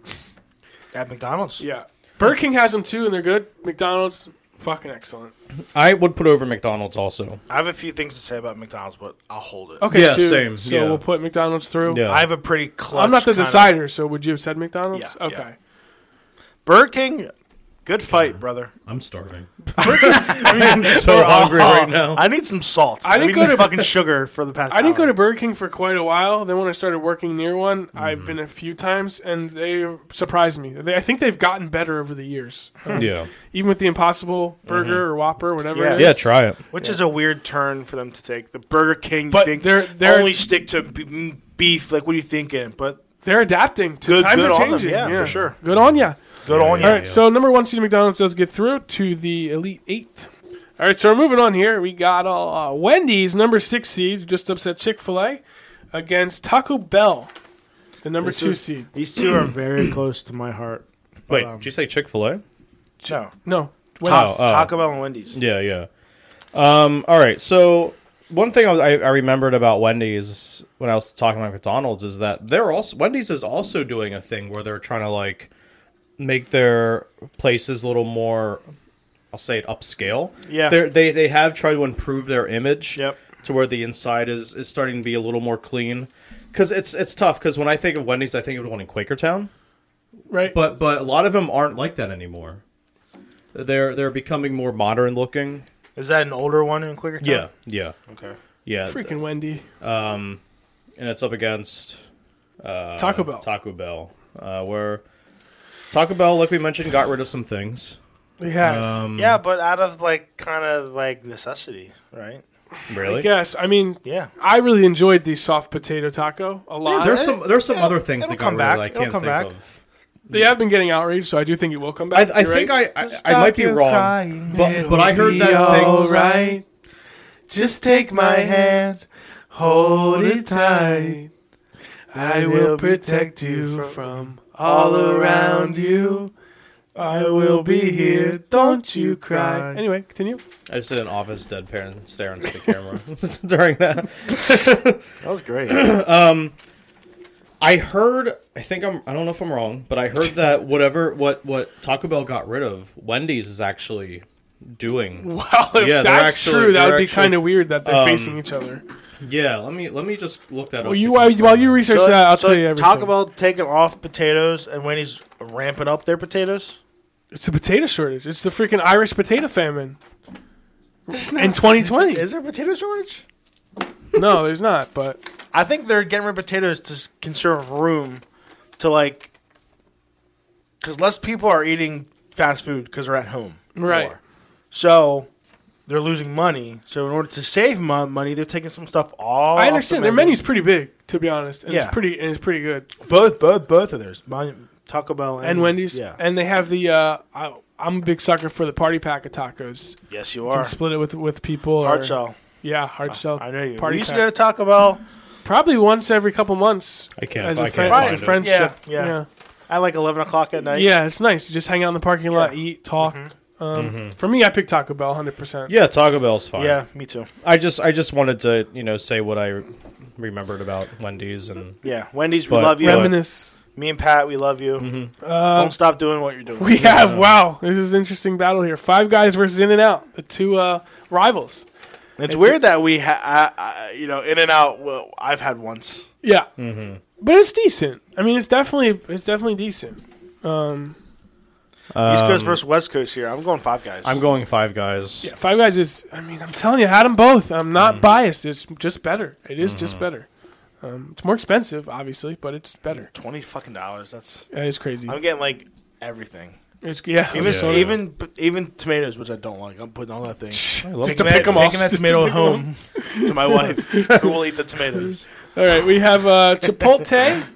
Speaker 2: at McDonald's.
Speaker 3: Yeah, Burger King has them too, and they're good. McDonald's, fucking excellent.
Speaker 1: I would put over McDonald's also.
Speaker 2: I have a few things to say about McDonald's, but I'll hold it.
Speaker 3: Okay,
Speaker 1: Yeah,
Speaker 3: so,
Speaker 1: same,
Speaker 3: So
Speaker 1: yeah.
Speaker 3: we'll put McDonald's through.
Speaker 1: Yeah.
Speaker 2: I have a pretty clutch.
Speaker 3: I'm not the
Speaker 2: kinda-
Speaker 3: decider, so would you have said McDonald's?
Speaker 2: Yeah,
Speaker 3: okay.
Speaker 2: yeah. Burger King Good fight, brother.
Speaker 1: I'm starving.
Speaker 2: I mean,
Speaker 1: So
Speaker 2: we're all-
Speaker 1: hungry right now.
Speaker 2: I need some salt.
Speaker 3: I
Speaker 2: I need
Speaker 3: didn't go to-
Speaker 2: fucking sugar for the past.
Speaker 3: I didn't
Speaker 2: hour.
Speaker 3: go to Burger King for quite a while. Then when I started working near one,
Speaker 2: Mm-hmm.
Speaker 3: I've been a few times, and they surprised me. They, I think they've gotten better over the years,
Speaker 1: yeah,
Speaker 3: even with the Impossible Burger or Whopper, whatever.
Speaker 2: Mm-hmm. Yeah.
Speaker 3: it is.
Speaker 1: yeah. Try it.
Speaker 2: which is a weird turn for them to take. The Burger King
Speaker 3: But
Speaker 2: thing.
Speaker 3: they're- they're-
Speaker 2: only stick to b- m- beef. Like, what are you thinking? But
Speaker 3: They're adapting to
Speaker 2: Good-
Speaker 3: times
Speaker 2: good
Speaker 3: are
Speaker 2: on them.
Speaker 3: changing.
Speaker 2: Yeah, for sure.
Speaker 3: Good on ya.
Speaker 2: good on you.
Speaker 3: All right, so number one seed McDonald's does get through to the Elite Eight. All right, so we're moving on here. We got uh, Wendy's number six seed just upset Chick Fil A against Taco Bell, the number
Speaker 2: This
Speaker 3: two
Speaker 2: is-
Speaker 3: seed.
Speaker 2: These two are very close to my heart.
Speaker 1: Wait,
Speaker 2: um,
Speaker 1: did you say Chick Fil A?
Speaker 2: No,
Speaker 3: No,
Speaker 1: Oh,
Speaker 3: Wendy's.
Speaker 1: oh.
Speaker 2: Taco Bell and Wendy's.
Speaker 1: Yeah, yeah. Um, all right. So one thing I, was- I, I remembered about Wendy's when I was talking about McDonald's is that they're also Wendy's is also doing a thing where they're trying to like make their places a little more. I'll say it upscale.
Speaker 2: Yeah.
Speaker 1: They're, they they have tried to improve their image.
Speaker 2: Yep.
Speaker 1: To where the inside is is starting to be a little more clean. Because it's it's tough. Because when I think of Wendy's, I think of the one in Quakertown
Speaker 3: right.
Speaker 1: but but a lot of them aren't like that anymore. They're they're becoming more modern looking.
Speaker 2: Is that an older one in Quaker Town?
Speaker 1: yeah,
Speaker 2: Okay.
Speaker 1: yeah.
Speaker 3: Freaking Wendy.
Speaker 1: And it's up against
Speaker 2: Uh,
Speaker 3: Taco Bell.
Speaker 1: Taco Bell, uh, where Taco Bell, like we mentioned, got rid of some things.
Speaker 3: we have.
Speaker 1: Um,
Speaker 2: Yeah, but out of like kind of like necessity, right?
Speaker 1: really.
Speaker 3: Yes, I mean,
Speaker 2: Yeah.
Speaker 3: I really enjoyed the soft potato taco a lot.
Speaker 1: There's some there's some other things
Speaker 2: uh, it'll
Speaker 1: that got rid
Speaker 2: come
Speaker 1: of
Speaker 2: back.
Speaker 1: that I
Speaker 2: It'll
Speaker 1: can't
Speaker 2: come
Speaker 1: think
Speaker 2: back.
Speaker 1: of.
Speaker 3: they have been getting outraged, so I do think it will come
Speaker 1: I,
Speaker 3: back.
Speaker 1: I think I I,
Speaker 2: Just
Speaker 1: I might
Speaker 2: stop
Speaker 1: be
Speaker 2: your
Speaker 1: wrong,
Speaker 2: crying,
Speaker 1: but,
Speaker 2: it'll
Speaker 1: but I heard
Speaker 2: be
Speaker 1: that
Speaker 2: all
Speaker 1: things
Speaker 2: right. Just take my hands, hold it tight.
Speaker 3: I
Speaker 2: will protect you
Speaker 3: from
Speaker 2: all around you.
Speaker 3: I
Speaker 2: will be here. Don't you cry.
Speaker 3: Anyway, continue.
Speaker 1: I just did an office dead parent staring at the camera during that.
Speaker 2: That was great.
Speaker 1: I heard. I think I'm. I don't know if I'm wrong, but I heard that whatever what what Taco Bell got rid of, Wendy's is actually doing.
Speaker 3: Wow, if
Speaker 1: Yeah, they're
Speaker 3: that's
Speaker 1: actually-
Speaker 3: true, that
Speaker 1: they're
Speaker 3: would be
Speaker 1: actually- um,
Speaker 3: kind of weird that they're facing each other.
Speaker 1: Yeah. Let me let me just look that
Speaker 3: Well,
Speaker 1: up.
Speaker 3: you uh,
Speaker 1: to
Speaker 3: while,
Speaker 1: confirm
Speaker 3: while you
Speaker 1: that.
Speaker 3: research that, I'll tell you everything.
Speaker 2: Talk about taking off potatoes and when he's ramping up their potatoes.
Speaker 3: it's a potato shortage. It's the freaking Irish potato famine. In 2020.
Speaker 2: Is there a potato shortage?
Speaker 3: no, there's not, but
Speaker 2: I think they're getting rid of potatoes to s- conserve room to like. Because less people are eating fast food because they're at home.
Speaker 3: Right.
Speaker 2: more. So they're losing money. So in order to save mon- money, they're taking some stuff off.
Speaker 3: I
Speaker 2: the
Speaker 3: understand their
Speaker 2: menu.
Speaker 3: menu's pretty big, to be honest. And
Speaker 2: Yeah.
Speaker 3: it's pretty and it's pretty good.
Speaker 2: Both, both, both of theirs. Mine, Taco Bell and,
Speaker 3: and Wendy's,
Speaker 2: Yeah.
Speaker 3: and they have the. Uh, I, I'm a big sucker for the party pack of tacos.
Speaker 2: yes, you
Speaker 3: You
Speaker 2: are.
Speaker 3: can split it with with people. or-
Speaker 2: Hard sell.
Speaker 3: Yeah, hard sell.
Speaker 2: I know you.
Speaker 3: Party
Speaker 2: we used
Speaker 3: pack.
Speaker 2: to go to Taco Bell.
Speaker 3: probably once every couple months.
Speaker 1: I can't-
Speaker 3: As
Speaker 1: I
Speaker 3: a
Speaker 1: can't
Speaker 3: friend,
Speaker 1: find
Speaker 3: as a
Speaker 1: it.
Speaker 3: friendship.
Speaker 2: Yeah,
Speaker 3: yeah,
Speaker 2: yeah. at like eleven o'clock at night.
Speaker 3: Yeah, It's nice. You just hang out in the parking lot,
Speaker 2: Yeah. Mm-hmm.
Speaker 3: eat, talk. Um,
Speaker 1: Mm-hmm.
Speaker 3: For me, I pick Taco Bell, hundred percent.
Speaker 1: Yeah, Taco Bell's fine.
Speaker 2: yeah, me too.
Speaker 1: I just I just wanted to you know say what I remembered about Wendy's and
Speaker 2: Yeah, Wendy's, we
Speaker 1: But-
Speaker 2: love you.
Speaker 3: Reminisce. Mm-hmm. Um,
Speaker 2: Me and Pat, we love you. Don't stop doing what you're doing.
Speaker 3: We have wow. This is an interesting battle here. Five guys versus In and Out, the two uh, rivals.
Speaker 2: It's, weird that we, ha- I, I, you know, In and Out. Well, I've had once.
Speaker 3: Yeah,
Speaker 1: Mm-hmm.
Speaker 3: but it's decent. I mean, it's definitely it's definitely decent.
Speaker 2: East Coast versus West Coast here. I'm going Five Guys.
Speaker 1: Um, I'm going Five Guys.
Speaker 3: Yeah, Five Guys is. I mean, I'm telling you, I had them both. I'm
Speaker 1: Mm-hmm.
Speaker 3: not biased. It's just better. It is just better. Um, it's more expensive, obviously, but it's better.
Speaker 2: twenty fucking dollars. That's
Speaker 3: That is crazy.
Speaker 2: I'm getting like everything.
Speaker 3: It's yeah.
Speaker 2: Even
Speaker 1: Oh, Yeah.
Speaker 2: even even tomatoes, which I don't like. I'm putting on that thing.
Speaker 1: I love
Speaker 3: to
Speaker 1: that.
Speaker 3: pick 'em off,
Speaker 2: Taking that
Speaker 3: just to
Speaker 2: tomato
Speaker 3: pick
Speaker 2: home
Speaker 3: 'em
Speaker 2: to my wife, who will eat the tomatoes.
Speaker 3: All right, we have uh, Chipotle.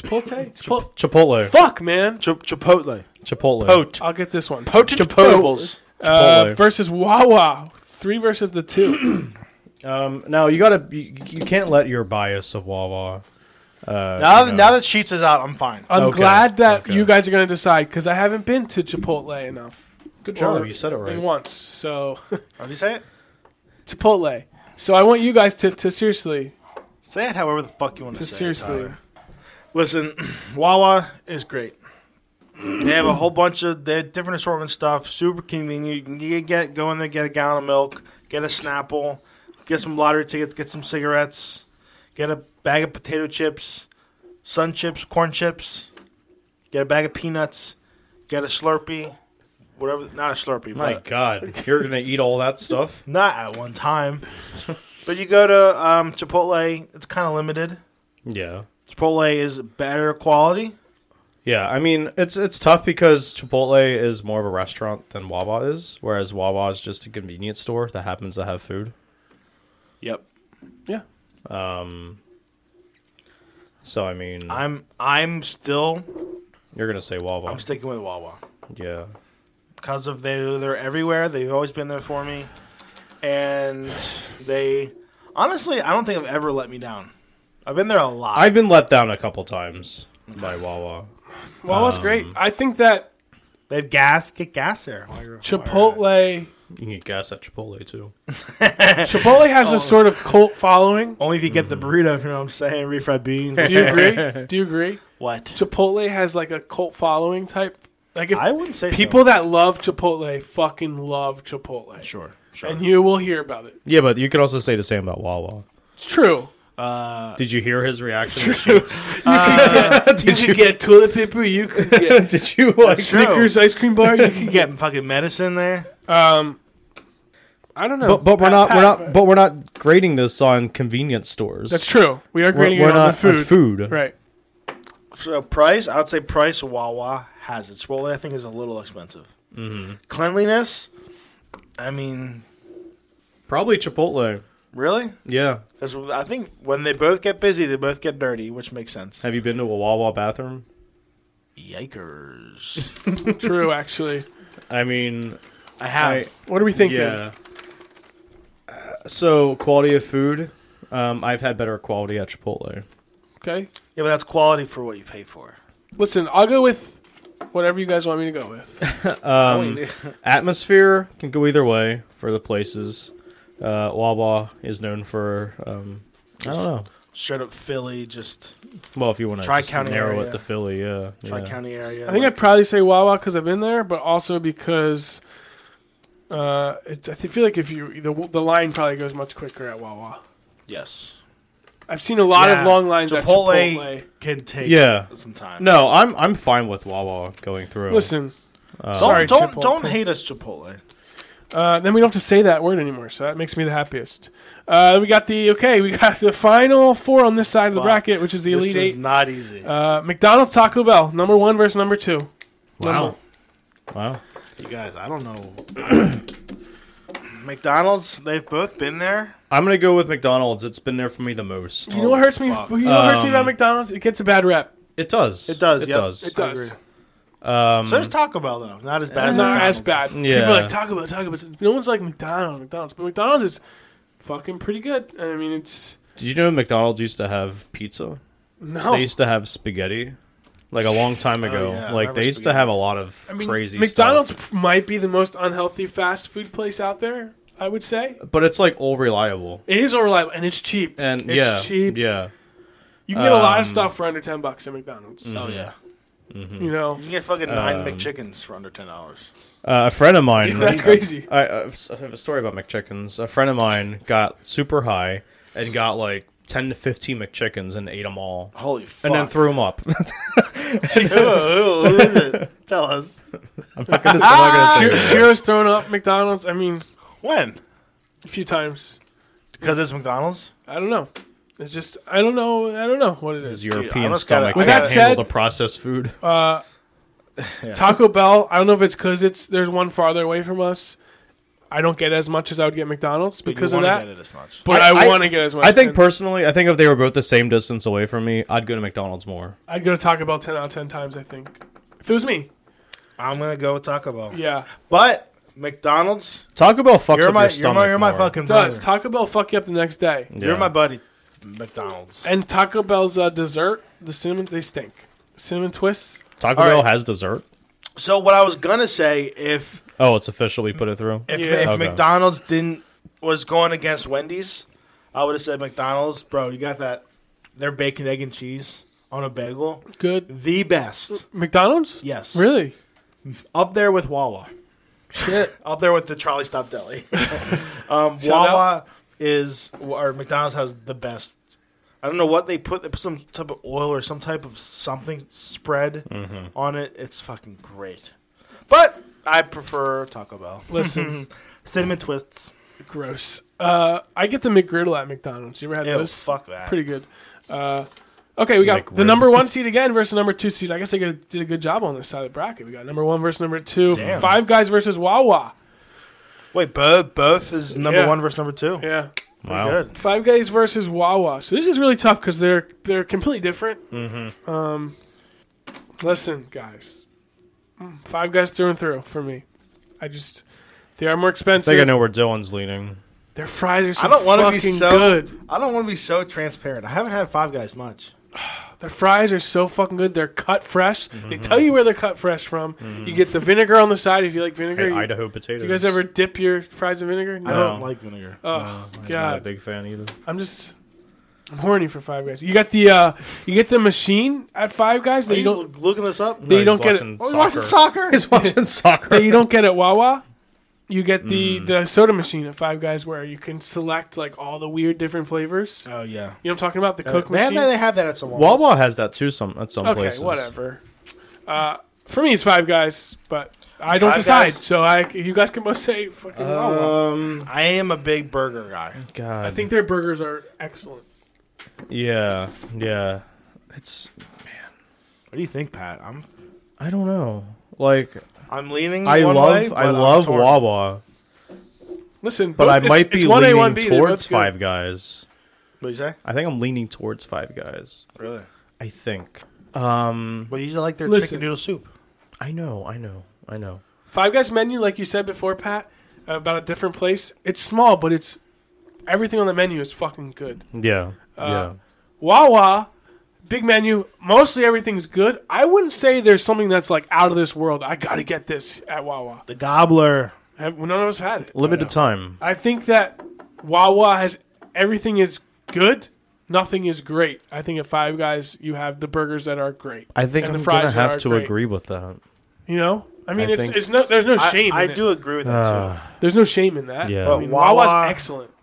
Speaker 3: Chipotle. Chipotle.
Speaker 1: Chipotle.
Speaker 3: Fuck, Oh. man.
Speaker 2: Chip- Chipotle,
Speaker 1: Chipotle.
Speaker 2: poached,
Speaker 3: I'll get this one.
Speaker 2: poached potables.
Speaker 3: Uh,
Speaker 1: Chipotle.
Speaker 3: versus Wawa. Three versus the two.
Speaker 1: um, now you gotta you, you can't let your bias of Wawa. Uh,
Speaker 2: Now,
Speaker 1: you
Speaker 2: that
Speaker 1: know. Uh,
Speaker 2: now that Sheets is out, I'm fine.
Speaker 3: I'm
Speaker 1: Okay,
Speaker 3: glad that
Speaker 1: okay.
Speaker 3: you guys are going to decide because I haven't been to Chipotle enough.
Speaker 1: good
Speaker 3: Or
Speaker 1: job, Oh, you said it right.
Speaker 3: Been once, so
Speaker 2: Did you say it?
Speaker 3: Chipotle. So I want you guys to, to seriously,
Speaker 2: Say it however the fuck you want to
Speaker 3: to
Speaker 2: say it.
Speaker 3: seriously.
Speaker 2: Tyler. Listen, Wawa is great. They have a whole bunch of they have different assortment stuff. Super convenient. You can get- get go in there, get a gallon of milk, get a Snapple, get some lottery tickets, get some cigarettes, get a bag of potato chips, sun chips, corn chips, get a bag of peanuts, get a Slurpee, whatever, not a Slurpee,
Speaker 1: My
Speaker 2: but
Speaker 1: God, you're gonna eat all that stuff?
Speaker 2: not at one time. but you go to um, Chipotle, it's kind of limited.
Speaker 1: Yeah,
Speaker 2: Chipotle is better quality.
Speaker 1: yeah. I mean, it's it's tough because Chipotle is more of a restaurant than Wawa is, whereas Wawa is just a convenience store that happens to have food.
Speaker 2: Yep.
Speaker 1: Yeah. Um. So I mean,
Speaker 2: I'm I'm still
Speaker 1: you're gonna say Wawa?
Speaker 2: I'm sticking with Wawa
Speaker 1: yeah.
Speaker 2: because of they they're everywhere. They've always been there for me, and they honestly I don't think have ever let me down. I've been there a lot.
Speaker 1: I've been let down a couple times by Wawa.
Speaker 3: Wawa's great.
Speaker 1: Um,
Speaker 3: I think that
Speaker 2: They've gas get gas there.
Speaker 3: Oh,
Speaker 2: while you're-
Speaker 3: Chipotle
Speaker 1: You can get gas at Chipotle too.
Speaker 3: Chipotle has a sort of cult following.
Speaker 2: Only if you get the burrito, if you know what I'm saying. Refried beans.
Speaker 3: Do you agree? Do you agree?
Speaker 2: what?
Speaker 3: Chipotle has like a cult following type. Like if
Speaker 2: I wouldn't say so.
Speaker 3: people that love Chipotle fucking love Chipotle,
Speaker 2: Sure, sure.
Speaker 3: and you will hear about it.
Speaker 1: Yeah, but you can also say the same about Wawa.
Speaker 3: It's true.
Speaker 1: Did you hear his reaction?
Speaker 2: you could get toilet paper. You could get
Speaker 1: Uh, Did you like?
Speaker 2: True.
Speaker 3: Snickers ice cream bar. You can
Speaker 2: you get fucking medicine there.
Speaker 3: Um, I don't know,
Speaker 1: But, but we're not
Speaker 3: Pat- Pat-
Speaker 1: we're not but we're not grading this on convenience stores.
Speaker 3: That's true. We are
Speaker 1: We're-
Speaker 3: grading
Speaker 1: we're
Speaker 3: it on
Speaker 1: not
Speaker 3: the food.
Speaker 1: on food.
Speaker 3: right?
Speaker 2: So price, I'd say price. Wawa has it. Chipotle, I think, is a little expensive. Mm-hmm. Cleanliness, I mean,
Speaker 1: Probably Chipotle.
Speaker 2: really?
Speaker 1: Yeah.
Speaker 2: Because I think when they both get busy, they both get dirty, which makes sense.
Speaker 1: Have you been to a Wawa bathroom?
Speaker 2: Yikers!
Speaker 3: True, actually.
Speaker 1: I mean,
Speaker 2: I have.
Speaker 1: I-
Speaker 3: What are we thinking?
Speaker 1: yeah. Uh, So quality of food, um, I've had better quality at Chipotle.
Speaker 3: Okay.
Speaker 2: Yeah, but that's quality for what you pay for.
Speaker 3: Listen, I'll go with whatever you guys want me to go with.
Speaker 2: Um,
Speaker 1: Atmosphere can go either way for the places. Uh, Wawa is known for um, I don't know.
Speaker 2: straight up Philly, just
Speaker 1: Well, if you want to
Speaker 2: Tri-county
Speaker 1: narrow it
Speaker 2: area.
Speaker 1: to Philly, yeah,
Speaker 2: tri
Speaker 1: yeah.
Speaker 2: county area.
Speaker 3: I think I'd probably say Wawa because I've been there, but also because uh, it, I feel like if you the, the line probably goes much quicker at Wawa.
Speaker 2: yes.
Speaker 3: I've seen a lot
Speaker 2: Yeah.
Speaker 3: of long lines at
Speaker 2: Chipotle
Speaker 3: Chipotle.
Speaker 2: can take
Speaker 1: Yeah.
Speaker 2: some time.
Speaker 1: No, I'm I'm fine with Wawa going through.
Speaker 3: Listen,
Speaker 2: don't
Speaker 3: sorry,
Speaker 2: don't
Speaker 3: Chipotle.
Speaker 2: don't hate us, Chipotle.
Speaker 3: Uh, then we don't have to say that word anymore, so that makes me the happiest. Uh, we got the okay. We got the final four on this side of the
Speaker 2: Fuck.
Speaker 3: bracket, which is the
Speaker 2: This
Speaker 3: elite
Speaker 2: is
Speaker 3: eight.
Speaker 2: not easy.
Speaker 3: Uh, McDonald's, Taco Bell, number one versus number two.
Speaker 1: wow, wow.
Speaker 2: you guys, I don't know. McDonald's, they've both been there.
Speaker 1: I'm gonna go with McDonald's. It's been there for me the most.
Speaker 3: You know what hurts me?
Speaker 2: Oh, fuck. Um,
Speaker 3: You know what hurts me about McDonald's? It gets a bad rep.
Speaker 1: It does.
Speaker 2: It does,
Speaker 1: It
Speaker 2: yep.
Speaker 1: does.
Speaker 3: It does.
Speaker 2: so
Speaker 1: Um,
Speaker 2: there's Taco Bell though, not as bad.
Speaker 3: It's
Speaker 2: as
Speaker 3: not as bad.
Speaker 2: McDonald's.
Speaker 1: Yeah.
Speaker 3: People are like Taco Bell, Taco Bell. No one's like McDonald's, McDonald's, but McDonald's is fucking pretty good. I mean, it's
Speaker 1: Did you know McDonald's used to have pizza?
Speaker 3: no.
Speaker 1: They used to have spaghetti, like a long time
Speaker 2: Oh,
Speaker 1: ago.
Speaker 2: yeah, I
Speaker 1: like
Speaker 2: remember
Speaker 1: they used to
Speaker 2: spaghetti.
Speaker 1: have a lot of
Speaker 3: I mean,
Speaker 1: crazy
Speaker 3: McDonald's
Speaker 1: stuff.
Speaker 3: might be the most unhealthy fast food place out there. I would say
Speaker 1: but it's like all reliable.
Speaker 3: it is overreliable and it's cheap.
Speaker 1: And
Speaker 3: it's
Speaker 1: yeah,
Speaker 3: cheap.
Speaker 1: yeah,
Speaker 3: You can get a lot of
Speaker 1: Um,
Speaker 3: stuff for under ten bucks at McDonald's.
Speaker 2: Oh yeah,
Speaker 1: Mm-hmm.
Speaker 3: You know,
Speaker 2: you can get fucking
Speaker 1: Um,
Speaker 2: nine McChickens for under ten dollars.
Speaker 1: uh, a friend of mine.
Speaker 3: that's crazy.
Speaker 1: I, I have a story about McChickens. A friend of mine got super high and got like ten to fifteen McChickens and ate them all,
Speaker 2: Holy fuck!
Speaker 1: and then threw them up.
Speaker 3: Ah! Jesus.
Speaker 2: Who- who is it? Tell us
Speaker 1: I'm not gonna, I'm not gonna say it.
Speaker 3: Cheero's thrown up McDonald's. I mean,
Speaker 2: when?
Speaker 3: a few times.
Speaker 2: Because it's McDonald's.
Speaker 3: I don't know. It's just I don't know. I don't know what it
Speaker 1: His
Speaker 3: is.
Speaker 2: I
Speaker 1: European
Speaker 2: almost
Speaker 1: stomach
Speaker 2: gotta-
Speaker 1: can't
Speaker 3: With that
Speaker 1: handle
Speaker 3: said-
Speaker 1: the processed food.
Speaker 3: Uh, Taco Bell. I don't know if it's because it's there's one farther away from us. I don't get as much as I would get McDonald's
Speaker 2: But
Speaker 3: because
Speaker 2: you
Speaker 3: of
Speaker 2: wanna
Speaker 3: that.
Speaker 2: get it as much.
Speaker 3: But I,
Speaker 1: I- I-
Speaker 3: want to get as much.
Speaker 1: I think
Speaker 3: and
Speaker 1: personally, I think if they were both the same distance away from me, I'd go to McDonald's more.
Speaker 3: I'd go to Taco Bell ten out of ten times. I think if it was me,
Speaker 2: I'm gonna go with Taco Bell.
Speaker 3: yeah.
Speaker 2: But McDonald's,
Speaker 1: Taco Bell fucks
Speaker 2: you're
Speaker 1: up
Speaker 2: my,
Speaker 1: your
Speaker 2: you're
Speaker 1: stomach.
Speaker 2: my, you're my
Speaker 1: more.
Speaker 2: fucking brother.
Speaker 3: Does Taco Bell fuck you up the next day?
Speaker 1: Yeah.
Speaker 2: You're my buddy. McDonald's.
Speaker 3: And Taco Bell's uh, dessert, the cinnamon, they stink. Cinnamon twists.
Speaker 1: Taco
Speaker 2: All
Speaker 1: Bell
Speaker 2: right.
Speaker 1: has dessert.
Speaker 2: so what I was gonna say if
Speaker 1: Oh, it's official. We put it through.
Speaker 2: if,
Speaker 3: Yeah.
Speaker 2: if
Speaker 1: Okay.
Speaker 2: McDonald's didn't was going against Wendy's, I would have said McDonald's, bro. You got that? Their bacon, egg, and cheese on a bagel,
Speaker 3: Good.
Speaker 2: the best.
Speaker 3: McDonald's?
Speaker 2: Yes.
Speaker 3: Really?
Speaker 2: Up there with Wawa.
Speaker 3: Shit.
Speaker 2: Up there with the trolley stop deli. um,
Speaker 3: Shout
Speaker 2: Wawa is or McDonald's has the best. I don't know what they put. They put some type of oil or
Speaker 3: Mm-hmm.
Speaker 2: some type of something spread on it. It's fucking great. But I prefer Taco Bell.
Speaker 3: Listen,
Speaker 2: Cinnamon twists.
Speaker 3: gross. Uh, I get the McGriddle at McDonald's. You ever had
Speaker 2: Ew,
Speaker 3: those?
Speaker 2: fuck that.
Speaker 3: Pretty good. Uh, okay, we got the
Speaker 1: McRib.
Speaker 3: number one seed again versus number two seed. I guess they did a good job on this side of the bracket. We got number one versus number two.
Speaker 2: Damn.
Speaker 3: Five Guys versus Wawa.
Speaker 2: Wait, both both is number
Speaker 3: Yeah.
Speaker 2: one versus number two.
Speaker 3: Yeah.
Speaker 1: Wow.
Speaker 2: Good.
Speaker 3: Five Guys versus Wawa. So this is really tough because they're they're completely different. Mm-hmm. Um, listen, guys, Mm, Five Guys through and through for me. I just they are
Speaker 1: I
Speaker 3: more expensive.
Speaker 1: think I know where Dylan's leaning.
Speaker 3: Their fries are so
Speaker 2: I don't want to
Speaker 3: fucking
Speaker 2: be so.
Speaker 3: good.
Speaker 2: I don't want to be so transparent. I haven't had Five Guys much.
Speaker 3: Their fries are so fucking good. They're cut fresh.
Speaker 1: Mm-hmm.
Speaker 3: They tell you where they're cut fresh from. You get the vinegar on the side if you like vinegar.
Speaker 1: Hey,
Speaker 3: You-
Speaker 1: Idaho potatoes.
Speaker 3: do you guys ever dip your fries in vinegar?
Speaker 2: I
Speaker 3: No.
Speaker 2: don't
Speaker 1: No.
Speaker 2: like vinegar.
Speaker 3: Oh
Speaker 1: I'm not a
Speaker 3: god,
Speaker 1: big fan either.
Speaker 3: I'm just I'm horny for Five Guys. You got the uh, you get the machine at Five Guys
Speaker 2: Are you
Speaker 3: that you don't
Speaker 2: loo- looking this up?
Speaker 3: that you
Speaker 1: he's
Speaker 3: don't get it.
Speaker 1: watching
Speaker 2: Oh, you watch soccer?
Speaker 1: He's watching soccer.
Speaker 3: that you don't get at Wawa. You get
Speaker 1: Mm-hmm.
Speaker 3: the the soda machine at Five Guys where you can select like all the weird different flavors.
Speaker 2: Oh yeah.
Speaker 3: You know what I'm talking about? The
Speaker 2: Uh,
Speaker 3: Coke
Speaker 2: they, have,
Speaker 3: machine.
Speaker 2: they have that at some. Wawa's.
Speaker 1: Wawa has that too. Some at some
Speaker 3: okay,
Speaker 1: places.
Speaker 3: whatever. Uh, for me, it's Five Guys, but I don't
Speaker 2: Five
Speaker 3: decide.
Speaker 2: Guys.
Speaker 3: So I, you guys can both say fucking
Speaker 1: Uh,
Speaker 3: Wawa.
Speaker 2: Um, I am a big burger guy.
Speaker 1: God.
Speaker 3: I think their burgers are excellent.
Speaker 1: Yeah. Yeah. It's.
Speaker 2: What do you think, Pat? I'm
Speaker 1: I don't know. Like
Speaker 2: I'm leaning.
Speaker 1: I
Speaker 2: one
Speaker 1: love.
Speaker 2: way, but
Speaker 1: I
Speaker 2: I'm
Speaker 1: love
Speaker 2: torn.
Speaker 1: Wawa,
Speaker 3: Listen,
Speaker 1: but
Speaker 3: both-
Speaker 1: I
Speaker 3: it's-
Speaker 1: might
Speaker 3: it's
Speaker 1: be
Speaker 3: 1A,
Speaker 1: leaning
Speaker 3: 1B, they're
Speaker 1: towards
Speaker 3: both good.
Speaker 1: Five Guys.
Speaker 2: What do you say?
Speaker 1: I think I'm leaning towards Five Guys.
Speaker 2: Really?
Speaker 1: I think. Um.
Speaker 2: Mm-hmm. But you usually like their
Speaker 3: Listen.
Speaker 2: chicken noodle soup.
Speaker 1: I know. I know. I know.
Speaker 3: Five Guys menu, like you said before, Pat, about a different place. It's small, but it's everything on the menu is fucking good.
Speaker 1: Yeah. yeah.
Speaker 3: Wawa, big menu, mostly everything's good. I wouldn't say there's something that's like out of this world. I gotta get this at Wawa.
Speaker 2: The gobbler.
Speaker 3: Have- None of us had it.
Speaker 1: Limited time.
Speaker 3: I think that Wawa has everything is good, nothing is great. I think at Five Guys you have the burgers that are great.
Speaker 1: I think
Speaker 3: and
Speaker 1: I'm
Speaker 3: the
Speaker 1: gonna
Speaker 3: fries that are
Speaker 1: have to
Speaker 3: great.
Speaker 1: agree with that.
Speaker 3: You know, I mean,
Speaker 1: I
Speaker 3: it's,
Speaker 1: think-
Speaker 3: it's no there's no shame.
Speaker 2: I, I
Speaker 3: in it.
Speaker 2: do agree with that
Speaker 1: Uh,
Speaker 3: There's no shame in that.
Speaker 1: Yeah.
Speaker 3: I mean,
Speaker 2: But Wawa-
Speaker 3: Wawa's excellent,
Speaker 2: too.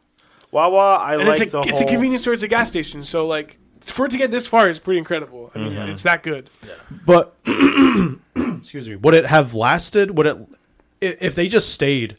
Speaker 2: Wawa. I
Speaker 3: and
Speaker 2: like
Speaker 3: it's a
Speaker 2: the
Speaker 3: it's
Speaker 2: whole.
Speaker 3: a convenience store. It's a gas station, so like for it to get this far is pretty incredible. I mean,
Speaker 1: Mm-hmm.
Speaker 3: it's that good.
Speaker 1: But excuse me, would it have lasted? Would it i- if they just stayed?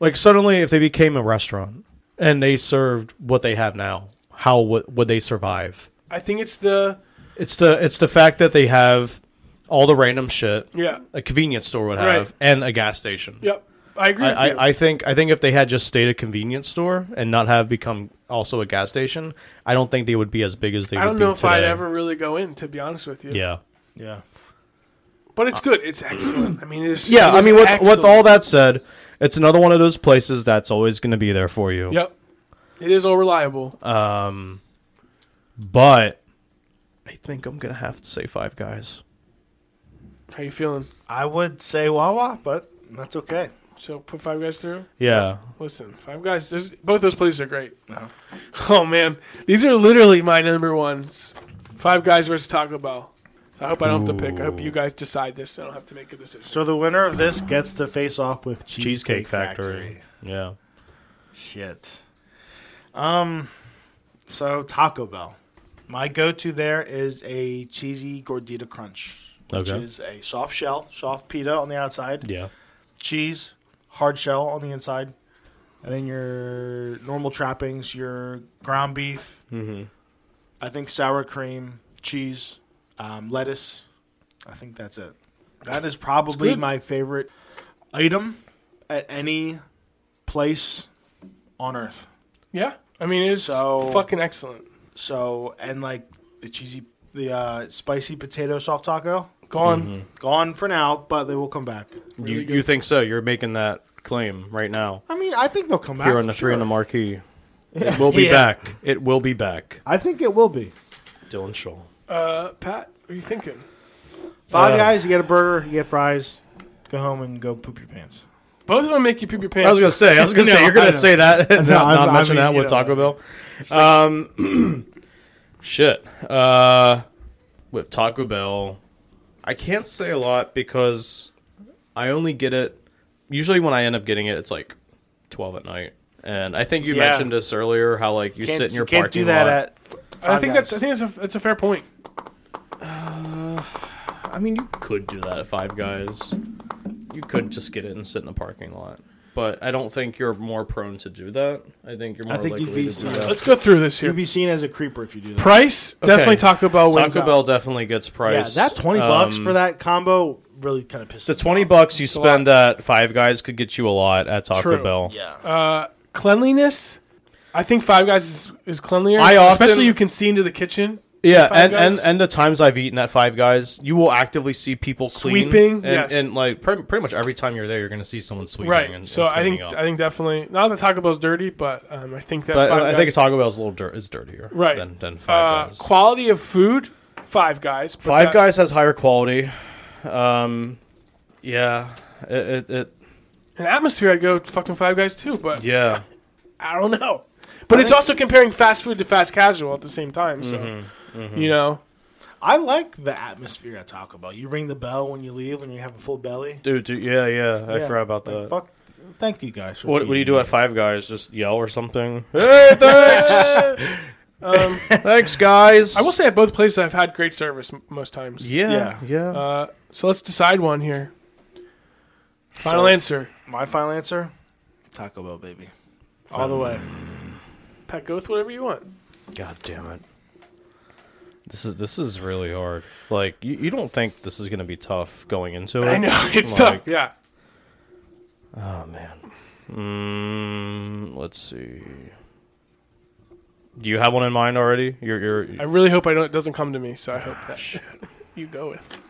Speaker 1: Like suddenly, if they became a restaurant and they served what they have now, how would would they survive?
Speaker 3: I think it's the
Speaker 1: It's the it's the fact that they have all the random shit
Speaker 3: yeah
Speaker 1: a convenience store would
Speaker 3: Right.
Speaker 1: have and a gas station.
Speaker 3: yep. I agree. with
Speaker 1: I,
Speaker 3: you.
Speaker 1: I, I think I think if they had just stayed a convenience store and not have become also a gas station, I don't think they would be as big as they.
Speaker 3: I
Speaker 1: would
Speaker 3: don't
Speaker 1: be
Speaker 3: know if I'd
Speaker 1: today.
Speaker 3: ever really go in, to be honest with you.
Speaker 1: Yeah.
Speaker 2: Yeah.
Speaker 3: But it's good. It's excellent. I mean, it's
Speaker 1: Yeah, I mean, with, with all that said, it's another one of those places that's always going to be there for you.
Speaker 3: Yep. It is all reliable.
Speaker 1: Um, but I think I'm going to have to say Five Guys.
Speaker 3: How you feeling?
Speaker 2: I would say Wawa, but that's okay.
Speaker 3: So put five guys through.
Speaker 1: Yeah.
Speaker 3: Listen, five guys. There's, both those places are great.
Speaker 1: Uh-huh.
Speaker 3: Oh man, these are literally my number ones. Five guys versus Taco Bell. So I hope I don't have to pick. I hope you guys decide this. So I don't have to make a decision.
Speaker 2: So the winner of this gets to face off with Cheesecake,
Speaker 1: Cheesecake
Speaker 2: Factory.
Speaker 1: Factory. Yeah.
Speaker 2: Shit. Um. So Taco Bell. My go-to there is a cheesy gordita crunch, which
Speaker 1: Okay.
Speaker 2: is a soft shell, soft pita on the outside,
Speaker 1: Yeah.
Speaker 2: cheese, hard shell on the inside, and then your normal trappings, your ground beef,
Speaker 1: Mm-hmm.
Speaker 2: I think sour cream, cheese, um, lettuce. I think that's it. That is probably
Speaker 3: good.
Speaker 2: my favorite item at any place on earth.
Speaker 3: Yeah. I mean, it's
Speaker 2: So-
Speaker 3: fucking excellent.
Speaker 2: So and like the cheesy, the uh, spicy potato soft taco,
Speaker 3: Gone.
Speaker 2: gone for now, but they will come back.
Speaker 3: Really
Speaker 1: Mm-hmm. you, you think so? You're making that claim right now
Speaker 2: I mean, I think they'll come back.
Speaker 1: here on the
Speaker 2: Ah, sure.
Speaker 1: three in the marquee. It will be
Speaker 2: Yeah.
Speaker 1: back. It will be back.
Speaker 2: I think it will be.
Speaker 1: Dylan Shaw.
Speaker 3: Uh, Pat, what are you thinking?
Speaker 2: Five
Speaker 1: Uh,
Speaker 2: guys, you get a burger, you get fries, go home and go poop your pants.
Speaker 3: Both of them make you poop your pants.
Speaker 1: I was gonna say. I was gonna
Speaker 2: No,
Speaker 1: say you're
Speaker 2: I
Speaker 1: gonna
Speaker 2: know.
Speaker 1: say that. and
Speaker 2: No,
Speaker 1: not,
Speaker 2: I'm-
Speaker 1: not
Speaker 2: I
Speaker 1: mention
Speaker 2: mean,
Speaker 1: that
Speaker 2: you
Speaker 1: with
Speaker 2: know. uh,
Speaker 1: Taco Bell. Um, shit. Uh, with Taco Bell, I can't say a lot because I only get it. Usually, when I end up getting it, it's like twelve at night. And I think you
Speaker 2: Yeah.
Speaker 1: mentioned this earlier, how like you
Speaker 2: Can't,
Speaker 1: sit in your
Speaker 2: you can't
Speaker 1: parking
Speaker 2: do that
Speaker 1: lot.
Speaker 2: at.
Speaker 3: I
Speaker 2: Five
Speaker 3: think
Speaker 2: Guys.
Speaker 3: that's. I think that's a, that's a fair point.
Speaker 1: Uh, I mean, you could do that at Five Guys. you could just get it and sit in the parking lot. But I don't think you're more prone to do that. I think you're more
Speaker 2: I think
Speaker 1: likely
Speaker 2: you'd be
Speaker 1: to do
Speaker 2: some-
Speaker 1: that.
Speaker 3: Let's go through this here.
Speaker 2: You'd be seen as a creeper if you do that.
Speaker 3: Price definitely Taco Bell wins.
Speaker 1: Taco
Speaker 3: out.
Speaker 1: Bell definitely gets
Speaker 2: yeah,
Speaker 1: priced.
Speaker 2: that twenty bucks
Speaker 1: Um,
Speaker 2: for that combo really kind of pisses.
Speaker 1: The
Speaker 2: me
Speaker 1: twenty
Speaker 2: off.
Speaker 1: bucks you
Speaker 3: a
Speaker 1: spend at Five Guys could get you a lot at Taco
Speaker 3: True.
Speaker 1: Bell.
Speaker 2: Yeah.
Speaker 3: Uh, cleanliness. I think Five Guys is, is cleanlier.
Speaker 1: I often-
Speaker 3: especially you can see into the kitchen.
Speaker 1: Yeah,
Speaker 3: Five
Speaker 1: and, and
Speaker 3: Guys?
Speaker 1: and the times I've eaten at Five Guys, you will actively see people clean.
Speaker 3: Sweeping,
Speaker 1: and,
Speaker 3: yes.
Speaker 1: and like pre- pretty much every time you're there, you're gonna see someone sweeping.
Speaker 3: Right.
Speaker 1: and,
Speaker 3: so
Speaker 1: and
Speaker 3: I think
Speaker 1: cleaning
Speaker 3: I
Speaker 1: up.
Speaker 3: think definitely not that Taco Bell's dirty, but um, I think that
Speaker 1: but uh,
Speaker 3: Five
Speaker 1: I
Speaker 3: Guys,
Speaker 1: think Taco Bell's a little dirt is dirtier
Speaker 3: Right.
Speaker 1: than, than Five
Speaker 3: uh,
Speaker 1: Guys.
Speaker 3: quality of food. Five Guys. but
Speaker 1: Five
Speaker 3: that-
Speaker 1: Guys has higher quality. Um, yeah, it, it, it
Speaker 3: An atmosphere. I'd go fucking Five Guys too, but
Speaker 1: yeah.
Speaker 3: I don't know. But it's also comparing fast food to fast casual at the same time. So
Speaker 1: Mm-hmm.
Speaker 3: you know,
Speaker 2: I like the atmosphere at Taco Bell. You ring the bell when you leave when you have a full belly.
Speaker 1: Dude, dude, yeah, yeah, I
Speaker 2: Yeah.
Speaker 1: forgot about
Speaker 2: Like,
Speaker 1: that.
Speaker 2: Fuck. Thank you guys. For
Speaker 1: Uh, What, what do you do at
Speaker 2: feeding me.
Speaker 1: Five Guys? Just yell or something? Hey, thanks,
Speaker 3: um,
Speaker 1: thanks, guys.
Speaker 3: I will say at both places I've had great service m- most times.
Speaker 1: Yeah, yeah.
Speaker 2: Yeah.
Speaker 3: Uh, so let's decide one here. Final
Speaker 2: So-
Speaker 3: answer.
Speaker 2: My final answer: Taco Bell, baby, all the way.
Speaker 3: Pat, go with whatever you want.
Speaker 1: God damn it. This is this is really hard. Like you, you don't think this is gonna be tough going into it.
Speaker 3: I know it's
Speaker 1: Like-
Speaker 3: tough. Yeah.
Speaker 1: Oh man. Mm, let's see. Do you have one in mind already? You're
Speaker 3: I
Speaker 1: you're
Speaker 3: really hope I don't. It doesn't come to me. So I hope that you go with.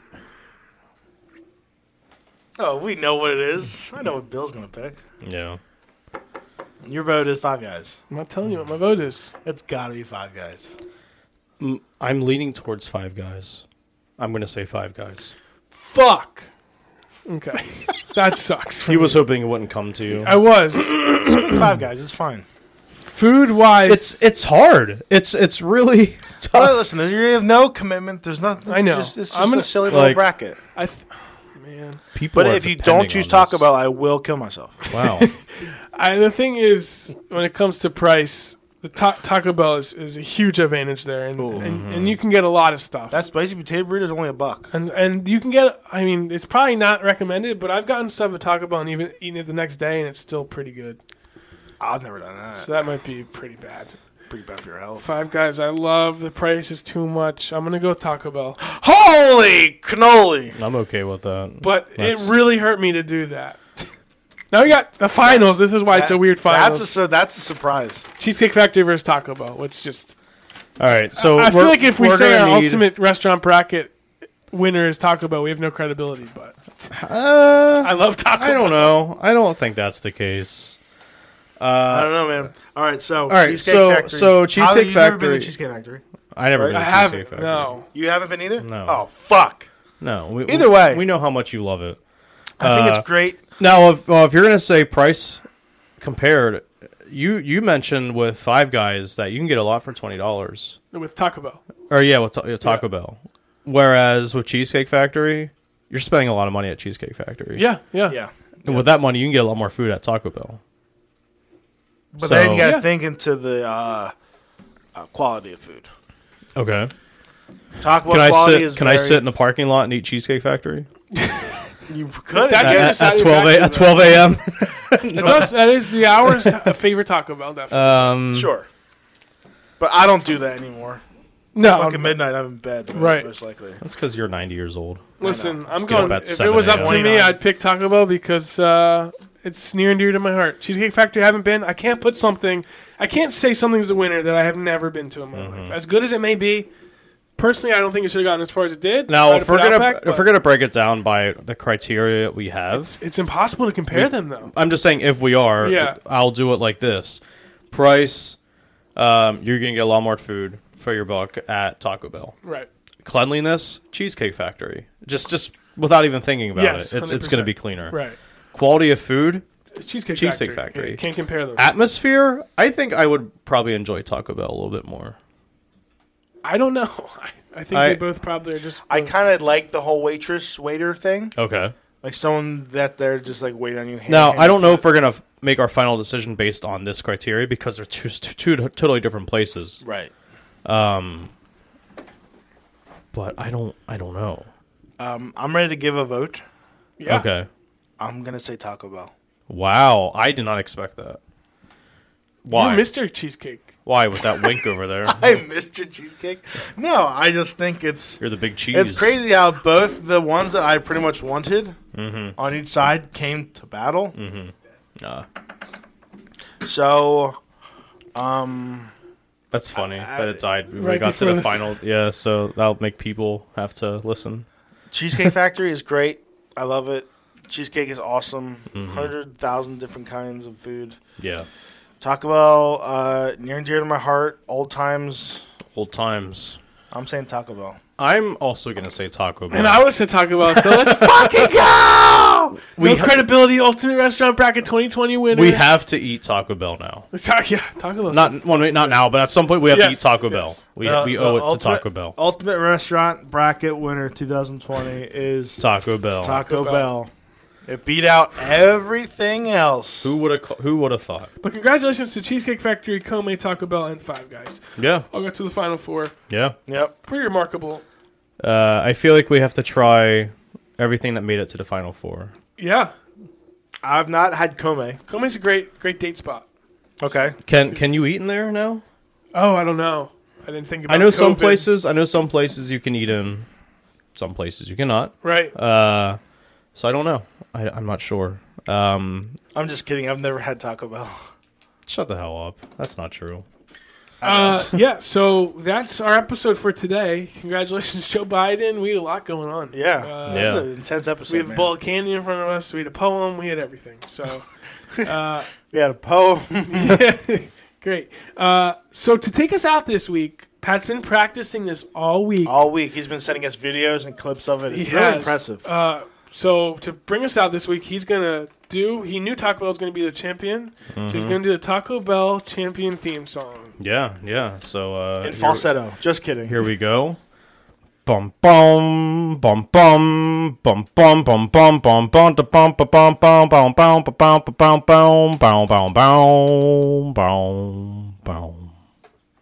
Speaker 2: Oh, we know what it is. I know what Bill's gonna pick.
Speaker 1: yeah.
Speaker 2: Your vote is Five Guys.
Speaker 3: I'm not telling you what my vote is.
Speaker 2: It's gotta be Five Guys.
Speaker 1: I'm leaning towards five guys. I'm gonna say five guys.
Speaker 3: Fuck. Okay, that sucks. for
Speaker 1: He
Speaker 3: me.
Speaker 1: was hoping it wouldn't come to you.
Speaker 3: I was
Speaker 2: Five Guys. It's fine.
Speaker 3: food wise.
Speaker 1: It's it's hard. It's it's really
Speaker 2: Oh,
Speaker 1: tough.
Speaker 2: listen, there's, you have no commitment. There's nothing.
Speaker 3: I know.
Speaker 2: Just, it's just
Speaker 3: I'm gonna-
Speaker 2: a silly little
Speaker 1: Like-
Speaker 2: bracket.
Speaker 3: I th- man.
Speaker 1: People
Speaker 2: But
Speaker 1: are
Speaker 2: if you
Speaker 1: depending
Speaker 2: don't choose
Speaker 1: on
Speaker 2: Taco
Speaker 1: this.
Speaker 2: Bell, I will kill myself.
Speaker 1: Wow.
Speaker 3: I, the thing is, when it comes to price, the ta- Taco Bell is, is a huge advantage there, and,
Speaker 2: Ooh.
Speaker 3: and and you can get a lot of stuff.
Speaker 2: That spicy potato burrito is only a buck.
Speaker 3: and and you can get. I mean, it's probably not recommended, but I've gotten stuff at Taco Bell and even eaten it the next day, and it's still pretty good.
Speaker 2: I've never done that.
Speaker 3: So that might be pretty bad.
Speaker 2: Pretty bad for your health.
Speaker 3: Five Guys, I love the price is too much. I'm gonna go with Taco Bell,
Speaker 2: Holy cannoli!
Speaker 1: I'm okay with that.
Speaker 3: but
Speaker 1: That's-
Speaker 3: it really hurt me to do that. now we got the finals. This is why it's a weird finals.
Speaker 2: That's a su- that's a surprise.
Speaker 3: Cheesecake Factory versus Taco Bell, which just
Speaker 1: All right, so
Speaker 3: I feel
Speaker 1: we're-
Speaker 3: like if we
Speaker 1: we're
Speaker 3: say
Speaker 1: gonna
Speaker 3: our
Speaker 1: need-
Speaker 3: ultimate restaurant bracket winner is Taco Bell, we have no credibility. But
Speaker 1: Uh,
Speaker 3: I love Taco.
Speaker 1: I don't know. I don't think that's the case. Uh,
Speaker 2: I don't know, man. All right, so all
Speaker 1: right, so- so Cheesecake
Speaker 2: You've never been to
Speaker 1: Factory-
Speaker 2: Cheesecake Factory.
Speaker 1: I never.
Speaker 2: Right?
Speaker 1: Been to
Speaker 3: I haven't.
Speaker 1: Cheesecake Factory.
Speaker 3: No,
Speaker 2: You haven't been either.
Speaker 1: No.
Speaker 2: Oh fuck!
Speaker 1: no. we-
Speaker 2: Either
Speaker 1: we-
Speaker 2: way.
Speaker 1: we know how much you love it.
Speaker 2: I think
Speaker 1: Uh,
Speaker 2: it's great.
Speaker 1: Now, if uh, if you're gonna say price compared, you you mentioned with Five Guys that you can get a lot for twenty dollars.
Speaker 3: with Taco Bell.
Speaker 1: Or yeah, with Ta- Taco Bell. Whereas with Cheesecake Factory, you're spending a lot of money at Cheesecake Factory.
Speaker 3: Yeah, yeah,
Speaker 2: Yeah,
Speaker 1: And with that money, you can get a lot more food at Taco Bell.
Speaker 2: but then
Speaker 1: So-
Speaker 2: you got to
Speaker 3: Yeah.
Speaker 2: think into the uh, uh, quality of food.
Speaker 1: Okay.
Speaker 2: Taco
Speaker 1: Can
Speaker 2: Bell
Speaker 1: I
Speaker 2: quality
Speaker 1: sit?
Speaker 2: is
Speaker 1: Can I
Speaker 2: very,
Speaker 1: sit in the parking lot and eat Cheesecake Factory
Speaker 2: You could. yeah.
Speaker 3: That's your
Speaker 1: at, at
Speaker 3: deciding
Speaker 1: twelve a,
Speaker 3: factor,
Speaker 1: at
Speaker 3: though.
Speaker 1: twelve a.m.
Speaker 3: It does- that is the hours a favorite Taco Bell. Definitely.
Speaker 1: um,
Speaker 2: Sure. But I don't do that anymore.
Speaker 3: no,
Speaker 1: Um,
Speaker 2: Fucking midnight, I'm in bed.
Speaker 3: Right.
Speaker 2: Most likely.
Speaker 1: That's because you're 90 years old.
Speaker 3: listen, I'm
Speaker 1: Get up
Speaker 3: going.
Speaker 1: at
Speaker 3: If it
Speaker 1: 7
Speaker 3: was up to
Speaker 2: a.m.
Speaker 3: me, I'd pick Taco Bell because uh, it's near and dear to my heart. Cheesecake Factory, I haven't been. I can't put something. I can't say something's the winner that I have never been to in my
Speaker 1: Mm-hmm.
Speaker 3: life. As good as it may be. Personally, I don't think it should have gotten as far as it did.
Speaker 1: Now,
Speaker 3: I'd
Speaker 1: if
Speaker 3: have
Speaker 1: we're
Speaker 3: put
Speaker 1: gonna
Speaker 3: Outback,
Speaker 1: if
Speaker 3: but
Speaker 1: we're gonna break it down by the criteria that we have,
Speaker 3: it's impossible to compare them though.
Speaker 1: I'm just saying if we are,
Speaker 3: Yeah.
Speaker 1: I'll do it like this: price, um, you're gonna get a lot more food for your buck at Taco Bell.
Speaker 3: Right.
Speaker 1: Cleanliness, Cheesecake Factory, just just without even thinking about
Speaker 3: Yes,
Speaker 1: it, it's it's gonna
Speaker 3: 100%.
Speaker 1: be cleaner.
Speaker 3: Right.
Speaker 1: Quality of food,
Speaker 3: It's Cheesecake,
Speaker 1: Cheesecake
Speaker 3: Factory.
Speaker 1: Factory.
Speaker 3: Yeah, you can't compare them.
Speaker 1: atmosphere. I think I would probably enjoy Taco Bell a little bit more.
Speaker 3: I don't know. I, I think
Speaker 1: I-
Speaker 3: they both probably are just.
Speaker 2: I kind of like the whole waitress waiter thing,
Speaker 1: Okay.
Speaker 2: like someone that they're just like waiting on you. hand-
Speaker 1: Now,
Speaker 2: hand
Speaker 1: I don't
Speaker 2: you
Speaker 1: know
Speaker 2: food.
Speaker 1: if we're gonna f- make our final decision based on this criteria because they're two, two totally different places.
Speaker 2: Right.
Speaker 1: but I don't I don't know.
Speaker 2: Um, I'm ready to give a vote.
Speaker 3: yeah.
Speaker 1: Okay.
Speaker 2: I'm gonna say Taco Bell.
Speaker 1: Wow, I did not expect that. Why?
Speaker 3: You're Mr. Cheesecake.
Speaker 1: Why with that wink over there?
Speaker 2: Hey, Mr. Cheesecake. No, I just think it's
Speaker 1: You're the big cheese.
Speaker 2: it's crazy how both the ones that I pretty much wanted
Speaker 1: Mm-hmm.
Speaker 2: on each side came to battle.
Speaker 1: Mm. Nah,
Speaker 2: So, um,
Speaker 1: that's funny
Speaker 2: I-
Speaker 1: that it died. before we
Speaker 3: Right
Speaker 1: got to
Speaker 3: before
Speaker 1: the,
Speaker 3: the-
Speaker 1: final. Yeah, so that'll make people have to listen.
Speaker 2: Cheesecake Factory is great. I love it. Cheesecake is awesome.
Speaker 1: Mm-hmm.
Speaker 2: Hundred thousand different kinds of food.
Speaker 1: Yeah,
Speaker 2: Taco Bell, uh, near and dear to my heart. Old times.
Speaker 1: old times.
Speaker 2: I'm saying Taco Bell.
Speaker 1: I'm also gonna say Taco Bell.
Speaker 3: And I would say Taco Bell. So let's
Speaker 2: Fucking go!
Speaker 3: no
Speaker 1: ha-
Speaker 3: credibility. Ultimate Restaurant Bracket 2020 winner.
Speaker 1: we have to eat Taco Bell now.
Speaker 3: Ta- yeah, Taco Bell.
Speaker 1: Not well, wait, not now, but at some point we have
Speaker 3: Yes,
Speaker 1: to eat Taco
Speaker 3: yes.
Speaker 1: Bell. We,
Speaker 2: Uh, The-
Speaker 1: we
Speaker 2: the
Speaker 1: owe it to
Speaker 2: ultimate-
Speaker 1: Taco Bell.
Speaker 2: Ultimate Restaurant Bracket winner 2020 is
Speaker 1: Taco Bell.
Speaker 2: Taco
Speaker 3: Bell.
Speaker 2: Bell. It beat out everything else.
Speaker 1: who would have Who would have thought?
Speaker 3: But congratulations to Cheesecake Factory, Kome, Taco Bell, and Five Guys.
Speaker 1: Yeah,
Speaker 3: I'll go to the final four.
Speaker 1: yeah.
Speaker 2: Yep.
Speaker 3: Pretty remarkable.
Speaker 1: Uh, I feel like we have to try everything that made it to the final four.
Speaker 3: Yeah,
Speaker 2: I've not had Kome.
Speaker 3: Kome's a great, great date spot.
Speaker 2: Okay.
Speaker 1: Can Can you eat in there now?
Speaker 3: Oh, I don't know. I didn't think about.
Speaker 1: I know some
Speaker 3: COVID.
Speaker 1: places. I know some places you can eat in. Some places you cannot.
Speaker 3: Right.
Speaker 1: Uh, so I don't know. I, I'm not sure. Um,
Speaker 2: I'm just kidding. I've never had Taco Bell.
Speaker 1: shut the hell up. That's not true.
Speaker 3: Uh, yeah. So that's our episode for today. Congratulations, Joe Biden. We had a lot going on.
Speaker 2: Yeah.
Speaker 3: Uh,
Speaker 2: this
Speaker 1: Yeah.
Speaker 2: is an intense episode.
Speaker 3: We had a
Speaker 2: man.
Speaker 3: bowl of candy in front of us. We had a poem. We had everything. So
Speaker 2: We had a poem.
Speaker 3: great. Uh, so to take us out this week, Pat's been practicing this all week.
Speaker 2: All week, he's been sending us videos and clips of it. It's
Speaker 3: He
Speaker 2: really
Speaker 3: has.
Speaker 2: impressive.
Speaker 3: Uh, so to bring us out this week, he's gonna do. He knew Taco Bell was gonna be the champion, so
Speaker 2: Mm-hmm.
Speaker 3: he's gonna do the Taco Bell champion theme song.
Speaker 1: Yeah, yeah. So uh,
Speaker 2: in
Speaker 1: here-
Speaker 2: falsetto. Just kidding.
Speaker 1: Here we go. Bum bum bum bum bum bum bum bum bum bum da bum ba bum bum bum bum ba bum ba bum bum bum bum bum bum bum bum.